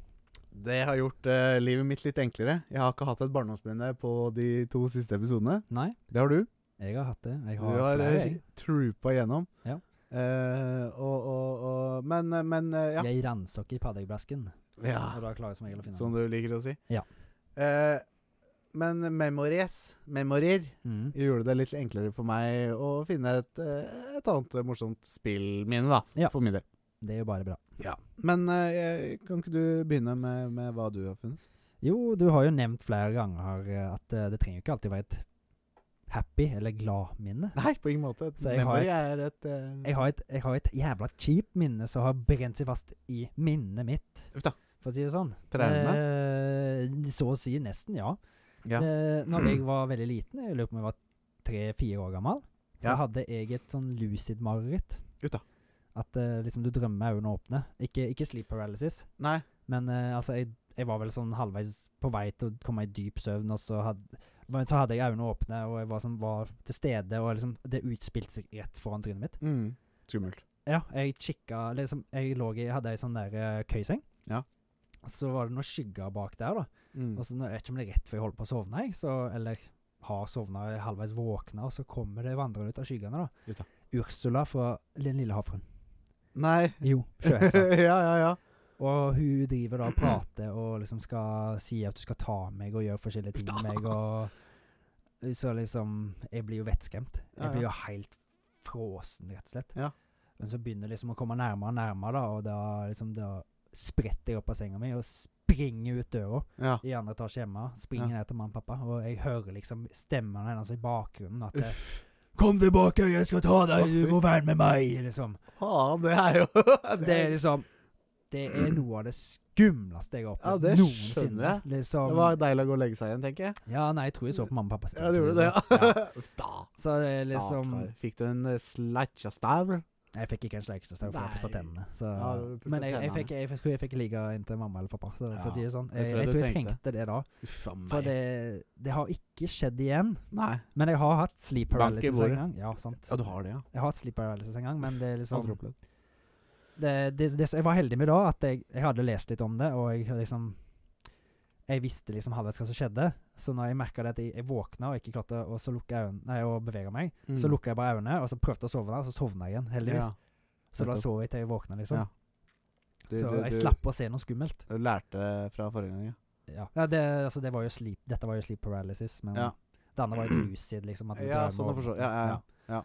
det har gjort eh, livet mitt litt enklere. Jeg har ikke hatt et barndomsminne på de to siste episodene. Nei, Det har du. jeg har hatt det. Jeg Du har, har flere, eh, jeg. troopa igjennom. Ja. Eh, og, og, og, men, eh, men eh, ja. Jeg ransaker i paddegbrasken. ja. Og da klarer jeg som regel å finne Som den. du liker å si. Ja. Eh, men memories, memorier, Mm. gjorde det litt enklere for meg å finne et, eh, et annet morsomt spillminne, da. Ja. For min del. Det er jo bare bra. Men eh, jeg- kan ikke du begynne med, med hva du har funnet? *laughs* Jo, du har jo nevnt flere ganger eh, at eh, det trenger jo ikke alltid være et happy eller glad minne. Nei, på ingen måte. Et Så jeg har memory er et eh, Jeg har et, jeg har et jævla kjipt minne som har brent seg fast i minnet mitt. Uff da. For å si det sånn. traume. Eh, så å si nesten, ja. ja. Eh, *clears throat* når jeg var veldig liten, jeg lurer på om jeg var tre-fire år gammel, så Ja. hadde jeg et sånn lucid mareritt. Uff da. At eh, liksom du drømmer øynene åpne. Ikke, ikke sleep paralysis. Nei. Men eh, altså, jeg, jeg var vel sånn halvveis på vei til å komme i dyp søvn, og så had, Men så hadde jeg øynene åpne, og jeg var, sånn, var til stede, og liksom, det utspilte seg rett foran trynet mitt. Mm. Skummelt. Ja, jeg kikka liksom, Jeg lå i, hadde ei sånn der eh, køyseng. Ja. Og Så var det noen skygger bak der, da. Mm. Og så nå- Jeg vet ikke om det er rett før jeg holder på å sovne, jeg, så, eller har sovna halvveis våkna, og så kommer det vandrende ut av skyggene, da. Just det. Ursula fra Den lille havfruen. Nei. Jo, sjøheksa. *laughs* ja, ja, ja. Og hun driver da *clears throat* og prater og liksom skal si at du skal ta meg og gjøre forskjellige ting med meg. Og så liksom Jeg blir jo vettskremt. Ja, ja. Jeg blir jo helt fråsen, rett og slett. Ja. Men så begynner jeg liksom å komme nærmere og nærmere, da, og da liksom da spretter jeg opp av senga mi og springer ut døra Ja. i andre etasje hjemme. Springer Ja. ned til mamma og pappa, og jeg hører liksom stemmen hennes i bakgrunnen. At det, Uff. 'Kom tilbake, jeg skal ta deg, du må være med meg', liksom. Faen, det er jo *laughs* Det er liksom Det er noe av det skumleste jeg har Ja, opplevd det noensinne. skjønner jeg. Liksom, Det var deilig å gå og legge seg igjen, tenker jeg. Ja, nei, jeg tror jeg så på mamma og pappa. Ja, det gjorde det. *laughs* Ja. Ja. da. Så det er liksom da, klar. Fikk du en uh, slatja stavr? Jeg fikk ikke en sleikestav for å pusse Nei. tennene. Så, Ja, du pusset men jeg, jeg, tennene. fikk, jeg, tror jeg fikk ligge inntil mamma eller pappa, så, for Ja, å si det sånn. det Jeg, tror jeg jeg du tror jeg trengte. trengte det da. Uff a meg. For det, det har ikke skjedd igjen. Nei. Men jeg har hatt sleep Bank i paralysis bordet. en gang. Ja, sant. Ja, du har det, ja. Jeg har hatt sleep paralysis en gang, men det er liksom Aldri opplevd. det, det, det som jeg var heldig med da, at jeg, jeg hadde lest litt om det, og jeg liksom Jeg visste liksom halvveis hva som skjedde, så når jeg merka det at jeg, jeg våkna og ikke klarte å så lukke øynene, nei, å bevege meg, Mm. så lukka jeg bare øynene, og så prøvde jeg å sovne, og så sovna jeg igjen, heldigvis. så da nettopp. sov jeg til jeg våkna, liksom. Ja. Du, så du, jeg du, slapp å se noe skummelt. Du lærte fra forrige gang, ja. Ja, ja det, altså, det var jo sleep, dette var jo sleep paralysis, men Ja. det andre var jo lucid, liksom. At du Ja, drømmer sånn å over- forstå. Ja, ja, ja. Ja.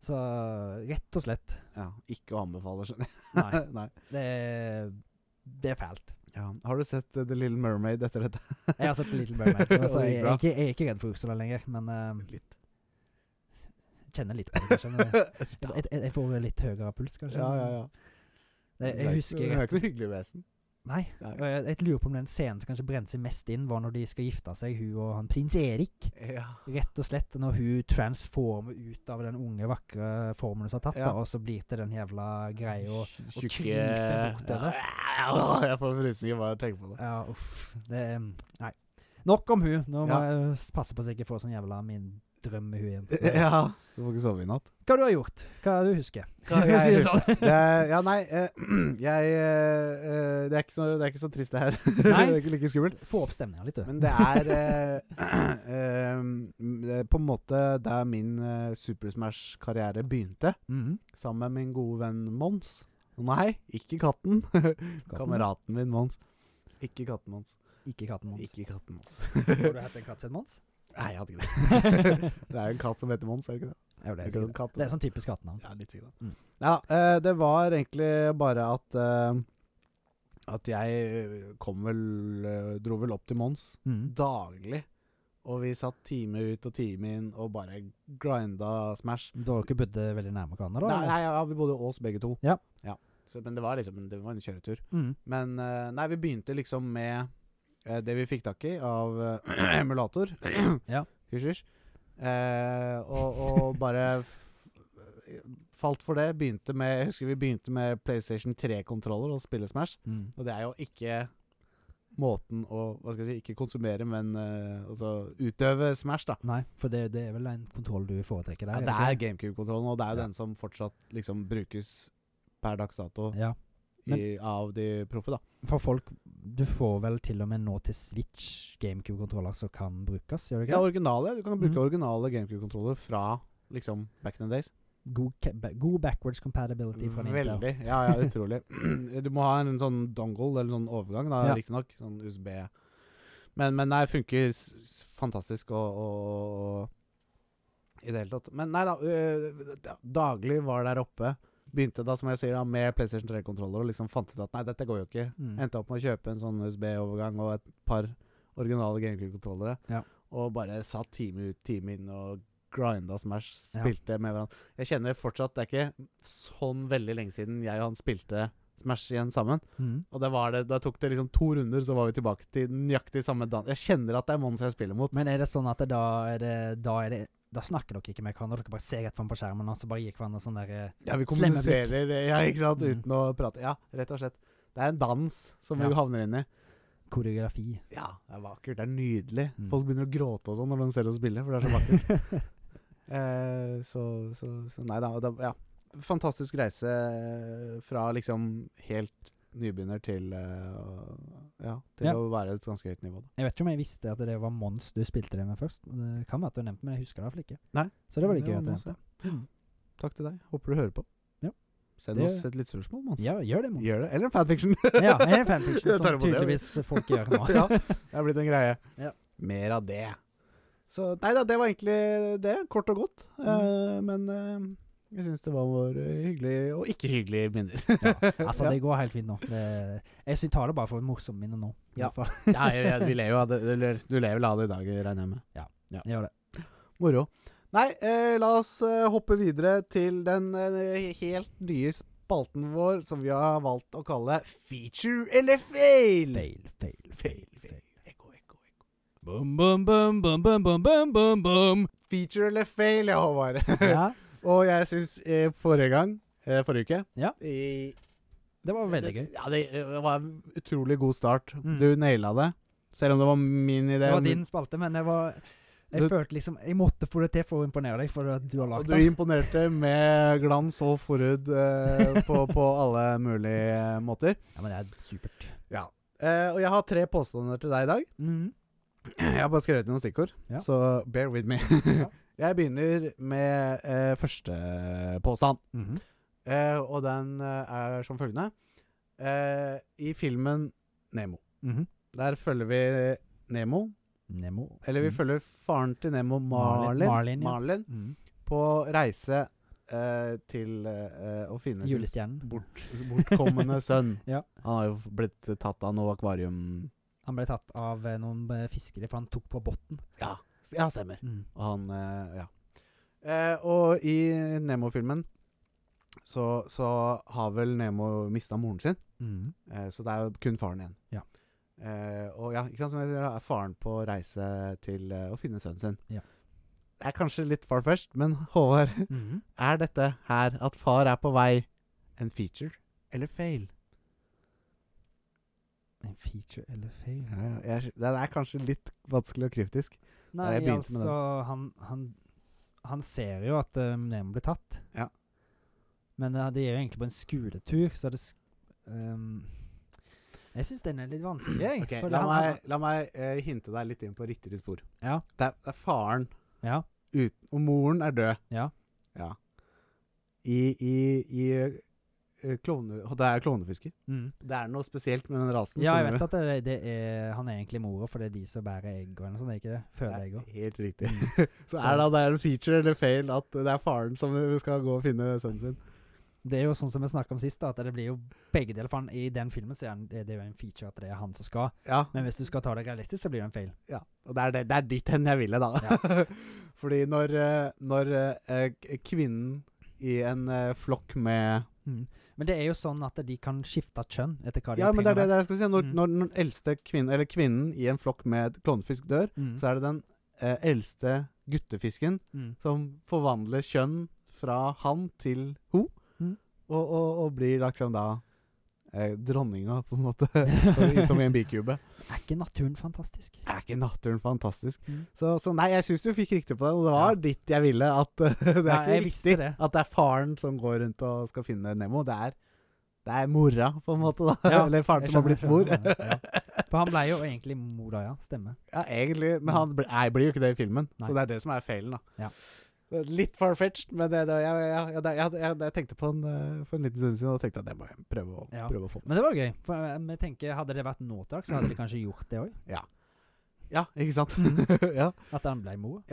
Så rett *laughs* og slett ja. Ikke å anbefale, skjønner jeg. Nei. *laughs* Nei. Det, det er fælt. Ja. Har du sett eh, The Little Mermaid etter dette? Jeg har sett Little *laughs* Mermaid. Ja, det Altså, gikk jeg, jeg, bra. er ikke- jeg er ikke redd for Ursula lenger, men eh, Litt. kjenner litt på *laughs* det. kanskje, men Jeg, jeg, jeg får litt høyere puls, kanskje. Ja, ja, ja. Du Jeg, er jeg husker ikke- Du er rett ikke noe hyggelig vesen. Nei. Nei. og Jeg, jeg lurer på om den scenen som kanskje brente seg mest inn, var når de skal gifte seg, hun og han prins Erik. Ja. Rett og slett når hun transformer ut av den unge, vakre formen hun har tatt, Ja. da, og så blir til den jævla greia og Tjukke- krype bortover. Ja, Jeg får frysninger bare av å tenke på det. *laughs* Ja, uff. Det er- Nei. Nok om hun. Nå må Ja. jeg passe på så jeg ikke får sånn jævla min drøm med hun igjen. *laughs* Ja. Du får ikke sove i natt. Hva du har gjort? Hva du husker? Hva For å *laughs* si jeg *laughs* det sånn. Det er, ja, nei eh, *clears throat* jeg, eh, eh, det, er ikke så, det er ikke så trist, det her. *laughs* Nei. det er ikke like skummelt. Få opp stemninga litt, du. Men det er eh, *clears throat* eh, det er på en måte der min eh, Super Smash-karriere begynte. *laughs* Mhm. Sammen med min gode venn Mons. Nei, ikke katten. *laughs* Katten. Kameraten min Mons. Ikke katten Mons. Ikke katten Mons. Ikke katten Mons. *laughs* Har du hatt en katt siden *laughs* Mons? Nei, jeg hadde ikke det. jo, Det er jo en katt som heter Mons, er det ikke det? Er det, er ikke det, sikkert. en katt? det er sånn typisk kattenavn. Ja, lite grann. Mm. Ja, eh, det var egentlig bare at eh, At jeg eh, kom vel eh, Dro vel opp til Mons Mhm. daglig. Og vi satt time ut og time inn og bare grinda Smash. Du har ikke bodd veldig nærme hverandre, da? Nei, eller? nei ja, vi bodde i Ås begge to. Ja. Så, men det var liksom Det var en kjøretur. Mhm. Men eh, nei, vi begynte liksom med eh, det vi fikk tak i av eh, *clears throat* emulator. Ja. Hysj, hysj. Eh, og, og bare f falt for det. Begynte med Jeg husker vi begynte med PlayStation 3-kontroller og spille Smash. Mhm. Og det er jo ikke måten å Hva skal jeg si Ikke konsumere, men eh, altså utøve Smash, da. Nei, for det, det er vel en kontroll du foretrekker Ja, der? er det ikke er GameCube-kontrollen, og det er jo Ja. den som fortsatt liksom brukes per dags dato Ja. i, av de proffe, da. For folk Du får vel til og med nå til Switch GameCube-kontroller som kan brukes, gjør du Ja, ikke? originale. Du kan bruke Mhm. originale Gamecube-kontroller fra liksom back in the days. God, ca- ba- god backwards compatibility fra Nintendo. Veldig. Ja, ja, utrolig. *clears throat* du må ha en, sånn dongle, eller sånn overgang, da, Ja. riktignok. Sånn USB. Men, men nei, funker s s fantastisk og, og, og I det hele tatt. Men nei da. øh, da- daglig var der oppe. Begynte da, som jeg sier, da, med PlayStation 3-kontroller og liksom fant ut at nei, dette går jo ikke. Mm. Endte opp med å kjøpe en sånn USB-overgang og et par originale GameCube-kontrollere. Ja. Og bare satt time ut, time inn og grinda Smash. Ja. Spilte med hverandre. Jeg kjenner fortsatt Det er ikke sånn veldig lenge siden jeg og han spilte Smash igjen sammen. Mhm. Og det var det, da tok det liksom to runder, så var vi tilbake til nøyaktig samme dans. Jeg kjenner at det er Mons jeg spiller mot. Men er det sånn at det, da er det Da, er det, da snakker dere ikke med hverandre, dere bare ser rett fram på skjermen, og så bare gir hverandre sånn derre Ja, vi Slemme blikk. kommuniserer, ja, ikke sant, Mm. uten å prate. Ja, rett og slett. Det er en dans som Ja. vi havner inn i. koreografi. Ja, det er vakkert. Det er nydelig. Mm. Folk begynner å gråte og sånn når de ser oss spille, for det er så *laughs* vakkert. Eh, så, så, så nei da. da ja. Fantastisk reise fra liksom helt nybegynner til eh, Ja, til Ja. å være et ganske høyt nivå. Da. jeg vet ikke om jeg visste at det var Mons du spilte det med først. Det kan være at du har nevnt det, men jeg husker det iallfall ikke. Nei. Så det var litt gøy at du Mons, nevnte det. ja. Mm. Takk til deg. Håper du hører på. Ja. Send Det- oss et lyttespørsmål, Mons. Ja, gjør det, Mons. Gjør det. Eller en fanfiction. *laughs* Ja, det er en *laughs* fanfiction Jeg tar som imot det, tydeligvis folk gjør nå. *laughs* *laughs* ja, det er blitt en greie. Ja. Mer av det. Så nei da, det var egentlig det. Kort og godt. Mm. Eh, men eh, jeg syns det var vår eh, hyggelige og ikke hyggelige minner. Altså, det går helt fint nå. Det, jeg sy- tar det bare for et morsomt minne nå. i Ja. hvert fall. ja, jeg, jeg, vi ler jo av det. Eller du ler vel av det i dag, regner jeg med. Jeg Gjør det. Moro. Nei, eh, la oss eh, hoppe videre til den eh, helt nye spalten vår som vi har valgt å kalle Feature eller fail. Fail, fail, fail, fail. Ekko, ekko, ekko. Bum, bum, bum, bum, bum, bum, bum, bum, bum. Feature eller fail, ja, Håvard. Ja, *laughs* Og jeg syns eh, forrige gang, eh, forrige uke Ja. i, det var veldig gøy. det, ja, det eh, var en utrolig god start. Mm. Du naila det. Selv om det var min idé. Det var men- din spalte, men jeg var Du- Jeg følte liksom Jeg måtte få det til for å imponere deg, for at du har Og lagd du det. imponerte med glans og forhud eh, på, på alle mulige eh, måter. Ja, men det er supert. Eh, og jeg har tre påstander til deg i dag. Mhm. Jeg har bare skrevet noen stikkord, Ja. så bear with me. Ja. *laughs* Jeg begynner med eh, første påstand. Mhm. Eh, og den eh, er som følgende. Eh, I filmen Nemo Mhm. Der følger vi Nemo. Nemo. Eller vi Mhm. følger faren til Nemo, Marlin, Marlin, Marlin, ja. Marlin, Mhm. på reise eh, til eh, å finne sin Julestjernen. bort, altså *laughs* bortkommende sønn. Ja. Han har jo f- blitt tatt av noe akvarium... Han ble tatt av eh, noen eh, fiskere, for han tok på bunnen. Ja, s- ja stemmer. Mhm. Og han eh, Ja. Eh, og i Nemo-filmen så, så har vel Nemo mista moren sin, Mhm. eh, så det er jo kun faren igjen. Ja. Eh, og ja, ikke sant som jeg sier, da er faren på reise til eh, å finne sønnen sin. Ja. Det er kanskje litt far først, men *laughs* Håvard, Mhm. er dette her at far er på vei en feature eller fail? En feature eller fail? Ja, jeg, den er kanskje litt vanskelig og kryptisk. Nei, jeg begynte med altså han, han, han ser jo at eh, Nemo blir tatt. Ja. Men eh, de er jo egentlig på en skoletur, så det sk ehm, Jeg syns den er litt vanskelig, jeg. Ok, for la han- meg, la meg eh, hinte deg litt inn på riktig spor. Ja. Det, er, det er faren, han- ja. ut, og moren er død. Ja. Ja. I, i, i eh, klovne, og Det er klovnefisker. Mm. Det er noe spesielt med den rasen. ja, jeg Sånn skjønner vet du? at det, det er, han er egentlig mora, for det er de som bærer egg og noe sånt, er det ikke det? Mm. Føder egg Det og er Helt riktig. *laughs* Så Så- er det, det er en feature eller fail at det er faren som skal gå og finne sønnen sin. Det er jo sånn som vi snakka om sist, da, at det blir jo begge deler. For han, i den filmen så er han, det er jo en feature at det er han som skal. Ja, Men hvis du skal ta det realistisk, så blir det en feil. Ja, og det er, det, det er dit hen jeg ville, da. *laughs* Fordi når, eh, når eh, k- kvinnen i en eh, flokk med Mm. Men det er jo sånn at de kan skifte kjønn etter hva de Ja, men det er det trenger. det jeg skal si. Når, Mm. når den eldste kvinnen, eller kvinnen i en flokk med klovnefisk dør, Mm. så er det den eh, eldste guttefisken Mm. som forvandler kjønn fra han til ho, Mm. og, og, og blir liksom da eh, dronninga, på en *laughs* måte, som- som i en bikube. Er ikke naturen fantastisk? Er ikke naturen fantastisk? Mm. Så, så nei, jeg syns du fikk riktig på den, og det var Ja. dit jeg ville. At *laughs* uh, det er Ja, ikke jeg visste riktig det. at det er faren som går rundt og skal finne Nemo. Det er, det er mora, på en måte. da Ja, *laughs* Eller faren Jeg som har skjønner, blitt mor. jeg skjønner, ja. For han ble jo egentlig mor, da, ja. Stemmer. *laughs* Ja, egentlig. Men han blir, nei, blir jo ikke det i filmen, Nei. så det er det som er feilen. da Ja. Det er Litt far-fetched, men det, det, jeg, jeg, jeg, jeg, jeg, jeg, tenkte på den eh, for en liten stund siden og tenkte at det må jeg prøve å, Ja. prøve å få med. Men det var gøy. For eh, vi tenker, Hadde det vært nå til dags, så hadde de kanskje gjort det òg. Ja, *laughs* ikke sant? Mhm. *laughs* ja, At han ble mor.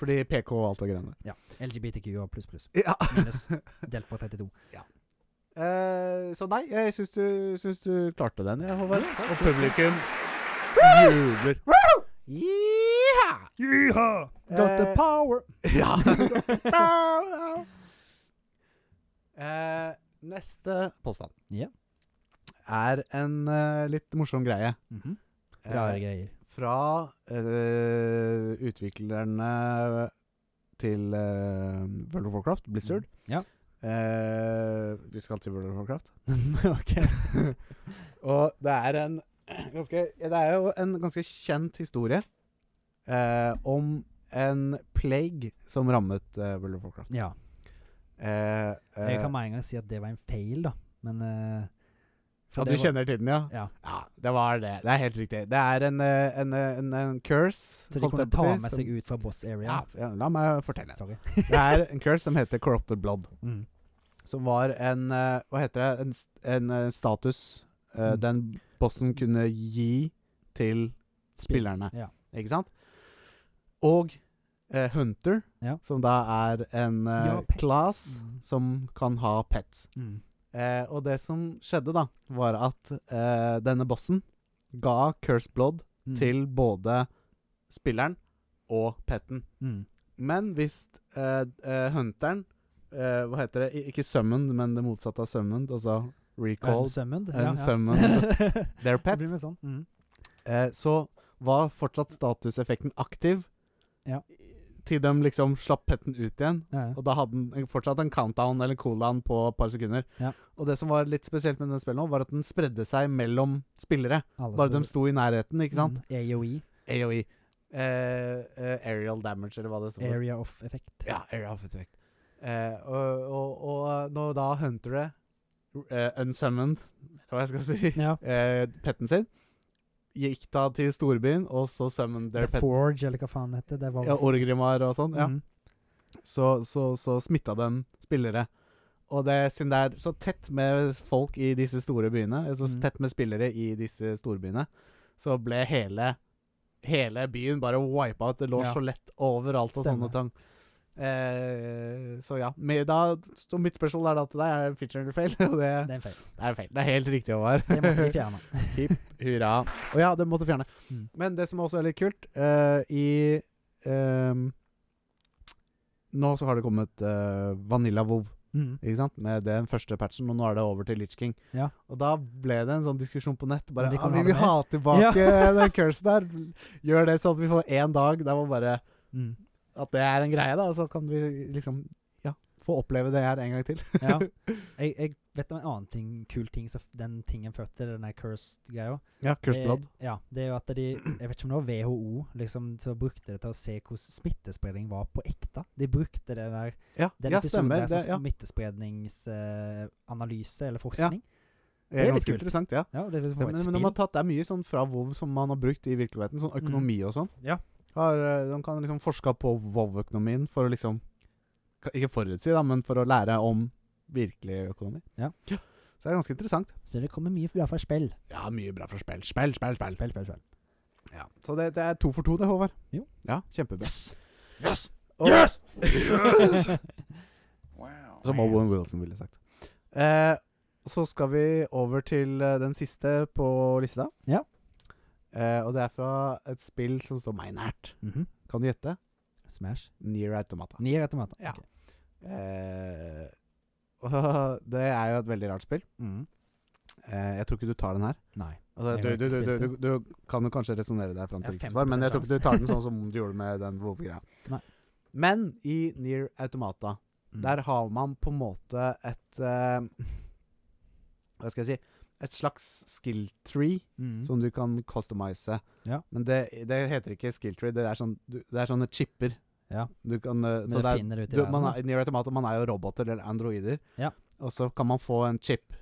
Fordi PK og alt det greiene. LGBTQ og pluss, pluss. Ja. *laughs* Minus. Delt på 32. Eh, så nei, jeg syns du, syns du klarte den, jeg, Håvard. Ja, takk. Og publikum jubler. Yeeha! Yeehaw! Got the Eh, power! *laughs* Ja. Eh, neste påstand Ja. er en eh, litt morsom greie. Mhm. Eh, Rare greier. fra eh, utviklerne til eh, World of Warcraft, Blizzard. Ja. Eh, vi skal til World of Warcraft. *laughs* ok. *laughs* Og det er en *clears throat* ganske, det er jo en ganske kjent historie eh, om en plague som rammet eh, World of Warcraft. Mm. Ja. Eh, eh, Jeg kan med en gang si at det var en feil, da. Men eh, for ja, du det var- kjenner til den, ja? Ja. det var det. Det er helt riktig. Det er en, eh, en, eh, en, en curse. Så de holdt kunne jeg på å ta si, med som- seg ut fra boss area. ja, ja, la meg fortelle. Sorry. *laughs* Det er en curse som heter Corrupted Blood. Mm. Som var en eh, Hva heter det? En, st- en eh, status eh, Mm. den bossen kunne gi til spillerne. Ja. Ikke sant? Og eh, Hunter, Ja. som da er en eh, Ja, pet. class Mm. som kan ha pets. Mm. Eh, og det som skjedde, da, var at eh, denne bossen ga Curse Blood Mm. til både spilleren og peten. mm. Men hvis eh, eh, hunteren eh, Hva heter det? I, ikke summoned, men det motsatte av summoned, altså recall Unsummoned. *laughs* Unsummoned. their Det pet, blir med sånn. Mm. eh, så var fortsatt statuseffekten aktiv Ja. til de liksom slapp petten ut igjen. Ja, ja. Og da hadde den fortsatt en countdown eller cooldown på et par sekunder. Ja. Og det som var litt spesielt med den spillet nå, var at den spredde seg mellom spillere. Alle Bare de spiller- sto i nærheten, ikke sant? Mm. AOE. AOE. Eh, eh, aerial damage, eller hva det står for. Area of effect. Ja, Area of Effect. Eh, og, og, og når da Huntere eh, unsummoned, eller hva jeg skal si, Ja. eh, petten sin, gikk da til storbyen, og så summoned their The pet. Forge, eller hva faen det heter. Det var Ja, Orgrimmar og sånn. Ja. Mm. Så, så, så smitta dem spillere. Og det, siden det er så tett med folk i disse store byene, så Mm. tett med spillere i disse storbyene, så ble hele Hele byen bare wipa ut. Det lå Ja. så lett overalt og Stemmer. sånne ting. Eh, så ja. Med da, så mitt spørsmål er da til deg, er det feature eller feil? *laughs* Og det, Det er en feil. det er feil. Det er helt riktig, Håvard. Det måtte vi *laughs* fjerne. Hurra. Å ja, det måtte fjerne. Mm. Men det som også er litt kult eh, I ehm, Nå så har det kommet eh, Vanilla WoW, Mm. ikke sant? Med den første patchen, og nå er det over til Litch King. Ja. Og da ble det en sånn diskusjon på nett. Bare Men de ah, kan Vi ha det vil ha tilbake *laughs* den cursen der. Gjør det sånn at vi får én dag der man bare Mm. At det er en greie, da. Så kan vi liksom Ja, få oppleve det her en gang til. *laughs* Ja. Jeg, jeg vet om en annen ting, kul ting som f- den tingen førte til den der cursed-greia. Ja, Cursed Blood. Det- Ja, det er jo at de Jeg vet ikke om det var WHO liksom, som brukte det til å se hvordan smittespredning var på ekte. De brukte det der Ja, den ja episoden stemmer. der som Det, ja. smittespredningsanalyse eller forskning. Det er litt ganske kult. interessant, ja. Ja, det er liksom Ja, bare men, men et de spill. Mm. har tatt, det er mye sånn fra WoW som man har brukt i virkeligheten, sånn økonomi og sånn. Ja. Har, eh, de kan liksom forske på WoW-økonomien for å liksom ka- Ikke forutsi, da, men for å lære om virkelig økonomi. Ja. Så det er ganske interessant. Så det kommer mye bra fra spill. Ja, mye bra for spill. Spill, spill, spill. Spill, spill, spill. Ja. Så det, det er to for to, det, Håvard. Jo. Ja, kjempebra. Yes! Yes! Og- Yes! Som Owen Wilson ville sagt. Eh, så skal vi over til eh, den siste på lista. Ja. Eh, og det er fra et spill som står meg nært. *laughs* Mhm. Kan du gjette? Smash. Nier Automata. Nier etter maten. Ja. Eh, *laughs* det er jo et veldig rart spill. Mm. Eh, jeg tror ikke du tar den her. Nei. Altså, Jeg du, har du, ikke du, spilt du, du, kan jo kanskje resonnere deg fram til Jeg riktig har svar, men jeg 50% tror ikke du tar den sånn som du gjorde med den WoW-greia. Nei. Men i Near Automata, Mm. der har man på en måte et eh, Hva skal jeg si Et slags skill tree Mm. som du kan customize. Ja. Men det, det heter ikke skill tree, det er, sånn, du- det er sånne chipper. Ja. Du kan, eh, Men så du det er, finner det ut i du, man, verden. er, Nier Automata, man er jo roboter eller androider. Ja. Og så kan man få en chip.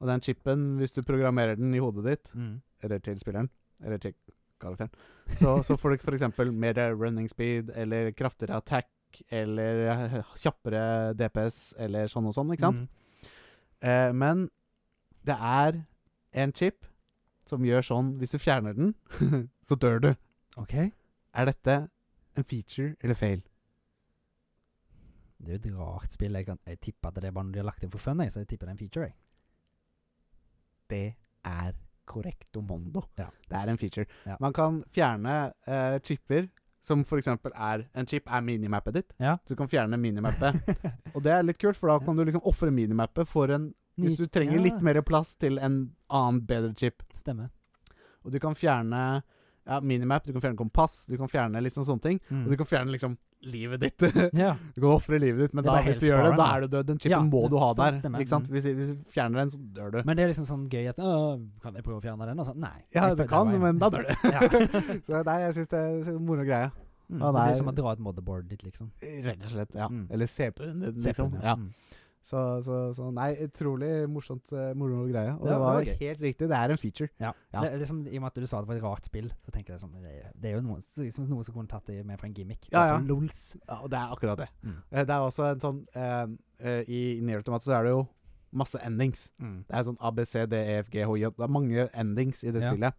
Og den chipen, hvis du programmerer den i hodet ditt, Mm. eller til spilleren, eller til karakteren, *laughs* så, så får du f.eks. mer running speed, eller kraftigere attack, eller eh, kjappere DPS, eller sånn og sånn, ikke sant? Mm. Eh, men det er en chip som gjør sånn Hvis du fjerner den, *laughs* så dør du. OK. Er dette en feature eller fail? Det er jo et rart spill. Jeg, kan, jeg tipper at det er bare når de har lagt inn for fun, jeg, så jeg tipper det er en feature, jeg. det er correcto mondo. Ja. Det er en feature. Ja. Man kan fjerne eh, chipper, som for eksempel er En chip er minimappet ditt. Ja. Så du kan fjerne *laughs* minimappet. Og det er litt kult, for da kan du liksom ofre minimappet for en Hvis du trenger Ja, litt mer plass til en annen, bedre chip. Stemmer. Og du kan fjerne ja, minimap, du kan fjerne kompass, du kan fjerne liksom sånne ting. Og Mm. du kan fjerne liksom livet ditt. *laughs* du Ja. kan ofre livet ditt, men Det da, var hvis helt du gjør det, foreign, da da. er du død. Den chipen Ja, må du ha sant, der. stemmer. Mm. Ikke sant? Hvis, hvis du fjerner den, så dør du. Men det er liksom sånn gøy at «Åh, Kan jeg prøve å fjerne den? Og sånn, nei. ja, jeg du følte kan, det var en- men da dør du. *laughs* Ja. *laughs* så nei, jeg syns det er så moro greie. Mm, Ja, det det blir er- som å dra ut motherboardet ditt, liksom. Rett og slett. Ja. Mm. Eller CP-en din, Se på liksom. den, Ja. Mm. Så, så, så nei, utrolig morsomt, eh, moro greie. Og det Ja, det var var gøy. helt riktig, det er en feature. Ja. Ja. Det, er liksom, I og med at du sa det var et rart spill, så tenker jeg sånn Det, er- det er jo noe, så liksom noe som kunne tatt det med for en gimmick. Ja, Bare ja. for LOLs. Ja, og det er akkurat det. Mm. Eh, Det er også en sånn eh, eh, I Near Automata så er det jo masse endings. Mm. Det er sånn A, B, C, D, E, F, G, H, I J. Det er mange endings i det Ja. spillet.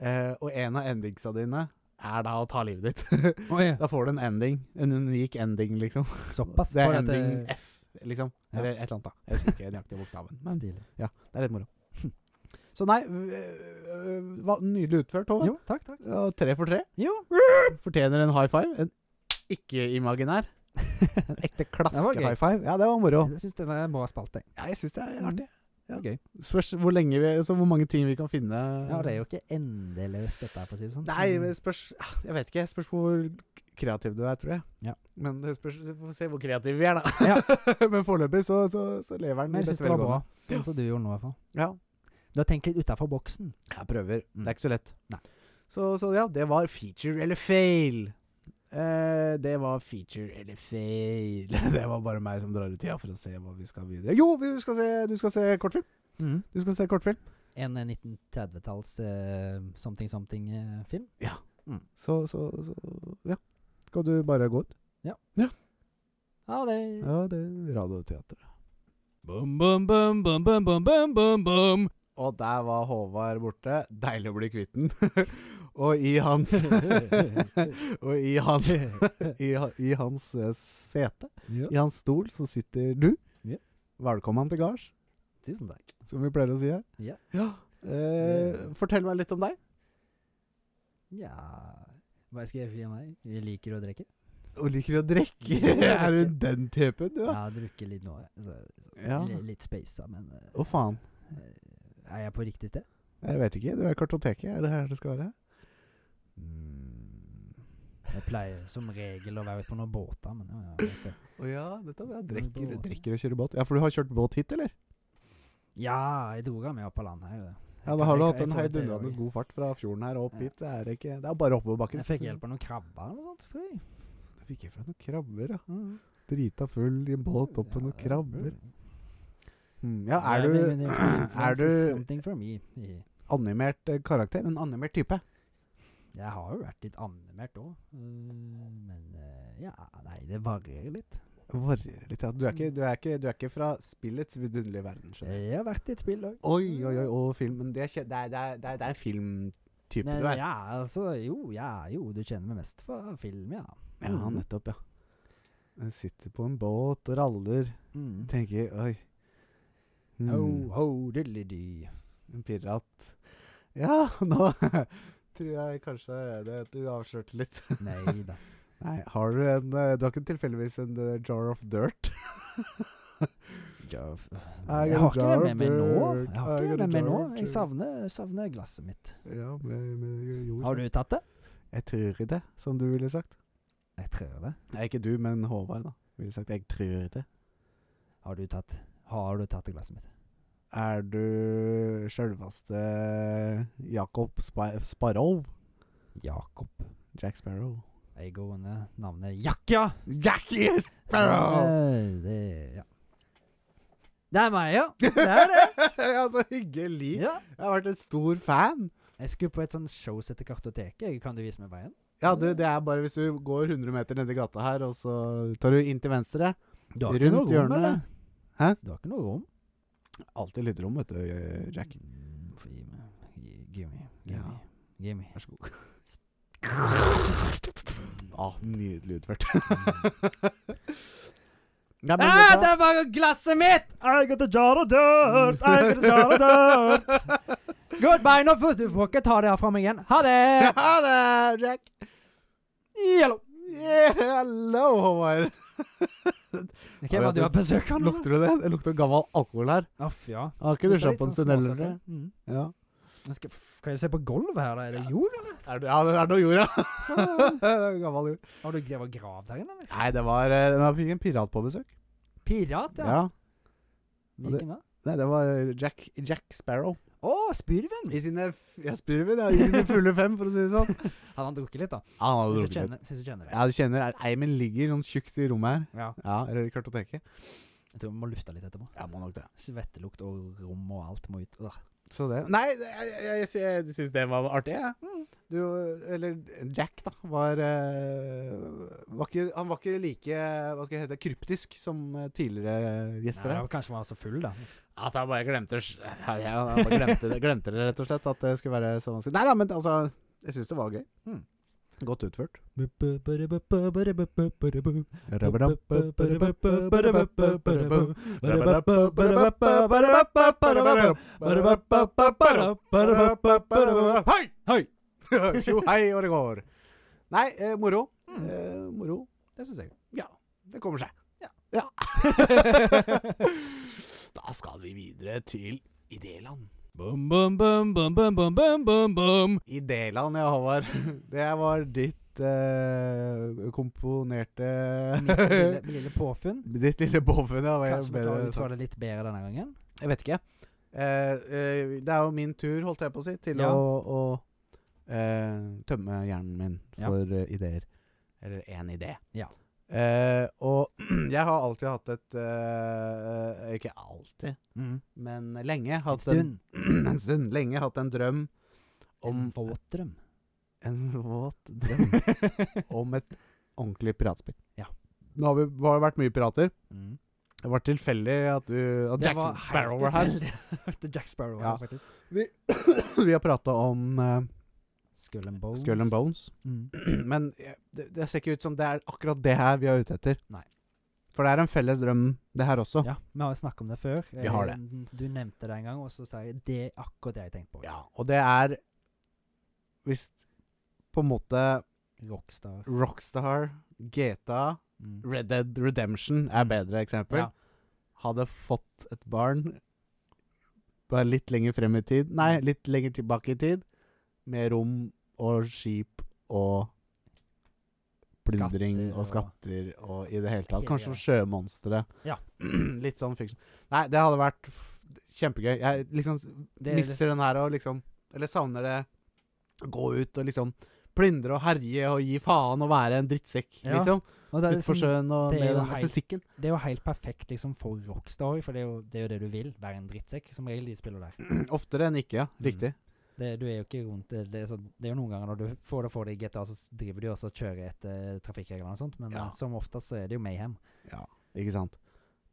Eh, og en av endingsa dine er da å ta livet ditt. *laughs* Oi, da får du en ending. En unik ending, *laughs* liksom. såpass. Det for er at ending det- F, liksom. Ja. Eller et eller annet, da. Jeg husker ikke nøyaktig bokstaven. Men Stilig. det er litt moro. *laughs* Så nei øh, øh, hva- Nydelig utført, Tove. Jo, takk, takk. Ja, tre for tre. Jo. Fortjener en high five. En ikke-imaginær. En ekte var gøy. klaske-high five. Ja, det var moro. Jeg syns den er en bra spalte. Ja, jeg syns det er Mm. artig. Ja. Gøy. Spørs hvor, lenge vi, altså, hvor mange ting vi kan finne. Ja, og det er jo ikke endeløst, dette her, for å si det sånn. Nei, men Mm. spørs ah, Jeg vet ikke. Spørs hvor kreativ du er, tror jeg. Ja. Men det spørs, vi får se hvor kreative vi er, da. Ja. *laughs* men foreløpig så, så, så lever den Men i jeg syns beste det var velgående. bra, sånn som du gjorde nå, i hvert fall. Ja, Du har tenkt litt utafor boksen. jeg prøver. Mm. Det er ikke så lett. Nei. Så, så ja, det var feature eller fail. Eh, det var feature eller fail. *laughs* det var bare meg som drar ut tida for å se hva vi skal videre. Jo, du skal se, du skal se kortfilm! Du skal se kortfilm. En eh, 1930-talls eh, something something-film. Mm. Så, så, så ja. Skal du bare gå ut? ja, *laughs* det *laughs* Ja, det er radioteateret. Bum, bum, bum, bum, bum, bum, bum, bum, bum. Og der var Håvard borte. Deilig å bli kvitt den. *laughs* og i *laughs* hans Og i hans i, ha- i hans eh, sete, ja. i hans stol, så sitter du. Ja. Velkommen til gards, Tusen takk. som vi pleier å si her. Ja. Eh, Det- fortell meg litt om deg. Ja Hva skal jeg si om meg? Jeg liker å drikke. Og liker å drikke. Ja, *laughs* er du drikke. den typen, du? Ja, da? jeg drikker litt nå. Så, Ja. li- Litt spasa, men eh, Å, faen. er jeg på riktig sted? Jeg vet ikke. Du er kartoteket. Er det her det skal være? Mm. Jeg pleier som regel å være ute på noen båter, men ja, jeg vet det. Å ja, nettopp. Ja. Drikker du Drikker, båt? drikker og kjører båt. Ja, for du har kjørt båt hit, eller? Ja, jeg dro av med opp på land her. jo. Ja, kan- da har du jeg- hatt jeg en får det til, heidundrende jeg. god fart fra fjorden her og opp Ja. hit. Det er, ikke, det er bare oppoverbakken. Jeg fikk hjelp av noen krabber eller noe sånt, tror jeg. Så- Fikk hjelp fra noen krabber, ja. Mm. Drita full i en båt opp på Ja, noen det- krabber. Hmm, ja, er Ja, men- du, men det er influences du something for me. animert eh, karakter? En animert type? Jeg har jo vært litt animert òg, men eh, ja Nei, det varierer litt. Varierer litt. Ja. Du, er ikke, du, er ikke, du er ikke fra spillets vidunderlige verden, skjønner du. Jeg har vært i et spill òg. Oi, oi, oi, og film. Men det er, ikke- det er, det er, det er, det er en filmtype Men du er. ja, altså Jo, ja, jo, du kjenner meg mest fra film, ja. Ja, Mm. nettopp, ja. Du sitter på en båt og raller. Mm. Tenker Oi. Hmm. Ho, ho, diddelidy. En pirat. Ja, *laughs* nå tror jeg kanskje det at du avslørte litt. *laughs* Nei da. Nei, har du en eh, Du har ikke tilfeldigvis en eh, jar of dirt? Ja, f- I Jeg got a har ikke jar det of med meg nå. dirt. Jeg har I got a ikke det med meg nå. jar of Jeg dirt. savner, savner glasset mitt. *laughs* Ja, med, med jo- jo, Har du tatt det? Jeg tror det, som du ville sagt. Jeg tror det. Nei, ikke du, men Håvard, da. Ville sagt 'jeg tror det'. Har du tatt Har du tatt glasset mitt? Er du sjølveste Jacob Spa Sparrow? Jakob. Jack Sparrow. Jeg går under navnet Jakka. Ah, Jack is *laughs* Sparrow! Eh, Det, ja. det er meg, ja. Det er det. *laughs* ja, så hyggelig. Ja. Jeg har vært en stor fan. Jeg skulle på et sånt show som heter Kartoteket. Kan du vise meg veien? Ja, du, det er bare hvis du går 100 meter nedi gata her, og så tar du inn til venstre. Du har ikke Rundt noe rom, hjørnet. eller? Hæ? Du har ikke noe rom? Alltid lydrom, vet du, eh, Jack. Mm, få gi meg. Gi- Give me. Give Ja. me. Give me. Vær så god. Mm. Ah, nydelig utført. *laughs* ja, men, Ah, vet du hva? der var glasset mitt! I got a jar of dirt, I got a jar *laughs* of dirt. Goodbye, nå får du får ikke ta det her fra meg igjen. Ha det! *laughs* Ha det, Jack. Hello. Yeah, hello, Håvard. Ok, men du har besøk av noen? Lukter du det? Det lukter gammel alkohol her. Aff, ja. Har ikke dusja på en stund heller. sånn Mm. Ja. Nå skal, kan jeg se på gulvet her, da? Er det jord, eller? Er det, ja, det er noe jord, ja. Faen. *laughs* Det er Gammel jord. Har du drevet og gravd der inne, eller? Nei, det var eh, Da fikk en pirat på besøk. Pirat, ja. Ja. Hvilken da? Nei, det var Jack, Jack Sparrow. Å, spydven! I sine f Jeg spør vel, ja, i sine fulle fem, for å si det sånn. Hadde han drukket litt, da? Ja, *laughs* han hadde Syns du drukket litt. kjenner- syns du kjenner det? Ja, du kjenner er- Eimen ligger sånn tjukt i rommet her. Ja. Ja, eller i kartoteket. Jeg tror vi må lufte litt etterpå. Ja, må nok det. Svettelukt og rom og alt må ut. Åh. Så det Nei, det- jeg, jeg, jeg, sy- jeg syns det var artig, jeg. Du, eller Jack, da, var, eh, var ikke, Han var ikke like hva skal jeg hete, kryptisk som eh, tidligere Nei, gjester. det her. var kanskje man var så full, da. At jeg bare glemte s- *laughs* ja, Jeg jeg bare glemte det, glemte det rett og slett. At det skulle være så vanskelig. Nei da, men altså Jeg syns det var gøy. Mm. Godt utført. Hei! *laughs* Hei! Tjo hei, og det går. Nei, eh, moro. Mm. Eh, moro. Det syns jeg. Ja, det kommer seg. Ja. *laughs* da skal vi videre til Idéland. Bum, bum, bum, bum, bum, bum, bum, bum, bum. Idéland, ja, Håvard. *laughs* Det var ditt eh, komponerte Mitt lille, lille påfunn. *laughs* Ditt lille boven, ja. Var jeg, Kanskje vi bedre kan sagt. utfordre det litt bedre denne gangen. jeg vet ikke. Eh, eh, det er jo min tur, holdt jeg på å si, til Ja. å, å eh, tømme hjernen min Ja. for eh, ideer. Eller én idé. Ja. Eh, og *clears throat* jeg har alltid hatt et eh, Ikke alltid, Mm. men lenge En hatt stund. En, *clears throat* en stund. Lenge hatt en drøm om En våt drøm. En våt drøm *laughs* om et ordentlig piratspill. Ja. Nå har vi har det vært mye pirater. Mm. Det var tilfeldig at, du, at Det Jack var helt Sparrow var *laughs* her. tilfeldig at Jack Sparrow var Ja. her, *coughs* faktisk. Vi har prata om eh, Skull and Bones. Skull and Bones, *clears throat* Mm. men jeg- det, det ser ikke ut som det er akkurat det her vi er ute etter. Nei. For det er en felles drøm, det her også. Ja, vi har jo snakket om det før. Vi har det. Eh, Du nevnte det en gang, og så sa jeg det er akkurat det jeg tenkte på. Ja, og det er Hvis på en måte Rockstar. Rockstar, GTA, Mm. Red Dead Redemption er bedre eksempel. Ja. Hadde fått et barn bare litt lenger frem i tid Nei, Mm. litt lenger tilbake i tid. Med rom og skip og plundring Skatter og og- skatter og i det hele tatt. Hele- Kanskje noen sjømonstre. Ja. *clears throat* litt sånn fiction. Nei, det hadde vært f kjempegøy. Jeg liksom s- Det- misser den her og liksom Eller savner det. Gå ut og liksom plyndre og herje og gi faen og være en drittsekk, Ja. liksom. Og det, er Utfor liksom, sjøen og det er med jo den helt- estetikken. det er jo helt perfekt liksom, for Rockstar, for det er, jo, det er jo det du vil. Være en drittsekk, som regel, de spiller der. *clears throat* Oftere enn ikke, ja. Mm. Riktig. Det, du er jo ikke rundt det, det, er sånn- det er jo noen ganger når du får det for deg i GTA, så s- driver du også og kjører etter trafikkreglene og sånt, men Ja. eh, som oftest så er det jo mayhem. Ja, ikke sant.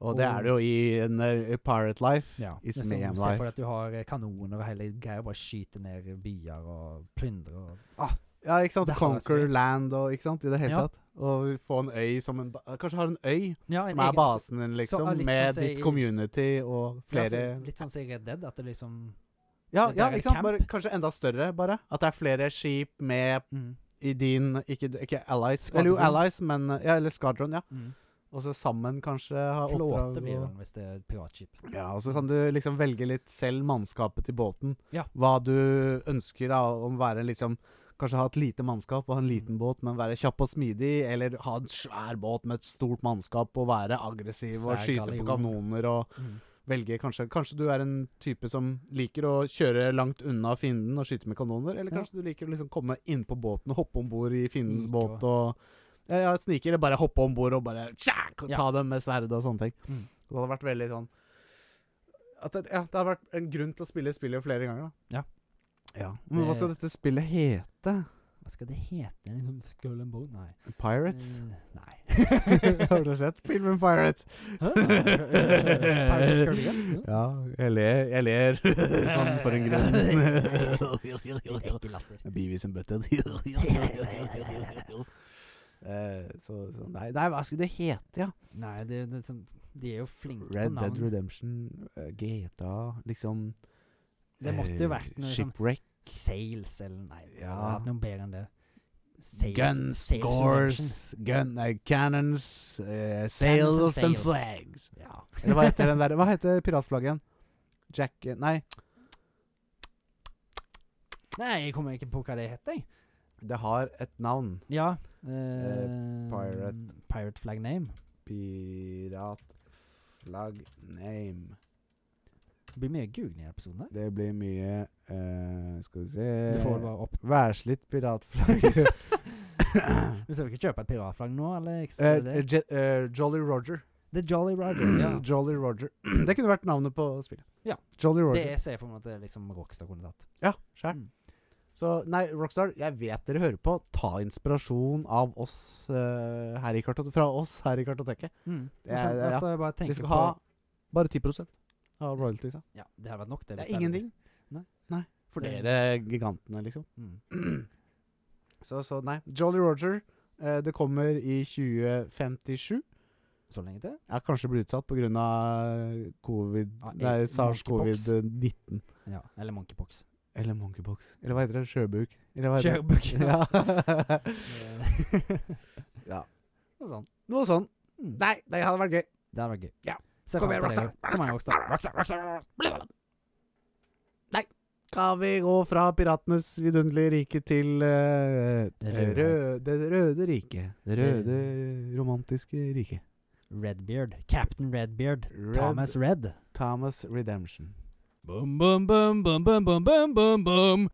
Og Og- det er det jo i en eh, Pirate Life. Ja. It's det er mayhem som, se life. for deg at du har eh, kanoner og hele greier, bare skyter ned byer og plyndrer og Ja, ikke sant. Det har vært så Conquer gøy. Land og ikke sant, i det hele Ja. tatt. Og få en øy som en ba Kanskje har en øy ja, en som er egen- basen din, liksom. så er litt sånn med som ditt i- community og Ja, flere så Litt sånn som i Red Dead, at det liksom Ja, der ja er det ikke sant. camp. Bare, kanskje enda større, bare. At det er flere skip med mm, i din Ikke, ikke allies. Eller jo, Squadron. allies, men Ja, eller skadron, ja. mm. Og så sammen kanskje ha oppdrag Flåte blir og- den hvis det er et piratskip. Ja, og så kan du liksom velge litt selv mannskapet til båten. Ja. Hva du ønsker da, om være liksom Kanskje ha et lite mannskap og ha en Mm. liten båt, men være kjapp og smidig. Eller ha en svær båt med et stort mannskap og være aggressiv og Svær skyte på gallion. kanoner og Mm. velge kanskje Kanskje du er en type som liker å kjøre langt unna fienden og skyte med kanoner, eller Ja. kanskje du liker å liksom komme innpå båten og hoppe om bord i fiendens Snike båt og ja, ja, snike eller bare hoppe om bord og bare tjak, Ja. ta dem med sverd og sånne ting. Mm. Det hadde vært veldig sånn at, det- Ja, det hadde vært en grunn til å spille spillet flere ganger, da. Ja. ja. Men hva Det- skal dette spillet hete? Hva skal det hete? Liksom Skull and Bone? Nei. Pirates? Eh, nei. Mm. *laughs* Har du sett filmen Pirates? Hæ? Pirates of the Caribbean? Ja. Ja, jeg ler, jeg ler *laughs* sånn for en *laughs* Litt grunn. ekkel latter. Beavis and Butthead. *laughs* Eh, så, så nei, nei, hva skulle det hete, ja? Nei, det, det, er som- de er jo flinke Red på Dead navn. Redemption, eh, GTA, liksom Det måtte jo eh, vært noe sånn- Shipwreck. Sales eller Nei, det Ja. hadde vært noe bedre enn det. Sales- Guns, sales redemption. gores, gun, nei, cannons, eh, sails and and, sails. flags. Ja. Eller hva heter den der Hva heter piratflaggen? Jack eh, Nei. Nei, jeg kommer ikke på hva det heter, jeg. Det har et navn. Ja. Eh, pirate. eh, Pirate flag name. Piratflag name. Det blir mye googling i denne episoden. her. Det blir mye eh, Skal vi se Du får vel bare opp Værslitt *laughs* piratflagg. Eh, Du skal vel ikke kjøpe et piratflagg nå, Alex? Eh, eller det? Je- eh, Jolly Roger. Mm. The Jolly Roger. *clears throat* Ja. Jolly Roger. Det kunne vært navnet på spillet. Ja. Jolly Det Roger. er- ser jeg for meg at det er liksom Rockstar kunne tatt. Ja, skjær. Mm. Så nei, Rockstar, jeg vet dere hører på. Ta inspirasjon av oss eh, her i kartot fra oss her i Kartoteket. Mm. Det er- Og så- det er- altså, jeg bare Vi tenker skal på ha bare 10 av royalties. ja. Ja, det hadde vært nok, Det det. hvis er ingenting. Nei. For Det- dere gigantene, liksom. *clears throat* Mm. Så, så nei. Jolly Roger. eh, det kommer i 2057. Så lenge til? Ja, kanskje blir utsatt pga. covid Ah, Nei, eh, monkeypox. sars-covid-19. Ja. Eller Monkeypox. Eller monkeypox. Eller hva heter det? Sjøbuk? Eller hva heter det? Kjørebukk. *laughs* Ja. Ja. Noe sånt. Noe sånn. Mm. Nei, det hadde vært gøy. Det hadde vært gøy. Ja. Se Kom fram igjen, til det, Rockstar. da. Kom igjen, Rockstar. Rockstar, Rockstar. Blablabla. Nei. Skal vi gå fra piratenes vidunderlige rike til eh, Det røde. rød- det røde riket? Det røde romantiske riket. Redbeard. Captain Redbeard. Red- Thomas Red. Thomas Redemption. Bum, bum, bum, bum, bum, bum, bum, bum, bum.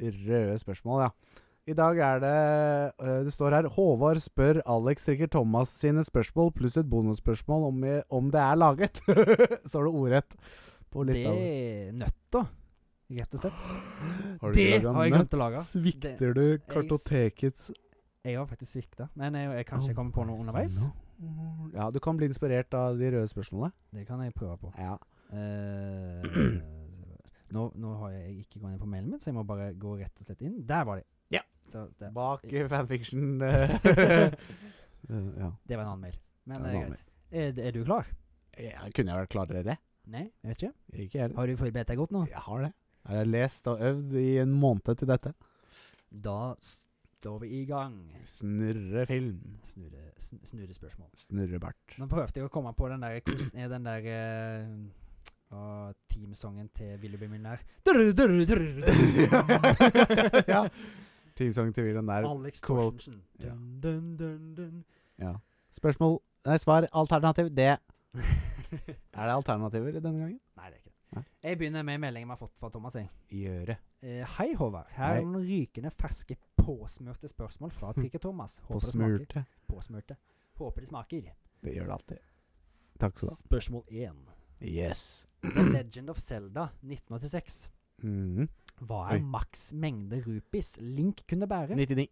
Røde spørsmål, ja. I dag er det eh, Det står her Håvard spør Alex drikker Thomas sine spørsmål pluss et bonusspørsmål om, jeg- om det er laget. *laughs* står det ordrett på Det lista. er nøtta, rett og slett. Har du Det laget har jeg nøtt? glemt å lage. Svikter du kartotekets Jeg har faktisk svikta, men jeg, jeg Oh kanskje jeg kommer på noe underveis. No. Ja, du kan bli inspirert av de røde spørsmålene. Det kan jeg prøve på. Ja. Eh, *clears throat* nå, nå har jeg ikke gått inn på mailen min, så jeg må bare gå rett og slett inn. Der var de. Ja. Så det, Bak eh, *laughs* fanfiction *laughs* eh, det Ja. var en annen mail. Det var Men det en er annen greit. Er, er du klar? Ja, Kunne jeg vært klarere? Nei, jeg vet ikke. Ikke jeg heller. Har du forberedt deg godt *laughs* nå? Jeg har det. Jeg har lest og øvd i en måned til dette. Da står vi i gang. Snurre film. Snurre, sn- snurre spørsmål. *laughs* Snurrebart. Nå prøvde jeg å komme på den der hvordan er den der eh, ah, teamsongen til Vil du bli millionær? Durr, durr, durr, durr. ja. Teamsang til Wilhelm Nær. Alex quote. Thorsensen. Ja. Dun, dun, dun, dun. Ja. Spørsmål Nei, svar alternativ *laughs* D. Er det alternativer i denne gangen? Nei, det er ikke det. Nei. Jeg begynner med meldingen vi har fått fra Thomas. Jeg. Gjøre. Eh, hei, Håvard. Her Hei. er noen rykende ferske påsmurte spørsmål *laughs* fra Trikke-Thomas. På Håper det smaker. smurte. Påsmurte. Håper det smaker. Det gjør det alltid. Takk skal du ha. Spørsmål 1. Yes. The Legend of Zelda 1986. *clears throat* Mhm. Hva Oi. er maks mengde rupees Link kunne bære? 99.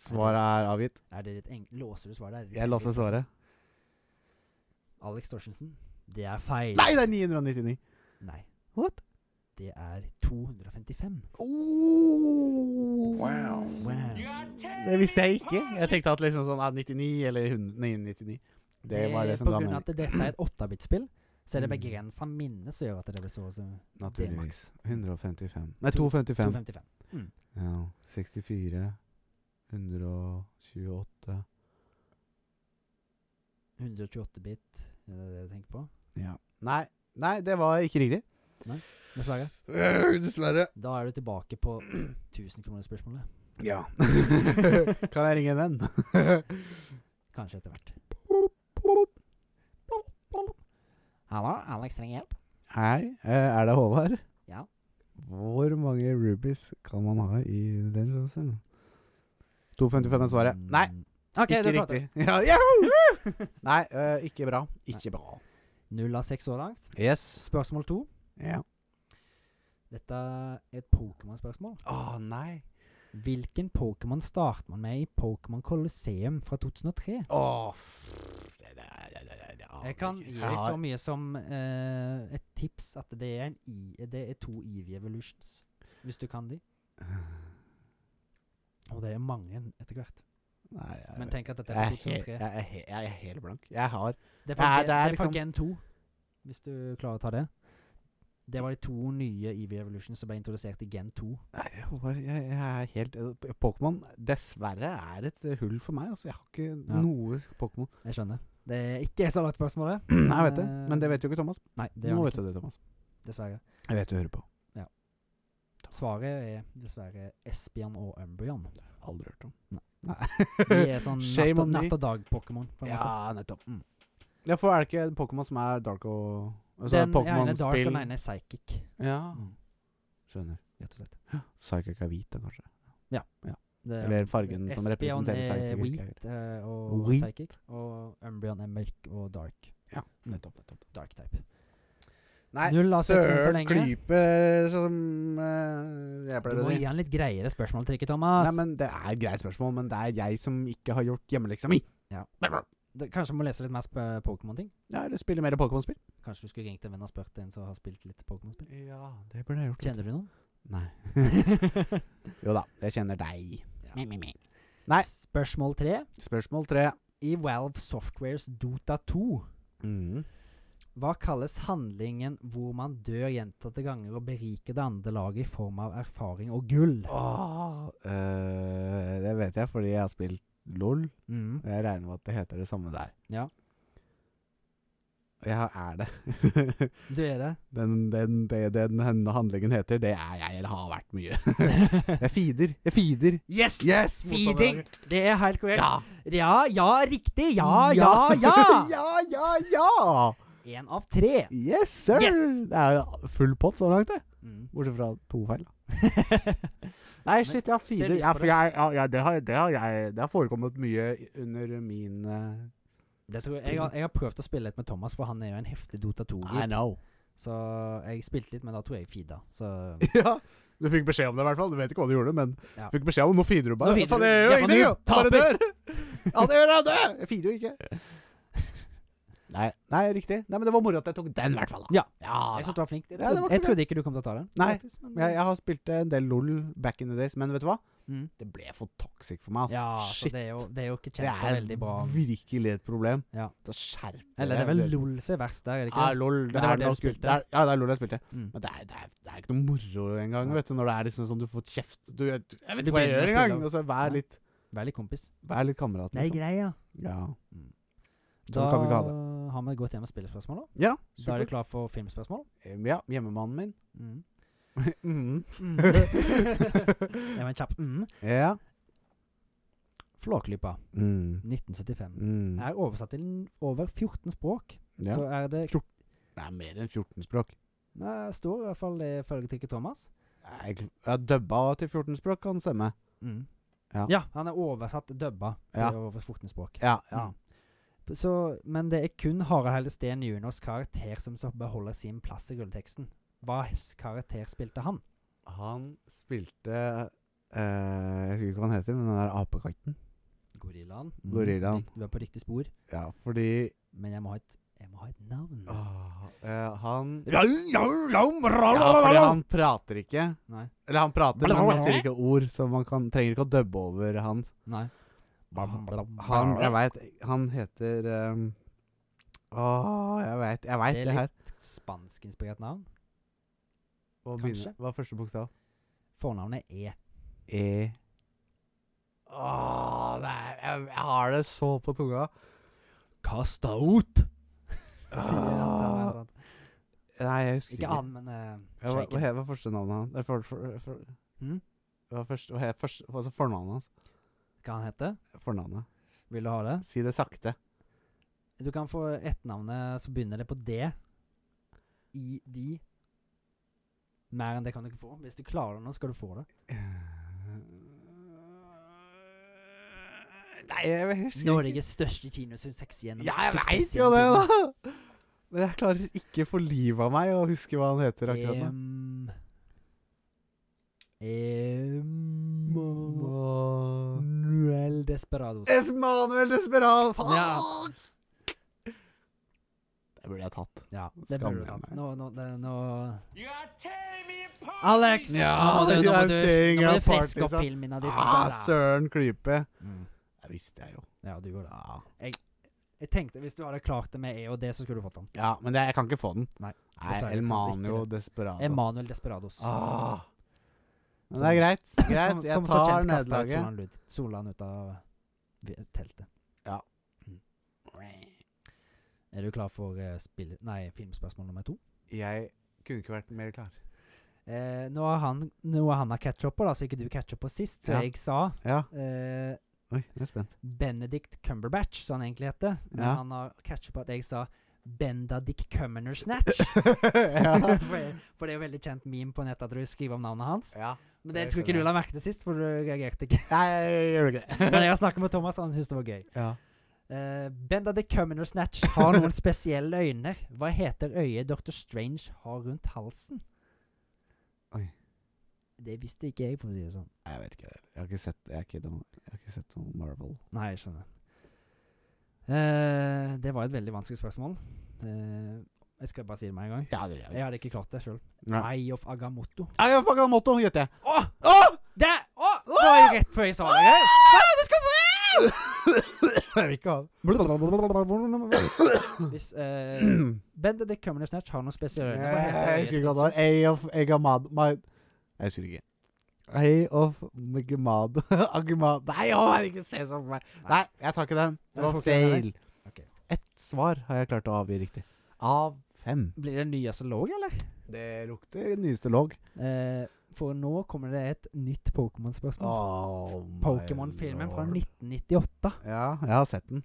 Svaret er avgitt. Er det ditt eng Låser du svaret? Er det ditt Jeg låser engelske? svaret. Alex Torsensen, det er feil. Nei, det er 999! Nei. What? Det er 255. Wow. Wow. Det visste jeg ikke. Jeg tenkte at liksom sånn ah, 99 eller 100 999. Det var det som Eh, på ga grunn av meg at dette er et 8-bit-spill, så er det Mm. begrensa minne som gjør at det blir så og så Naturligvis. 155. Nei, To- 255. 255. Ja. 64. 128. 128-bit, er det det du tenker på? Ja. Nei. Nei, det var ikke riktig. Dessverre. *laughs* Dessverre. Da er du tilbake på *clears throat* 1000 kroner-spørsmålet. Ja. *laughs* kan jeg ringe en venn? *laughs* Kanskje etter hvert. Hallo, Alex trenger hjelp. Hei, eh, er det Håvard? Ja. Hvor mange rubies kan man ha i den sjansen? 2,55 er svaret. Nei, Mm. Ok, ikke du prater. riktig. *laughs* Ja, yahoo! Nei, eh, ikke bra. Ikke bra. Null av seks så langt. Yes. Spørsmål to. Ja. Dette er et Pokémon-spørsmål. Å, nei. Hvilken Pokémon starter man med i Pokémon Colosseum fra 2003? Å, f- det- det- det- det- det- det aner Jeg kan ikke. gi Jeg deg har- så mye som eh, et tips at det er, en I, det er to Eevee Evolutions, hvis du kan de. Og det er mange etter hvert. *sighs* Nei, jeg, Men tenk at dette jeg, er Eh, er fra helt, 2003. jeg, er he- jeg er helt blank. Jeg har Det er fra, Ja, Gen- det er det er fra liksom- Gen 2, hvis du klarer å ta det. Det var de to nye Eevee Evolutions som ble introdusert i Gen 2. Nei, Håvard, jeg, jeg er helt Pokémon, dessverre, er et eh, hull for meg. Altså, jeg har ikke Ja. noe Pokémon. Jeg skjønner. Det er ikke så langt spørsmålet. *clears throat* Nei, jeg vet det, eh, men det vet jo ikke Thomas. Nei, Nå det gjør vet det ikke. du det, Thomas. Dessverre. Jeg vet du hører på. Svaret er dessverre Espion og *laughs* Umbrion. Aldri hørt om. De er sånn Shame natt, on og- me. natt og dag-Pokémon. på en måte. nettopp. Mm. Ja, for er det ikke Pokémon som er dark og altså, Den ene er dark, og Pokémon-spill? den ene er psychic, Ja. Mm. Skjønner. rett og slett. Psychic er hvit, da, kanskje. Det- Eller fargen som Espeon representerer er psychic. wheat eh, og Wheat. psychic, og Umbrion er mørk og dark. Ja, nettopp. nettopp. Dark type. Nei, Null av seks enn så lenge. Klype, som eh, jeg Du pleier å må si. gi han litt greiere spørsmål, Trikke Thomas. Nei, men Det er et greit spørsmål, men det er jeg som ikke har gjort hjemmeleksa mi. Ja. Ja, Det- Kanskje må lese litt mer sp- Pokémon-ting? Eller spille mer Pokémon-spill. Kanskje du skulle ringt en venn og spurt en som har spilt litt Pokémon-spill? Ja, det burde jeg gjort. Kjenner du noen? Nei. *laughs* jo da, jeg kjenner deg. Ja. Mi, mi, mi. Nei. Spørsmål tre. Spørsmål tre. I Valve Softwares Dota 2, Mm. hva kalles handlingen hvor man dør gjentatte ganger og beriker det andre laget i form av erfaring og gull? Åh, eh, det vet jeg fordi jeg har spilt LOL. Mm. Og jeg regner med at det heter det samme der. Ja. Og Jeg er det. *laughs* Du er det? den, den, det den henne handlingen heter, det er jeg eller har vært mye. *laughs* jeg feeder. Jeg feeder. *laughs* Yes! Yes! Feeding! Det er helt korrekt. Ja. Ja, ja, riktig. Ja, ja, ja! *laughs* *laughs* ja, ja, ja! Én av tre. Yes, sir! Yes! Det er full pott så langt, det. Mm. *laughs* Bortsett fra to feil. da. Nei, shit, jeg har se feeder. lyst Ja, på for jeg, ja, ja, det, har, det, har jeg, det har forekommet mye under min eh, Det tror jeg, jeg, har, jeg har prøvd å spille litt med Thomas, for han er jo en heftig Dota 2-gutt. know. Så jeg spilte litt, men da tror jeg jeg feeda. Så *laughs* Ja, du fikk beskjed om det i hvert fall. Du vet ikke hva du gjorde, men Ja. fikk beskjed om Nå feeder du Nå bare. feeder Faen, du. jeg gjør jo Jævla ingenting, jo! noob. Bare dør! *laughs* Alt jeg gjør, er å dø! Jeg feeder jo *laughs* ikke. Nei, nei, riktig. Nei, men det var moro at jeg tok den, i hvert fall. da. Ja. Ja, jeg da. syns du var flink. Jeg Ja, det trodde, var ikke jeg så trodde ikke du kom til å ta den. Nei, faktisk, men- Jeg, jeg har spilt en del LOL back in the days, men vet du hva? Mm. Det ble for toxic for meg. Altså. Ja, så Shit. det er, jo, det er jo ikke Det kjent for er veldig bra virkelig et problem. Ja. Da skjerper Eller det er vel LOL som er verst der, er det Ja, ikke? det? LOL. Det, det var er det du nok- spilte. det er- Ja, det er LOL jeg spilte. Mm. Men det er, det er, det er ikke noe moro engang, Nei. vet du. Når det er liksom sånn du får kjeft Du, jeg, jeg vet Du ikke hva jeg begynner å gjør spille engang. av. Altså, vær Nei. litt Vær litt kompis. Vær litt kamerat, Det er liksom. greia. Ja. Da Sånn kan vi ikke ha det. har vi gått gjennom spillespørsmål. da. Ja, Da er du supert. klar for filmspørsmål. Em, Ja, hjemmemannen *laughs* min. *laughs* Mm. *laughs* Mhm. Det var en kjapp mm. *laughs* ja. Flåklypa, Mm. 1975. Mm. Er oversatt til n- over 14 språk. ja. Så er det Fjort- Det er mer enn 14 språk. Nei, det står i hvert fall det ifølge Trikke Thomas. Jeg, ja, dubba til 14 språk kan stemme. Mm. Ja. Ja. han er oversatt dubba til Ja. over 14 språk. Ja, ja. Mm. P- Så, men det er kun Harald Helle Steen juniors karakter som så beholder sin plass i rulleteksten. Hva s- karakter spilte han? Han spilte eh, Jeg husker ikke hva han heter, men den der apekatten. Gorillaen. Mm, Gorillaen. Du er på riktig spor, Ja, fordi men jeg må ha et, jeg må ha et navn. åh, eh, Han Ja, Ja, fordi fordi han prater ikke. Nei. Eller han prater, men han sier ikke ord, så man kan, trenger ikke å dubbe over han. Nei. Ah, Han, jeg veit Han heter um, Åh, jeg veit jeg vet Det er det, litt- her. Spanskinspirert navn. Hva kanskje? begynner- hva er første bokstav? Fornavnet er E. E. Åh, det er, jeg, jeg har det så på tunga. Kasta ut! Sier han til Åh, meg, sånn. nei, jeg husker Ikke ikke. han, men eh, Ja, hva, hva shaken. he- hva er første navnet hans? Nei, For, for, for, Hm? hva er første, hva er første, altså fornavnet hans? Hva han heter? Fornavnet. Vil du ha det? Si det sakte. Du kan få etternavnet så begynner det på D. I de. Mer enn det kan du ikke få. Hvis du klarer det nå, skal du få det. Nei, jeg husker ikke. Norges største kinosuksex gjennom Ja, jeg suksess veit jo det, gjennom da! Men jeg klarer ikke for livet av meg å huske hva han heter tiden. akkurat nå. Em, Em- Ma- Manuel Desperados. Esmanuel Desperal! Fuck! Ja. Det burde jeg tatt. Ja, det Skam burde du ta. meg. Nå, nå, det, nå Alex! Alex! nå må du, nå you må are du, tearing nå må apart, du friske opp liksom. filmen din. Ah, søren klype! Mm. Det visste jeg jo. Ja, du gjorde det. Ja, Jeg tenkte hvis du hadde klart det med E og D, så skulle du fått den. ja men det, jeg kan ikke få den. Nei, Nei dessverre kan du ikke Elmanio det. Desperado. Emanuel Desperados. ah. Men Som- det er greit. *laughs* greit. som, Jeg som så tar kjent kastet ut nederlaget. Solan, Lud- Solan ut av vi- teltet. Ja. Mm. Er du klar for eh, spill... Nei, filmspørsmål nummer to? Jeg kunne ikke vært mer klar. Eh, nå har han, noe han har catch up på, da, så ikke du catch up på sist, så Ja. jeg sa Ja. eh, Oi, jeg er *laughs* spent. Benedict Cumberbatch, som han egentlig heter. Men Ja. han har catch up på at jeg sa Benedict Cumberbatch. *laughs* ja. *laughs* for, for det er jo veldig kjent meme på nettet at du skriver om navnet hans. ja. Men det det tror jeg ikke skjønner du la merke til sist, for du reagerte ikke. *laughs* Nei, jeg gjør ikke det. Men jeg har snakket med Thomas, og han syntes det var gøy. *laughs* Ja. Uh, Benedict Cumberbatch har *laughs* noen spesielle øyne. Hva heter øyet Dr. Strange har rundt halsen? Oi. Det visste ikke jeg, for å si det sånn. Nei, Jeg vet ikke. Jeg har ikke sett, jeg har ikke, noe- jeg har ikke sett noe Marvel. Nei, jeg skjønner. Eh, det var et veldig vanskelig spørsmål. Eh, jeg skal bare si det med en gang. Ja, det gjør Jeg hadde ikke klart det sjøl. Nei. Eye of Agamotto. Jeg har fucka motto, gjetter jeg. Åh! Åh! Det Åh! Det var jo rett før jeg sa det. jeg. du skal få *laughs* Jeg vil ikke ha det. *coughs* Hvis eh, Benedict Cumberbatch har noen spesielle øyne Hva heter Jeg øyet? husker ikke hva det var. A of Agamad... My Jeg husker ikke. A of Megamad Agamad *laughs* Nei, å, herregud, se sånn på meg. Nei, jeg tar ikke den. Det Nei, var får ikke den, feil. Ok. Ett svar har jeg klart å avgi riktig. Av fem. Blir det en ny astrolog, eller? Det lukter nyeste logg. Eh, for nå kommer det et nytt Pokémon-spørsmål. Oh, my Pokémon-filmen fra lord. 1998. Ja, jeg har sett den.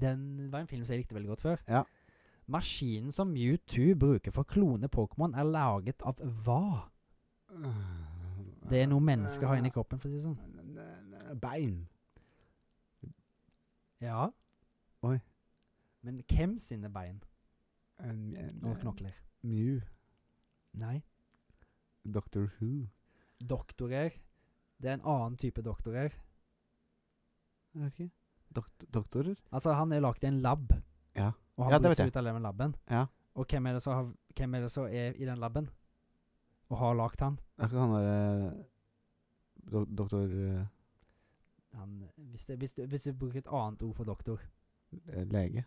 Den var en film som jeg likte veldig godt før. Ja. Maskinen som Mewtwo bruker for å klone Pokémon, er laget av hva? Det er noe mennesket har inni kroppen, for å si det sånn. Bein. Ja. Oi. Men hvem sine bein En- en- og knokler? Mew. Nei. Doctor Who. Doktorer. Det er en annen type doktorer. Jeg vet ikke. Dokt doktorer? Altså, han er lagd i en lab. Ja. Og han Ja, ja, det vet jeg. ut av den laben. Ja. Og hvem er, det som har, hvem er det som er i den laben? Og har lagd han? Er ikke han derre do Doktor eh, han hvis, det, hvis, det, hvis vi bruker et annet ord for doktor lege?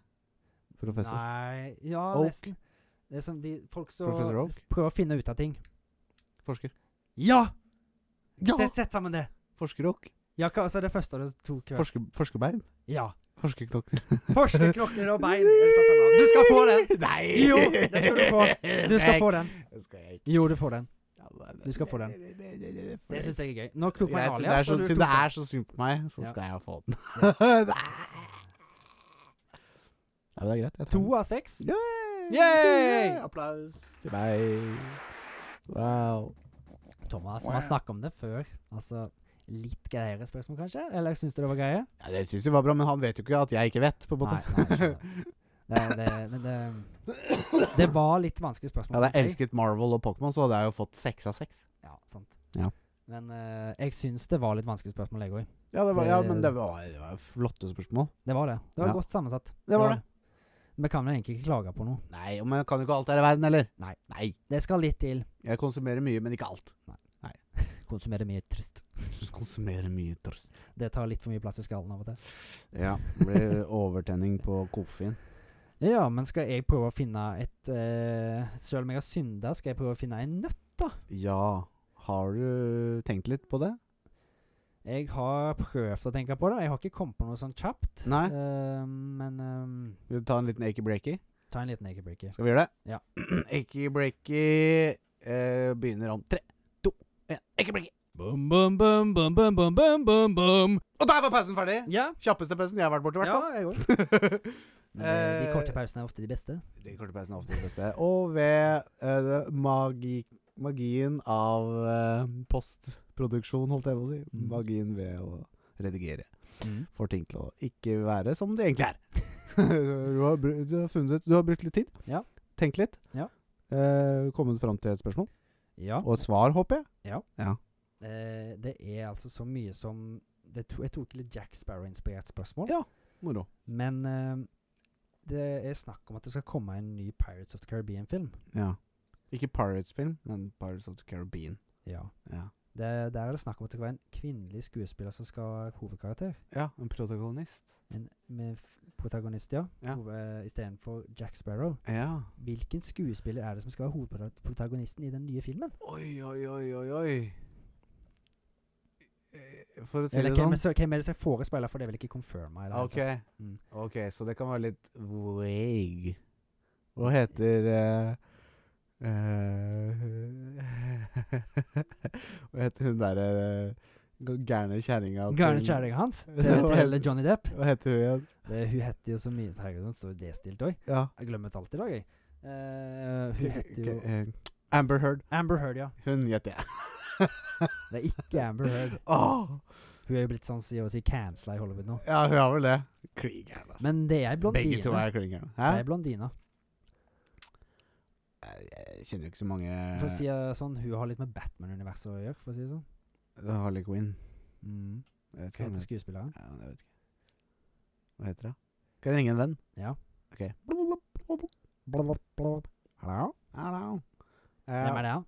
Professor? Nei Ja, Oak? nesten. Det er som de folk som Professor Oak? prøver å finne ut av ting. Forsker? Ja! Ja! Sett, sett sammen det! Forskerrock? Ja, hva altså det første du tok? vel? Forsker forskerbein? ja. Forskerknokler? Forskerknokler og bein. er det satt sammen. Du skal få den! Nei! Jo, det skal du få. Du skal få den. Det skal jeg ikke. Jo, du får den. Du skal få den. Det Det syns jeg er gøy. Nå klok meg Greit, siden det en er alias. så, og du siden tok det den. er så synd på meg, så Ja. skal jeg få den. *laughs* ja, men det er greit. Jeg tar To den. av seks. Yay! Yay! Applaus til meg. Wow. Thomas, vi har snakket om det før. Altså litt greiere spørsmål, kanskje? Eller syns du det var greie? Ja, det syns jeg var bra, men han vet jo ikke at jeg ikke vet. på en måte. *laughs* Nei, nei, skjønner. det, det, men det Det var litt vanskelige spørsmål. Hadde jeg synes elsket Marvel og Pokémon, så hadde jeg jo fått seks av seks. Ja, sant. Ja. Men eh, jeg syns det var litt vanskelige spørsmål, jeg òg. Ja, var- ja, men det var, flotte spørsmål. Det var det. Det var Ja. godt sammensatt. Det var det. Vi kan vel egentlig ikke klage på noe. Nei, men jeg kan jo ikke alt her i verden, eller? Nei. Nei. Det skal litt til. Jeg konsumerer mye, men ikke alt. Konsumere mye trist. Konsumerer mye tors. Det tar litt for mye plass i skallen av og til. Ja. Blir overtenning på koffein. Ja, men skal jeg prøve å finne et uh, Selv om jeg har synda, skal jeg prøve å finne en nøtt? Ja. Har du tenkt litt på det? Jeg har prøvd å tenke på det. Jeg har ikke kommet på noe sånn kjapt. Nei. Eh, men ehm, Vil du ta en liten achy-breaky? ta en liten eggebreaker. Skal vi gjøre det? *clears throat* Ja. achy-breaky eh, begynner om tre, to, én. Achy-breaky! Bum, bum, bum, bum, bum, bum, bum, bum, bum. Og der var pausen ferdig! Ja. Kjappeste pausen jeg har vært borti, i ja, hvert jeg òg. fall. *laughs* Men eh, de Eh, korte pausene er ofte de beste. De korte pausene er ofte det beste. Og ved eh, det- magi, magien av eh, postproduksjon, holdt jeg på å si. Mm. Magien ved å redigere. Mm. Får ting til å ikke være som det egentlig er. *laughs* du, har, bru- du, har funnet, du har brukt litt tid. Ja. Tenkt litt. Ja. Eh, kommet fram til et spørsmål. Ja. Og et svar, håper jeg. Eh, det er altså så mye som det to, Jeg tok litt Jack Sparrow-inspirert spørsmål. Ja. Moro. Men eh, det er snakk om at det skal komme en ny Pirates of the Caribbean-film. Ja. Ikke Pirates-film, men Pirates of the Caribbean. Ja. Ja. Det, der er det snakk om at det skal være en kvinnelig skuespiller som skal være hovedkarakter. ja, en protagonist. En med f protagonist, ja. eh, Ja. Hoved- Istedenfor Jack Sparrow. Ja. Hvilken skuespiller er det som skal være hovedprotagonisten i den nye filmen? Oi, oi, oi, oi, oi. Eh, For å si Eller det hvem, sånn er det- hvem er det som forespeila, for det vil ikke confirma. i det hele Ok, tatt. Mm. ok, så det kan være litt vague. Hva heter eh, eh, *laughs* Hva heter hun derre gærne kjerringa? til- Gærne kjæringa *laughs* hans til, Ja, hva til hele heter- Johnny Depp. Hva heter hun igjen? Det, hun heter jo så mye Herregud, hun står jo D-stilt òg. Ja. Jeg glemmer alt i dag, jeg. Eh, hun heter jo K- eh, Amber Heard. Amber Heard, ja. Hun gjetter jeg. *laughs* Det er ikke Amber Heard. Åh! Hun er jo blitt sånn sier å si cancela i Hollywood nå. Ja, hun har vel det. Klin gæren, altså. Men det er ei blondine. Begge to er klin gærne. Det er Hæ? ei blondine. Jeg kjenner jo ikke så mange For å si det sånn, hun har litt med Batman-universet å gjøre, for å si det sånn. Det er Harley Quinn. Mm. Jeg vet ikke hva Hva heter hun heter. skuespilleren? Ja, jeg vet ikke. Hva heter hun? Kan jeg ringe en venn? Ja. Ok. Blablabla. Hallo? Hello. Hvem Uh, er det?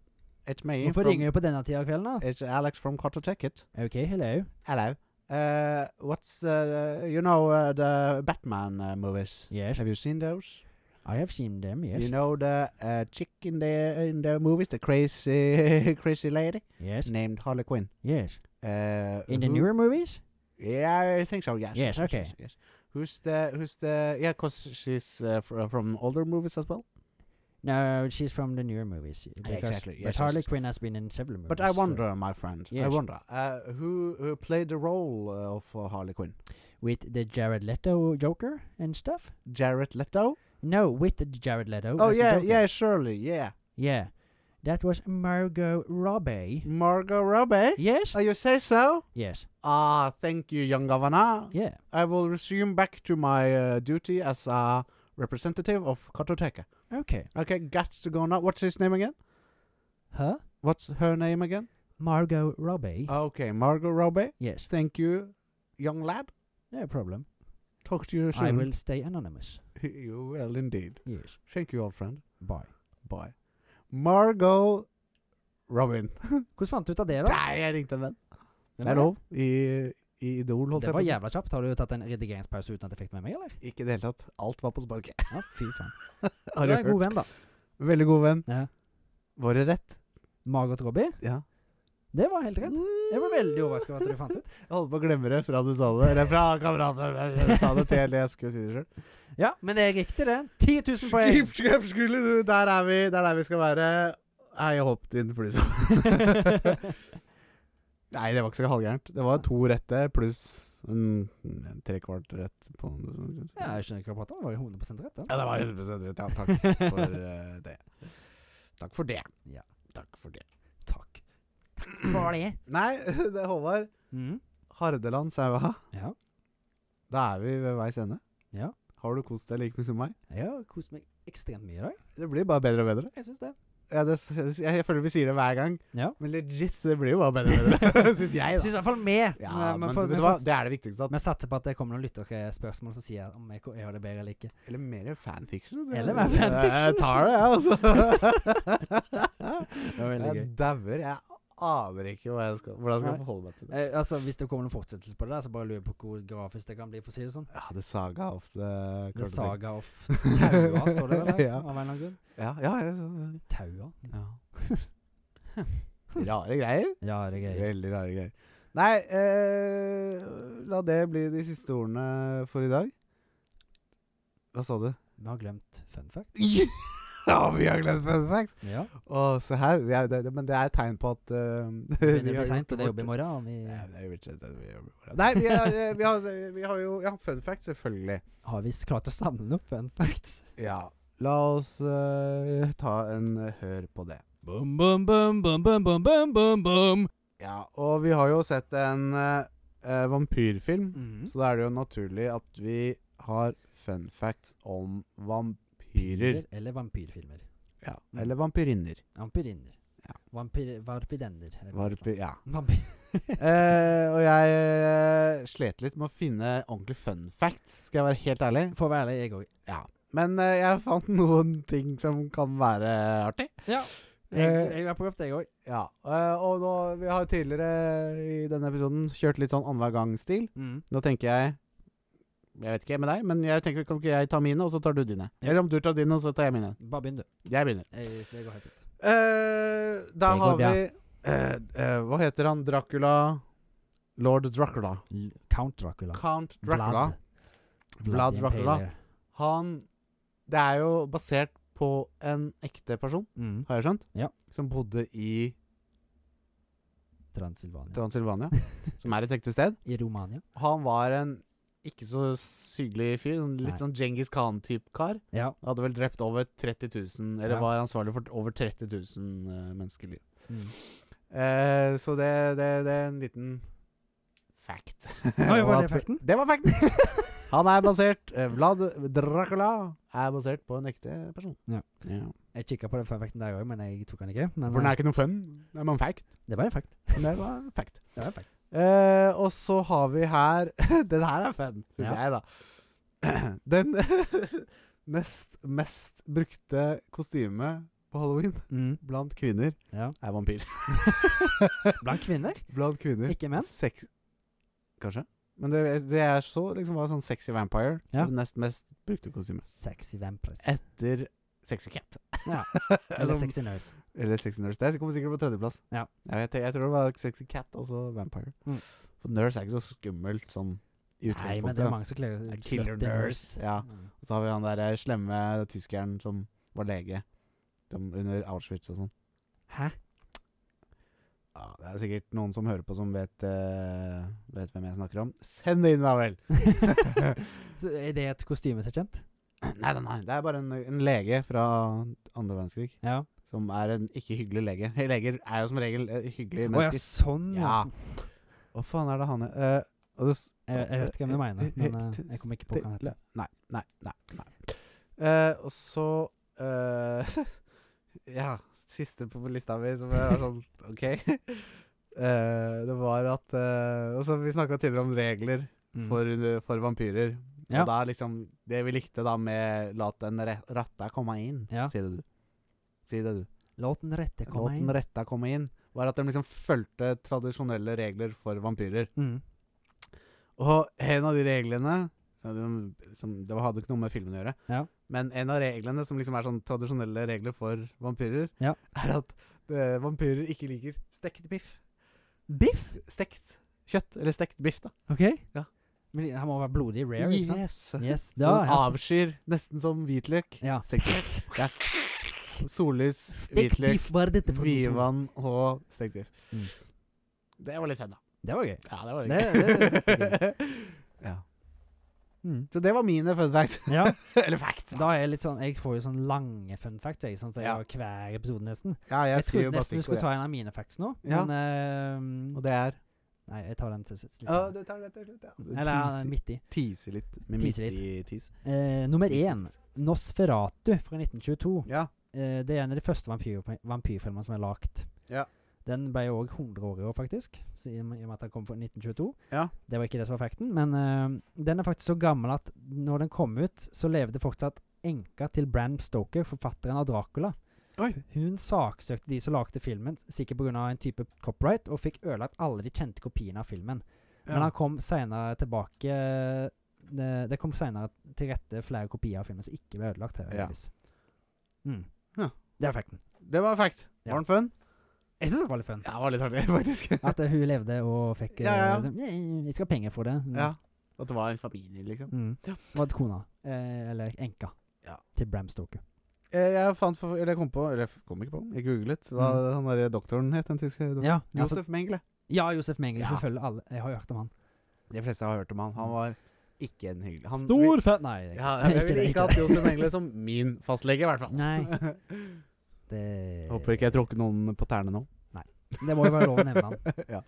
it's me Hvorfor from- ringer du på denne tida av kvelden, da? It's Alex from Cartoteket. OK, hello. Hello. Uh, what's uh, you know uh, the Batman uh, movies? Yes, Have you seen those? I have seen them, yes. You know the uh, chick in the in the movies, the crazy *laughs* crazy lady Yes, named Harley Quinn. yes. Uh, In the who- newer movies? Yeah, I think so. Yes. Yes, okay. Yes. yes. Who's the Who's the Yeah, cause she's uh, fr- from older movies as well. No, she's from the newer movies. uh, because- Ah, exactly, yes, but Harley yes, yes. Quinn has been in several movies. uh, But I so- wonder, my friend. I Yes. wonder uh, who who played the role uh, of uh, Harley Quinn. With the Jared Leto Joker and stuff? Jared Leto. No, with the Jared Leto. Oh as the yeah, Joker. yeah, surely, yeah. Yeah. That was Margot Robbie. Margot Robbie. Yes? Oh, you say so? Yes. Ah, thank you, young governor. Yeah. I will resume back to my uh, duty as a representative of Kartoteka. Okay. Okay, got to go now. What's his name again? Huh? What's her name again? Margot Robbie. Okay, Margot Robbie. yes. Thank you, young lad. No problem. Talk to you soon. I will stay anonymous. You will indeed. Yes. Thank you, old friend. Bye. Bye. Margot Robin. Hvordan fant du ut av det, da? Nei, jeg ringte en venn. Hvem Det er var lov. I, i Idol, holdt Det jeg på var å si. jævla kjapt. Har du tatt en redigeringspause uten at jeg fikk det med meg, eller? Ikke i det hele tatt. Alt var på sparket. *laughs* Ja, fy faen. Har du Du er en god hørt? venn, da. Veldig god venn. Ja. Var det rett? Margot Robbie. Ja. Det var helt rett. Jeg var veldig overrasket over at du fant det ut. Jeg holdt på å glemme det fra du sa det. Eller fra kameraten jeg sa det til jeg skulle si det sjøl. Ja, *laughs* men det er riktig, det. 10 000 poeng. skrip, skulle du. Der er vi. Der er der vi skal være. I hopped in for liksom. *laughs* Nei, det var ikke så halvgærent. Det var to rette pluss en en trekvart rett på ja, jeg skjønner ikke hva jeg prater om. Det var jo 100 rett, Ja, den. det var 100 rett. Ja, takk for eh, det. Takk for det. Ja. Takk for det. *laughs* Takk. Takk for det. Nei, *laughs* det er Håvard. Mm. Hardeland Saua. Ja. Da er vi ved veis ende. Ja. Har du kost deg like mye som meg? Jeg har kost meg ekstremt mye i dag. Det blir bare bedre og bedre. Jeg syns det. Ja, det, jeg, jeg føler vi sier det hver gang, Ja. men legit, det blir jo bare bedre og bedre, *laughs* syns jeg, da. Syns i hvert fall vi. Ja, Vi- vi men får- vet vi du hva, får- det er det viktigste. At, Vi satser på at det kommer noen lytterspørsmål som sier om jeg, jeg har det bedre eller ikke. eller mer fanfiction. det- Eller mer fanfiction. Jeg tar det, jeg, altså. *laughs* Det var veldig jeg gøy. dauer. Jeg aner ikke hva jeg skal, hvordan jeg skal Nei. forholde meg til det. Eh, altså, Hvis det kommer noen fortsettelse på det, der, så bare lurer jeg på hvor grafisk det kan bli. for å si det sånn. Ja, The Saga of the Carter The Pick. Saga of Taua, står *laughs* det vel her? Ja. Av en eller annen grunn. Ja, ja, ja, ja, Taua? ja. Rare greier. Ja, det er *laughs* gøy. Veldig rare greier. Nei, eh, la det bli de siste ordene for i dag. Hva sa du? Vi har glemt fun fact. ja, vi har glemt fun facts! Ja. Å, se her. Vi er, det, det- men det er et tegn på at eh, Det *laughs* vi blir har seint, gjort og det er jobb i vårt. morgen. og Vi, Nei, det er jo ikke det vi jobber for. Nei, vi har, eh, vi har, vi har jo ja, fun facts, selvfølgelig. har vi klart å samle opp fun *laughs* facts? Ja. La oss eh, ta en eh, hør på det. Bum, bum, bum, bum, bum, bum, bum, bum, bum. Ja, og vi har jo sett en eh, eh, vampyrfilm. Mhm. Så da er det jo naturlig at vi har fun facts om vampyrer. Eller vampyrfilmer. Ja, Mm. eller vampyrinner. Ampirinner. Ja. Vampyr, varpidender. eller noe sånt. Varpi, ja. Vampyr. *laughs* Eh, og jeg eh, slet litt med å finne ordentlig fun facts, skal jeg være helt ærlig. For å være ærlig, jeg òg. Men eh, jeg fant noen ting som kan være artig. Ja. Jeg, Eh, jeg har prøvd, jeg òg. Ja, eh, og nå, Vi har tidligere i denne episoden kjørt litt sånn annenhver gang-stil. Nå tenker jeg Jeg vet ikke med deg, men jeg tenker kan ikke jeg ta mine, og så tar du dine? Ja. Eller om du tar dine, og så tar jeg mine. Bare begynn, du. Jeg begynner. Jeg, det går helt fint. Eh, da Det går har vi bra. eh, eh, Hva heter han? Dracula Lord Dracula. L- Count Dracula. Count Dracula. Vlad. Vlad the Dracula. Impaler. Han Det er jo basert på en ekte person, Mm. har jeg skjønt, Ja. som bodde i Transylvania. *laughs* Transylvania, som er et ekte sted. I Romania. Han var en ikke så hyggelig fyr. Sånn, litt Nei. sånn Genghis Khan-type kar. Ja. Hadde vel drept over 30 000, eller Ja. var ansvarlig for over 30 000 eh, menneskeliv. *laughs* Mm. Eh, så det, det, det er en liten fact. Oi, Og *laughs* var at- det fakten? Det var facten! Han er *laughs* basert eh, Vlad Dracula er basert på en ekte person. Ja. Jeg kikka på den fun facten der òg, men jeg tok den ikke. Men For den eh, er ikke noe fun. Det er bare en fact. det var en fact. Men *laughs* Det var en fact. Det var en fact. Eh, og så har vi her *laughs* Den her er fun, syns Ja. jeg, da. *clears throat* Den *laughs* nest mest brukte kostyme på halloween Mm. blant kvinner Ja. er *laughs* vampyr. Blant kvinner, blant kvinner. ikke menn. Sex Kanskje. Men det, det jeg så, liksom var sånn sexy vampire. Ja. Det Nest mest brukte kostyme. Sexy vampires. Etter sexy cat. *laughs* Ja. Eller sexy nurse. Eller Sexy Nurse. Det kommer sikkert på tredjeplass. Ja. Jeg, vet, jeg tror det var Sexy Cat og så Vampire. Mm. For Nurse er ikke så skummelt sånn i Nei, men det utgangspunktet. er mange som kler er killer nurse. Ja. Mm. Og så har vi han der eh, slemme tyskeren som var lege som under Auschwitz og sånn. Hæ? Ja, det er sikkert noen som hører på som vet, eh, vet hvem jeg snakker om. Send det inn, da vel! *clears throat* Så er det et kostyme som er kjent? Nei, nei, nei. Det er bare en, en lege fra andre verdenskrig. Ja. Som er en ikke hyggelig lege. *laughs* Leger er jo som regel eh, hyggelige Å ja, mennesker. sånn, ja. Ja. Hva faen er det han er Eh, og det s- Jeg, jeg vet ikke hvem du mener, men eh, jeg kommer ikke på hva han heter. Stille. Nei, nei, nei. nei. Eh, og så eh, *laughs* Ja, siste på lista mi som er sånn *laughs* OK. Eh, det var at eh, og så Vi snakka tidligere om regler Mm. for, for vampyrer. Ja. Og da liksom Det vi likte da med 'la den re- ratta komme inn', Ja. sier det du. Si det du. Låt den rette La komme den inn. retta komme inn. Var at de liksom fulgte tradisjonelle regler for vampyrer. Mm. Og en av de reglene som, de- som, Det hadde ikke noe med filmen å gjøre. Ja. Men en av reglene som liksom er sånn tradisjonelle regler for vampyrer, Ja. er at eh, vampyrer ikke liker stekt biff. Biff? Stekt kjøtt. Eller stekt biff, da. OK? Ja. Men han må være blodig rare, ikke sant? Yes. Yes. Den Da, jeg, avskyr, nesten som hvitløk. Ja. Stekt biff. Ja. Sollys, Stekt hvitløk, biff, hva er dette for noe? vidvann og stekt biff. Mm. Det var litt fett, da. Det var gøy. Ja, det var Det- *laughs* det- litt gøy. ja. Mm. Så det var mine fun facts. *laughs* Ja. Eller facts. Da er jeg litt sånn Jeg får jo sånn lange fun facts, jeg. Sånn som jeg Ja. har hver episode, nesten. Ja, jeg, Jeg skriver trodde bare nesten du skulle stikkord. ta en av mine facts nå, Ja. men jeg. Og eh, det er Nei, jeg tar den til sist. litt Ja, senere. du tar det til slutt, ja. Du Eller ja, teaser- midt i. teaser litt. Med Teaser midt i tease. Eh, nummer én, Nosferatu fra 1922. Ja. Eh, det er en av de første vampyr, vampyrfilmene som er lagd. Ja. Den ble jo òg 100 år i år, faktisk, så i og med i og med at den kom fra 1922. Ja. Det var ikke det som var fakten, men eh, den er faktisk så gammel at når den kom ut, så levde fortsatt enka til Bram Stoker, forfatteren av Dracula. Oi. Hun saksøkte de som lagde filmen, sikkert pga. en type copyright, og fikk ødelagt alle de kjente kopiene av filmen. Men han kom senere tilbake eh, Det, det kom senere til rette flere kopier av filmen som ikke ble ødelagt. Her, Ja. heldigvis. Mm. Ja. Det er fakten. Det var fact. Ja. Var den fun? Jeg syns det var litt fun. Ja, det var litt artig, *laughs* faktisk. At eh, hun levde og fikk eh, Ja, ja, ja. liksom, «Nei, Vi skal ha penger for det. Mm. ja. At det var en familie, liksom. Mm. Ja. Var det kona. Eh, eller enka. Ja. Til Bram Stoker. Eh, Jeg fant for, Eller jeg kom på Eller jeg kom ikke på, jeg googlet hva han derre doktoren het, den tyske doktoren. Ja, altså, Josef Mengele. ja Josef Mengele. Ja. Selvfølgelig. Alle, jeg har jo hørt om han. De fleste har hørt om han. Han var ikke en hyggelig han, Stor fan Nei. det er ja, ikke- *laughs* Jeg ville det, ikke hatt Josef Mengele som min fastlege, i hvert fall. *laughs* Nei. det. Håper ikke jeg tråkker noen på tærne nå. Det må jo være lov å nevne han. *laughs* ja.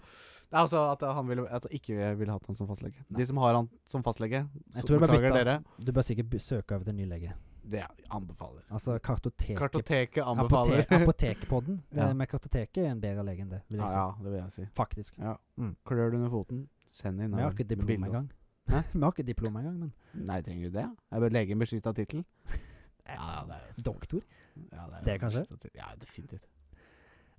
Det er altså at han ville, at jeg ikke ville hatt han som fastlege. Nei. De som har han som fastlege, så Jeg tror det bør beklager bytte. dere. Du bør sikkert bu- søke over til ny lege. Det anbefaler. Altså kartoteket. Kartoteket anbefaler. Apoteke- Apotekpodden. Ja. Eh, Men kartoteket er en bedre lege enn det, *laughs* vil ja, jeg si. ja, det vil jeg si. Faktisk. Ja. Mm. Klør du under foten, send inn. Vi har ikke diplom bilder. engang. Hæ? Vi har ikke diplom engang, men Nei, trenger du det? Er bare legen beskytta *laughs* tittel? Ja, det er Doktor. ja, Det er kanskje? beskyttet tittel. Ja, definitivt.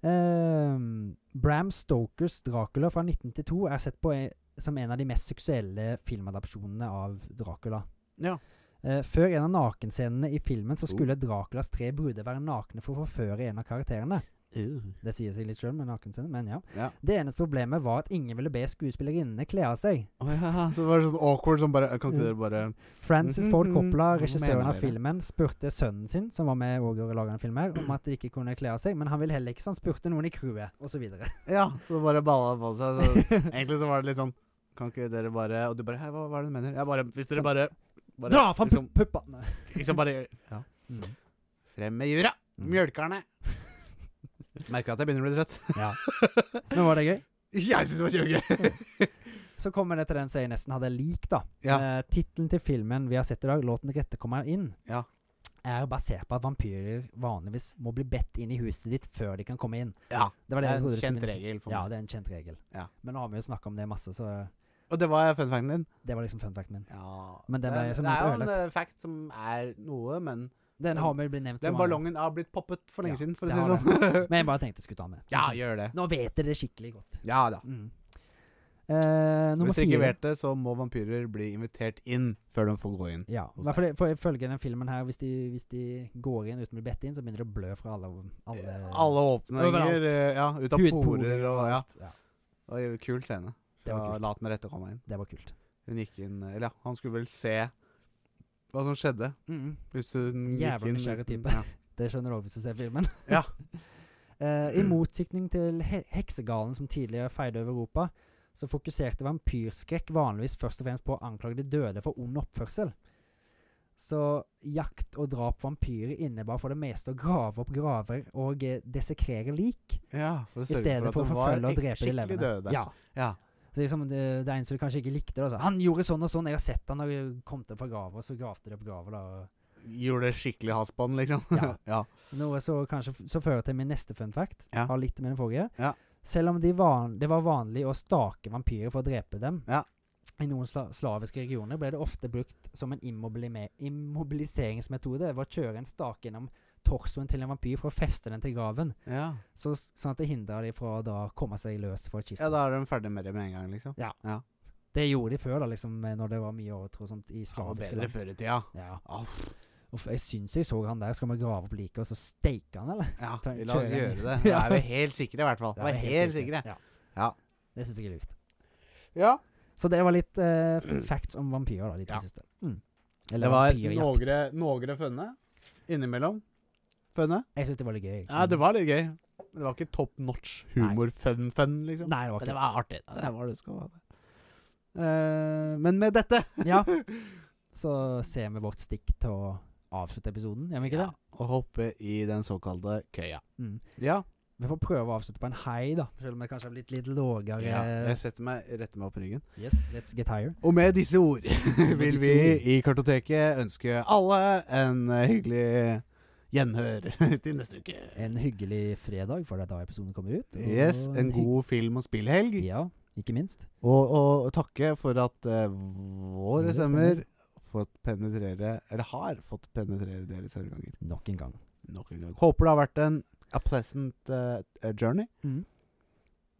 Ehm, Bram Stokers Dracula fra 1992 er sett på eh, som en av de mest seksuelle filmadapsjonene av Dracula. Ja. Eh, før Oh. en av nakenscenene i filmen så skulle Draculas tre bruder være nakne for å forføre en av karakterene. Uh. Det sier seg litt sjøl med nakenscenen, men ja. Ja. Det eneste problemet var at ingen ville be skuespillerinnene kle av seg. *laughs* Å ja, så det var sånn awkward som bare Kan ikke dere bare Francis Mhm, Ford mhm. Coppola, Hva regissøren mener av dere? filmen, spurte sønnen sin, som var med og laga en film her, om at de ikke kunne kle av seg, men han ville heller ikke, så han spurte noen i crewet, osv. Ja, så det bare balla på seg. Så *laughs* egentlig så var det litt sånn Kan ikke dere bare Og du bare Hei, hva, hva er det du mener? Jeg bare Hvis dere bare, bare Dra fram liksom, puppa! Nei. liksom bare Ja. Mm. Frem med jura! Mjølkerne! Mm. *laughs* Merker at jeg begynner å bli trøtt. Ja. Men var det gøy? Jeg syns det var kjempegøy! Så kommer det til den som jeg nesten hadde likt, da. Ja. Eh, Tittelen til filmen vi har sett i dag, låten 'Rette kommer inn', Ja. er basert på at vampyrer vanligvis må bli bedt inn i huset ditt før de kan komme inn. *laughs* ja. Det var Det det er jeg en trodde du skulle kjent begynne å si. regel for Ja, meg. det er en kjent regel. Ja. Men nå har vi jo snakka om det masse, så Og det var fun facten din. det var liksom fun facten min. Ja. Men den ble det, som det litt er jo en ødelagt. eh, fact som er noe, men Den har vi blitt nevnt den som vanlig. ballongen har blitt poppet for lenge Ja, siden, for å det si har det sånn. Men jeg bare tenkte jeg skulle ta med. ja, Sånn. gjør det. Nå vet dere det skikkelig godt. Ja da. Mm. Eh, nummer Hvis dere ikke fire. vet det, så må vampyrer bli invitert inn før de får gå inn. Ja, hos i hvert fall for ifølge den filmen her, hvis de, hvis de går inn uten å bli bedt inn, så begynner det å blø fra alle, alle, Alle åpninger Overalt. eh, ja, ut av porer og ja. alt. ja. Det var en kul scene. Det var Fra kult. La den rette komme inn. Det var kult. Hun gikk inn eh, Eller ja, han skulle vel se hva som skjedde. Mm. Hvis hun Jævla gikk inn nysgjerrig uten- type. Ja. Det skjønner du også hvis du ser filmen. *laughs* Ja. Eh, I motsetning til he heksegalen som tidligere feide over Europa, så fokuserte vampyrskrekk vanligvis først og fremst på å anklage de døde for ond oppførsel. Så jakt og drap på vampyrer innebar for det meste å grave opp graver og eh, desekrere lik, ja, for å i sørge stedet for å at de var forfølge og ek- drepe de skikkelig levende. Døde. Ja. Ja. Så liksom, det, det er en som du kanskje ikke likte. Da, så, 'Han gjorde sånn og sånn, jeg har sett han og jeg kom til fra grava', og så gravde de opp grava. da, og- Gjorde skikkelig has på den, liksom. Ja. *laughs* ja. Noe så kanskje f- som fører til min neste fun fact. Ja. Har litt med den forrige. Ja. Selv om de van, det var vanlig å stake vampyrer for å drepe dem, Ja. i noen sla slaviske regioner ble det ofte brukt som en immobili- immobiliseringsmetode ved å kjøre en stake gjennom torsoen til en vampyr for å feste den til graven, Ja. så, s- sånn at det hindra de fra å da komme seg løs fra kista. ja, da er de ferdig med det med en gang, liksom. Det gjorde de før, da, liksom, eh, når det var mye overtro og sånt i Det var slaviske bedre land. før i tida. Ja. Aff, Uff, jeg syns jeg så han der. Skal vi grave opp liket, og så steike han, eller? ja, Ta- la oss kjøre gjøre den. *laughs* det. Da Ja. er vi helt sikre, i hvert fall. Da er vi helt sikre. Ja. Ja. Det syns jeg er lurt. Ja. Så det var litt eh, facts om vampyrer, da. De to Mm. Ja. siste. Mm. Det Eller var vampyrjakt. noen funne. Innimellom. Funne. Jeg syns det var litt gøy. Ja, det var litt gøy. Men det var ikke top notch humor-fun-fun, liksom. Nei, det Men var ikke det var artig. Det var det skal være. Eh, men med dette det. Ja. Så ser vi vårt stikk til å avslutte episoden, gjør vi ikke ja, Å hoppe i den såkalte køya. det? Mm. Ja. Vi får prøve å avslutte på en hei, da. Selv om det kanskje har blitt litt lågere. ja. Jeg setter meg, retter meg opp ryggen. Yes, let's get *laughs* higher. Og med disse ord vil disse vi ord. i Kartoteket ønske alle en eh, hyggelig gjenhør *laughs* til neste uke. En hyggelig fredag, for det er da episoden kommer ut. og Yes, en hygg- god film- og spillhelg. Ja, ikke minst. Og, og takke for at eh, våre Våre stemmer stemmer. fått penetrere, eller har fått penetrere deres øreganger. Nok en gang. Nok en gang. Håper det har vært en a pleasant eh, eh, journey.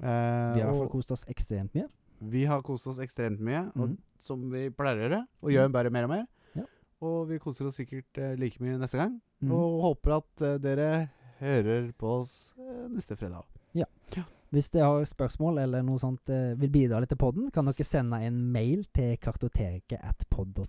Eh, Vi har i hvert fall og kost oss ekstremt mye. vi har kost oss ekstremt mye, og, Mm. som vi pleier å gjøre. Og gjør Mm. bare mer og mer. Ja. Og vi koser oss sikkert eh, like mye neste gang. Mm. Og håper at eh, dere hører på oss eh, neste fredag. Hvis dere har spørsmål eller noe sånt eh, vil bidra litt til podden, kan dere sende en mail til kartoteket at pod.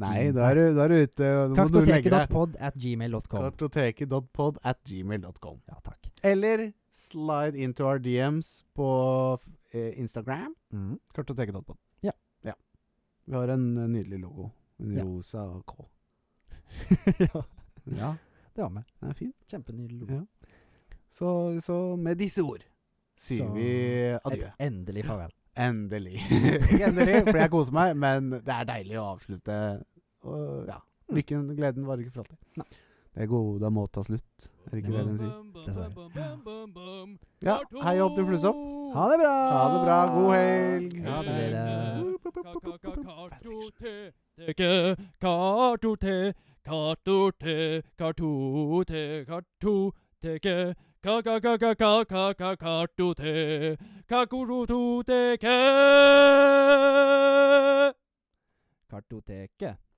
Nei, da er du, da er du ute. Nå må du legge deg. Kartoteket.pod at gmail.com. Kartoteket.pod at gmail.com. Ja, takk. Eller slide into our DMs på eh, Instagram. Mm. Kartoteket.pod. Ja. ja. Vi har en eh, nydelig logo. En Ja. rosa *laughs* K. *laughs* ja, Ja, det var vi. den er fin. Kjempenydelig Ja. logo. Så, så med disse ord sier Så- vi Et adjø. endelig farvel. *laughs* Endelig. Ikke endelig, for jeg koser meg, men det er deilig å avslutte. Og ja, lykken og gleden varer ikke for alltid. Mm. Nei. Det gode må ta slutt, er det ikke det de sier? Dessverre. Ja, hei opp til Flussopp. Ha det bra! Ha det bra, god helg. Elsker dere. Kartoteket, kartoteket, kartoteket, kartoteket, kartoteket, ka-ka-ka-ka-ka-ka-kartoteket, kartoteket. Kartoteket.